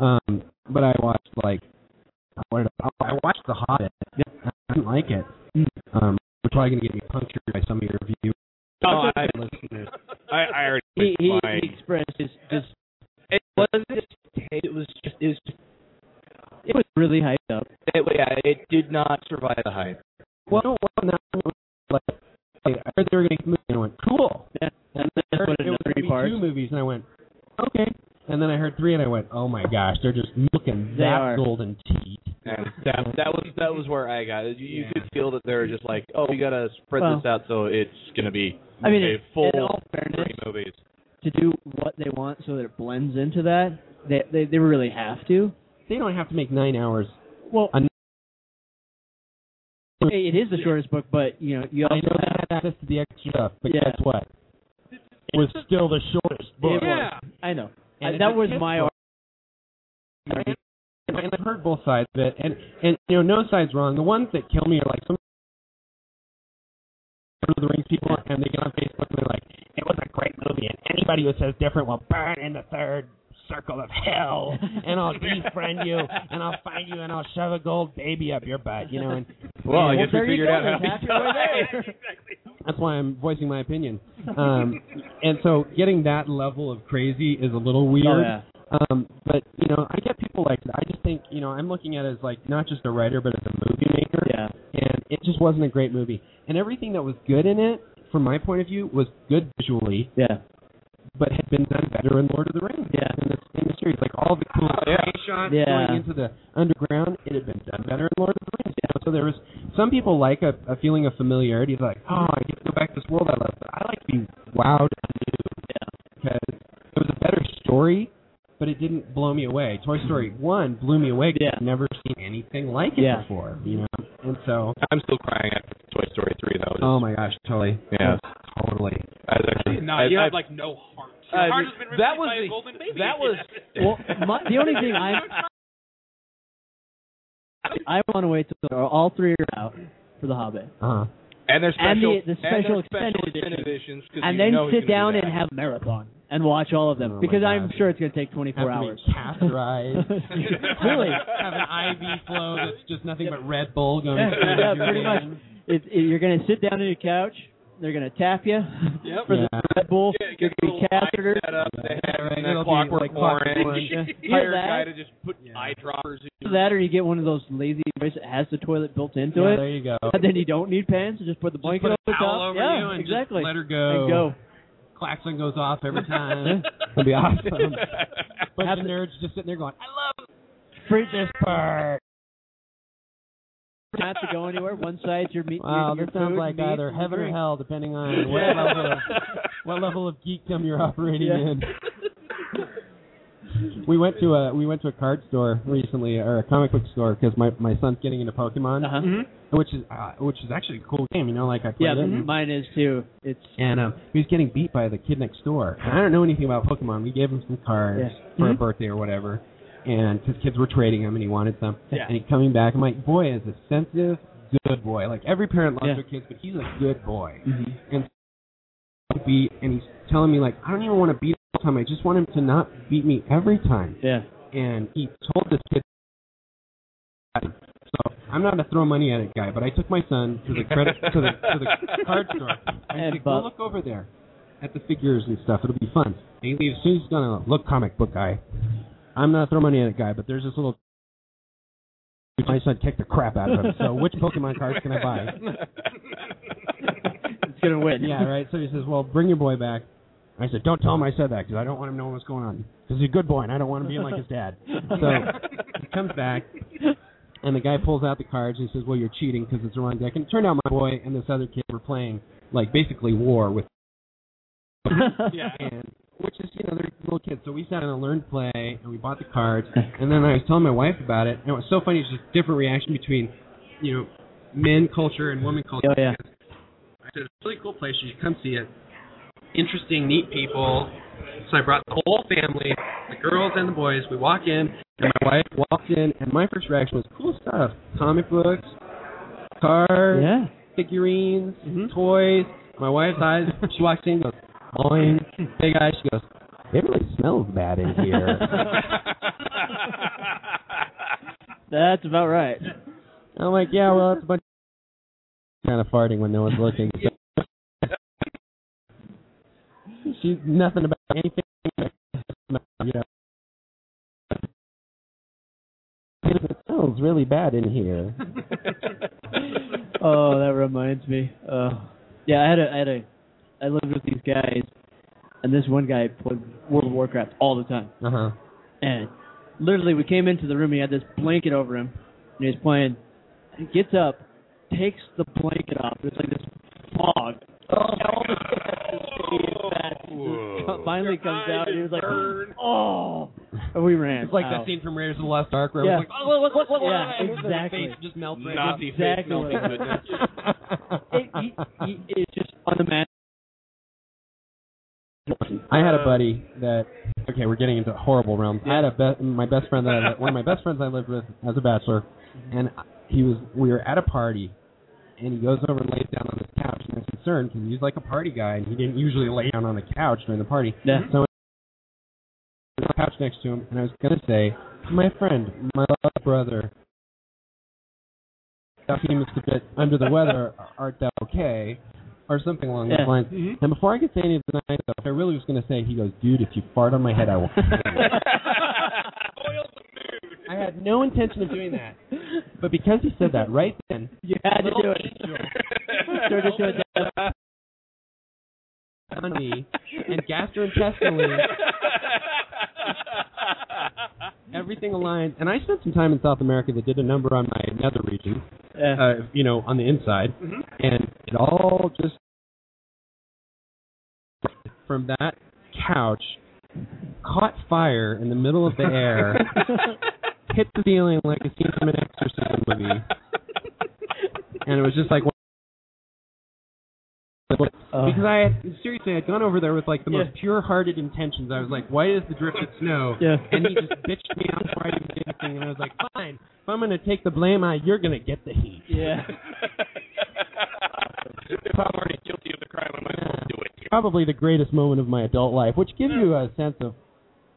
Speaker 21: Um, but I watched like what did I, I watched The Hobbit. and I didn't like it. Um, we're probably gonna get me punctured by some of your viewers.
Speaker 8: No, I, *laughs* I, I already
Speaker 7: He he,
Speaker 8: mine.
Speaker 7: he expressed his just.
Speaker 8: It wasn't just hate, it was just it was just,
Speaker 7: It was really hyped up.
Speaker 8: it, yeah, it did not survive the hype.
Speaker 21: Well, no, well, no, it was like hey, I heard they were gonna make a movie, and I went cool.
Speaker 7: Yeah,
Speaker 21: and then I heard
Speaker 7: put it
Speaker 21: it
Speaker 7: in
Speaker 21: was
Speaker 7: three
Speaker 21: gonna be
Speaker 7: parts.
Speaker 21: two movies, and I went okay. And then I heard three, and I went, oh my gosh, they're just milking
Speaker 8: They
Speaker 21: that
Speaker 8: are.
Speaker 21: golden teeth.
Speaker 8: And that that was that was where I got. it. You, you could feel that they were just like, oh, we gotta spread
Speaker 7: Well-
Speaker 8: this out so it's gonna be
Speaker 7: I mean,
Speaker 8: a
Speaker 7: in-
Speaker 8: full
Speaker 7: in all
Speaker 8: three movies.
Speaker 7: to do what they want so that it blends into that. They, they they really have to.
Speaker 21: They don't have to make nine hours.
Speaker 7: Well,
Speaker 21: a
Speaker 7: it is the shortest book, but you know you
Speaker 21: I
Speaker 7: also
Speaker 21: know they had access to the extra stuff, but
Speaker 7: Yeah.
Speaker 21: guess what? It was still the shortest book.
Speaker 7: It was. I know. I-
Speaker 21: And it's
Speaker 7: that
Speaker 21: a
Speaker 7: was
Speaker 21: kid's
Speaker 7: my
Speaker 21: book.
Speaker 7: argument.
Speaker 21: And I- and I've heard both sides of it, and and you know no side's wrong. The ones that kill me are like some Lord of the Rings people, and they get on Facebook and they're like, "It was a great movie, and anybody who says different will burn in the third circle of hell, and I'll defriend you, and I'll find you, and I'll shove a gold baby up your butt," you know. And
Speaker 8: *laughs* Well, I guess we
Speaker 21: there you
Speaker 8: figured
Speaker 21: go,
Speaker 8: out how
Speaker 21: there's
Speaker 8: to
Speaker 21: half
Speaker 8: *laughs*
Speaker 21: your way there. That's why I'm voicing my opinion. Um, and so getting that level of crazy is a little weird.
Speaker 7: Oh, yeah.
Speaker 21: Um, but you know, I get people like that. I just think you know I'm looking at it as like not just a writer but as a movie maker.
Speaker 7: Yeah.
Speaker 21: And it just wasn't a great movie. And everything that was good in it, from my point of view, was good visually.
Speaker 7: Yeah.
Speaker 21: But had been done better in Lord of the Rings.
Speaker 7: Yeah.
Speaker 21: In the, in the series, like all the cool
Speaker 12: Oh,
Speaker 7: yeah.
Speaker 21: shots
Speaker 7: Yeah.
Speaker 21: going into the underground, it had been done better in Lord of the Rings. You know? So there was some people like a, a feeling of familiarity, like oh, I get to go back to this world I love. But I like to be wowed because it was a better story, but it didn't blow me away. Toy Story One blew me away 'cause I've never seen anything like it
Speaker 7: Yeah.
Speaker 21: before, you know. And so,
Speaker 12: I'm still crying at Toy Story 3, though.
Speaker 21: oh my gosh, totally,
Speaker 12: Yeah.
Speaker 21: totally.
Speaker 12: I was actually,
Speaker 9: No,
Speaker 12: I,
Speaker 9: you
Speaker 12: I,
Speaker 9: have like no heart. Your
Speaker 12: I-
Speaker 9: heart has been replaced
Speaker 12: that was
Speaker 9: by a
Speaker 12: the-
Speaker 9: golden baby.
Speaker 12: that
Speaker 9: *laughs*
Speaker 12: was-
Speaker 7: Well, my, the only thing I I want to wait till all three are out for The Hobbit,
Speaker 21: Uh-huh.
Speaker 8: And their
Speaker 7: And
Speaker 8: special,
Speaker 7: the- the special
Speaker 8: and their special
Speaker 7: extended edition.
Speaker 8: editions, 'cause
Speaker 7: and
Speaker 8: you
Speaker 7: then
Speaker 8: know he's
Speaker 7: sit
Speaker 8: gonna
Speaker 7: down
Speaker 8: do
Speaker 7: and
Speaker 8: that.
Speaker 7: have marathon and watch all of them
Speaker 21: Oh, my
Speaker 7: because
Speaker 21: God.
Speaker 7: I'm sure it's going to take 24
Speaker 21: Have to be
Speaker 7: hours.
Speaker 21: catheterized.
Speaker 7: *laughs* really?
Speaker 21: *laughs* have an IV flow that's just nothing but Red Bull going.
Speaker 7: Yeah,
Speaker 21: through
Speaker 7: yeah,
Speaker 21: your
Speaker 7: pretty much.
Speaker 21: veins.
Speaker 7: It, it- you're going to sit down on your couch. They're going to tap you for
Speaker 21: Yeah.
Speaker 7: the Red Bull.
Speaker 8: Yeah,
Speaker 7: you're
Speaker 8: get the
Speaker 7: going to be
Speaker 8: little light
Speaker 7: cathetered.
Speaker 8: set up. They have
Speaker 21: Yeah, right.
Speaker 8: that
Speaker 21: It'll be
Speaker 8: clockwork
Speaker 21: like Clockwork
Speaker 8: orange.
Speaker 7: Orange. Yeah.
Speaker 8: Hired
Speaker 7: Yeah,
Speaker 8: guy
Speaker 7: that-
Speaker 8: to just put eyedroppers in
Speaker 7: Either that or you get one of those lazy boys that has the toilet built into
Speaker 21: Yeah,
Speaker 7: it.
Speaker 21: there you go.
Speaker 7: And then you don't need pants. You just put the blanket
Speaker 21: put a
Speaker 7: over the
Speaker 21: towel
Speaker 7: top.
Speaker 21: over
Speaker 7: yeah,
Speaker 21: you and just
Speaker 7: exactly.
Speaker 21: let her go.
Speaker 7: And go.
Speaker 21: Klaxon goes off
Speaker 7: *laughs*
Speaker 21: every time. That'd *laughs* be awesome. Bunch of nerds just sitting there going, I love Preach this part.
Speaker 7: Not to go anywhere. One side's your meat.
Speaker 21: Wow,
Speaker 7: your
Speaker 21: this sounds
Speaker 7: food,
Speaker 21: like
Speaker 7: meat,
Speaker 21: either
Speaker 7: and
Speaker 21: heaven or
Speaker 7: drink.
Speaker 21: hell, depending on what
Speaker 7: Yeah.
Speaker 8: *laughs*
Speaker 21: level of *laughs* what level of geekdom you're operating
Speaker 7: Yeah.
Speaker 21: in. We went to a we went to a card store recently or a comic book store because my my son's getting into Pokemon,
Speaker 7: Uh-huh. Mhm.
Speaker 21: which is uh, which is actually a cool game. You know, like I played
Speaker 7: Yeah,
Speaker 21: it. and-
Speaker 7: mine is too. It's
Speaker 21: and um, he was getting beat by the kid next door. And I don't know anything about Pokemon. We gave him some cards
Speaker 7: Yeah.
Speaker 21: for a
Speaker 7: Mhm.
Speaker 21: birthday or whatever, and his kids were trading him, and he wanted some.
Speaker 7: Yeah.
Speaker 21: And he's coming back. I'm like, boy, is a sensitive, good boy. Like every parent loves their kids, but he's a good boy.
Speaker 7: Mm-hmm.
Speaker 21: And so beat, and he's telling me like, I don't even want to beat him all the time. I just want him to not beat me every time.
Speaker 7: Yeah.
Speaker 21: And he told this kid. So I'm not a throw money at it guy, but I took my son to the credit to the to
Speaker 8: *laughs*
Speaker 21: the card store.
Speaker 7: And
Speaker 21: And said,
Speaker 7: but-
Speaker 21: go look over there at the figures and stuff. It'll be fun. And he leaves. He's gonna look comic book guy. I'm not a throw money at it guy, but there's this little. My son kicked the crap out of him. So which Pokemon cards can I buy?
Speaker 7: It's gonna win.
Speaker 21: yeah, right. So he says, "Well, bring your boy back." I said, "Don't tell him I said that because I don't want him knowing what's going on. Because he's a good boy and I don't want him being like his dad." So he comes back, and the guy pulls out the cards and he says, "Well, you're cheating because it's the wrong deck." And it turned out my boy and this other kid were playing like basically war with.
Speaker 7: *laughs* yeah.
Speaker 21: And, which is you know they're little kids, so we sat and learned play and we bought the cards. And then I was telling my wife about it, and it was so funny. It's just different reaction between, you know, men culture and women culture.
Speaker 7: Oh yeah.
Speaker 21: I said, it's a really cool place. You should come see it. Interesting, neat people. So I brought the whole family, the girls and the boys. We walk in, and my wife walked in, and my first reaction was cool stuff: comic books, cars,
Speaker 7: Yeah. Mm-hmm.
Speaker 21: figurines, toys. My wife's eyes. She walks in, goes, "Boing, big eyes." She goes, "It really smells bad in *laughs* here."
Speaker 7: That's about right.
Speaker 21: I'm like, "Yeah, well, it's a bunch of kind of farting when no one's *laughs* looking." So- She's nothing about anything. You know. It smells really bad in here.
Speaker 7: *laughs* oh, that reminds me. Uh, yeah, I had a, I had a, I lived with these guys, and this one guy played World of Warcraft all the time.
Speaker 21: Uh huh.
Speaker 7: And literally, we came into the room. He had this blanket over him, and he was playing. He gets up, takes the blanket off. It's like this fog. *laughs* Finally comes out, and he was like, "Oh, we ran.
Speaker 21: It's like
Speaker 7: out.
Speaker 21: that scene from Raiders of the Lost Ark where
Speaker 7: Yeah.
Speaker 21: it's like, oh, look, look, look, look, look,
Speaker 7: Yeah,
Speaker 21: and the
Speaker 7: exactly.
Speaker 21: face just melts. right
Speaker 7: Not
Speaker 21: in.
Speaker 7: the face Exactly. melting
Speaker 21: *laughs*
Speaker 7: goodness. *laughs* It- it's just unimaginable.
Speaker 21: I had a buddy that. Okay, we're getting into horrible realms. I had a be- my best friend that I, li- one of my best friends I lived with as a bachelor, and he was we were at a party, and he goes over and lays down on his couch, and I'm concerned because he's like a party guy and he didn't usually lay down on the couch during the party.
Speaker 7: Yeah.
Speaker 21: So I was on the couch next to him, and I was gonna say, my friend, my love brother, thou seemest a bit under the weather. uh, Art thou okay? Or something along
Speaker 7: Yeah. Mm-hmm.
Speaker 21: those lines.
Speaker 9: Mm-hmm.
Speaker 21: And before I could say any of the nice stuff, I really was going to say, he goes, dude, if you fart on my head, I
Speaker 7: *laughs*
Speaker 21: will. I had no intention of doing that. But because he said that right then,
Speaker 7: *laughs* You had to do it. Turned into a death.
Speaker 21: on me E
Speaker 7: *laughs*
Speaker 21: and gastrointestinally, everything aligned. And I spent some time in South America that did a number on my nether region, uh, you know, on the inside, and it all just from that couch caught fire in the middle of the air, hit the ceiling like a scene from an exorcism movie, and it was just like. because I had, seriously, I'd gone over there with like the most pure-hearted intentions. I was like, "Why is the drifted snow?"
Speaker 7: Yeah.
Speaker 21: And he just bitched me out before I even did anything, and I was like, "Fine, if I'm gonna take the blame, I you're gonna get the heat." *laughs*
Speaker 7: Yeah.
Speaker 1: if I'm already guilty of the crime, I might as well do it.
Speaker 21: Probably the greatest moment of my adult life, which gives you a sense of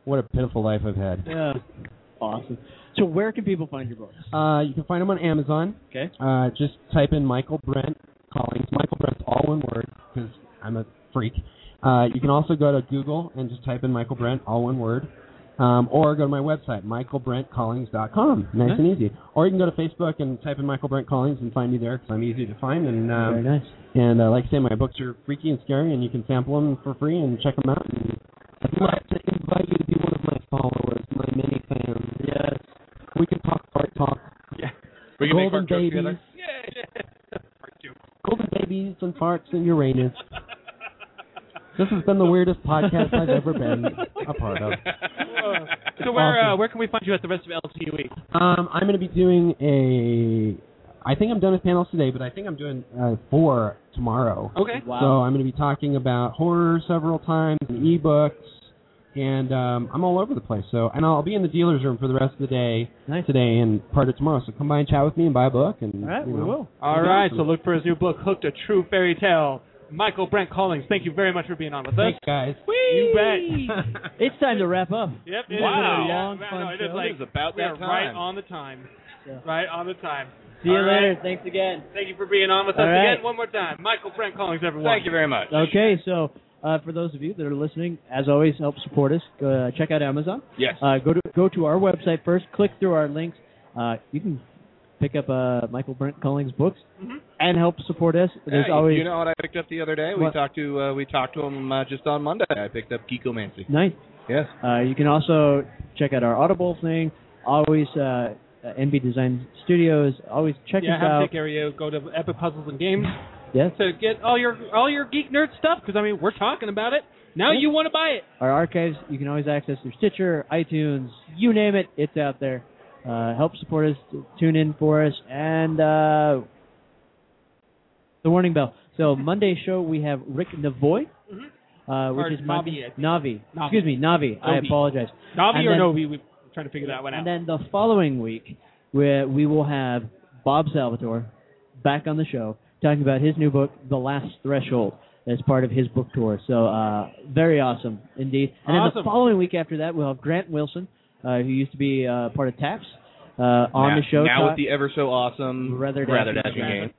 Speaker 21: what a pitiful life I've had.
Speaker 7: *laughs* Yeah. Awesome. So where can people find your books?
Speaker 21: Uh, you can find them on Amazon.
Speaker 7: Okay.
Speaker 21: Uh, just type in Michael Brent Collins. Michael Brent's all one word because I'm a freak. Uh, you can also go to Google and just type in Michael Brent, all one word. Um, or go to my website, michaelbrentcollings.com. Nice and easy. Or you can go to Facebook and type in Michael Brent Collins and find me there because I'm easy to find. And um,
Speaker 7: Very nice.
Speaker 21: And uh, like I say, my books are freaky and scary, and you can sample them for free and check them out. And I'd like to invite you to be one of my followers, my many fans. Yes. We can talk fart talk. Yeah. *laughs*
Speaker 4: We can make
Speaker 21: Golden
Speaker 4: fart jokes
Speaker 21: babies.
Speaker 4: together.
Speaker 21: Golden babies and farts
Speaker 4: *laughs*
Speaker 21: and Uranus. this has been the weirdest podcast I've ever *laughs* been a
Speaker 4: *laughs*
Speaker 21: part of.
Speaker 9: so where uh,
Speaker 21: Awesome.
Speaker 9: where can we find you at the rest of LCUE?
Speaker 21: Um, I'm going to be doing a. I think I'm done with panels today, but I think I'm doing uh, four tomorrow.
Speaker 9: Okay.
Speaker 21: So I'm going to be talking about horror several times and ebooks, and um, I'm all over the place. So and I'll be in the dealer's room for the rest of the day today and part of tomorrow. So come by and chat with me and buy a book. And all right,
Speaker 9: we will. All right, so look for his new book, Hooked: A True Fairy Tale. Michael Brent Collins, thank you very much for being on with us.
Speaker 21: Thanks, guys.
Speaker 9: You bet. *laughs*
Speaker 7: it's time to wrap up.
Speaker 9: Yep. it is
Speaker 7: Wow.
Speaker 9: a
Speaker 7: Long,
Speaker 9: yeah,
Speaker 7: fun
Speaker 9: no, it is
Speaker 7: show.
Speaker 9: like
Speaker 7: It is about
Speaker 9: we
Speaker 7: that
Speaker 9: are right
Speaker 7: time.
Speaker 9: on the time. Right on the time.
Speaker 7: See you
Speaker 9: All right.
Speaker 7: later. Thanks again.
Speaker 9: Thank you for being on with
Speaker 7: All
Speaker 9: us
Speaker 7: right.
Speaker 9: again one more time. Michael Brent Collins, everyone.
Speaker 7: Thank you
Speaker 9: very much.
Speaker 7: Okay, so uh, for those of you that are listening, as always, help support us. Go, uh, check out Amazon.
Speaker 4: Yes.
Speaker 7: Uh, go to go to our website first. Click through our links. Uh, you can pick up uh, Michael Brent Collings' books and help support us. There's
Speaker 8: Mm-hmm. Hey,
Speaker 7: always
Speaker 8: You know what I picked up the other day? We
Speaker 7: What?
Speaker 8: talked to uh, we talked to him uh, just on Monday. I picked up Geekomancy.
Speaker 7: nice.
Speaker 8: Yes.
Speaker 7: Uh, you can also check out our Audible thing. Always uh, uh, NB Design Studios. Always check
Speaker 9: yeah,
Speaker 7: us
Speaker 9: have
Speaker 7: out.
Speaker 9: Tech Area go to Epic Puzzles and Games
Speaker 7: Yes.
Speaker 9: to get all your all your geek nerd stuff because I mean we're talking about it. Now you want to buy it.
Speaker 7: Our archives, you can always access through Stitcher, iTunes, you name it, it's out there. Uh, help support us, t- tune in for us, and uh, the warning bell. So Monday show we have Rick Navoy, uh, which
Speaker 9: Or
Speaker 7: is
Speaker 9: Navi,
Speaker 7: Monday-
Speaker 9: I think.
Speaker 7: Navi.
Speaker 9: Navi.
Speaker 7: Excuse me, Navi. I
Speaker 9: Novi.
Speaker 7: apologize.
Speaker 9: Navi
Speaker 7: And
Speaker 9: or
Speaker 7: then-
Speaker 9: Novi? We're trying to figure that one out.
Speaker 7: And then the following week, where we will have Bob Salvatore back on the show talking about his new book, The Last Threshold, as part of his book tour. So uh, very awesome indeed. And then
Speaker 9: Awesome.
Speaker 7: the following week after that, we'll have Grant Wilson, uh, who used to be uh, part of Taps, uh, on
Speaker 8: now,
Speaker 7: the show.
Speaker 8: now
Speaker 7: talk-
Speaker 8: with the ever so awesome
Speaker 7: Rather
Speaker 8: rather
Speaker 7: Dashing
Speaker 8: dashing
Speaker 7: Game.
Speaker 8: game.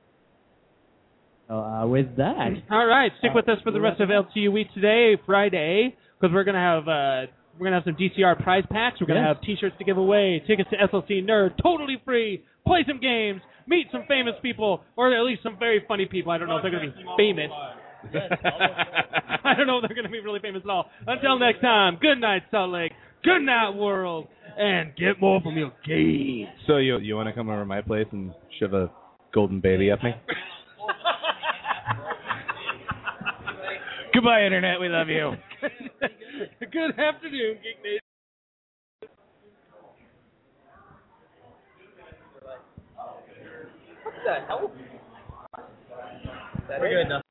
Speaker 7: So, uh, with that,
Speaker 9: All right, stick with us for the rest of LTUE today, Friday, because we're gonna have uh, we're gonna have some DCR prize packs. We're gonna
Speaker 7: Yes.
Speaker 9: have T-shirts to give away, tickets to SLC Nerd, totally free. Play some games, meet some famous people, or at least some very funny people. I don't know if they're gonna be famous. *laughs* I don't know if they're gonna be really famous at all. Until next time, good night, Salt Lake. Good night, world, and get more from your games.
Speaker 8: So you you want to come over to my place and shove a golden baby up me? *laughs* *laughs*
Speaker 9: Goodbye, Internet. We love you. Good afternoon, Geek Nation.
Speaker 24: the hell?
Speaker 12: We're good enough.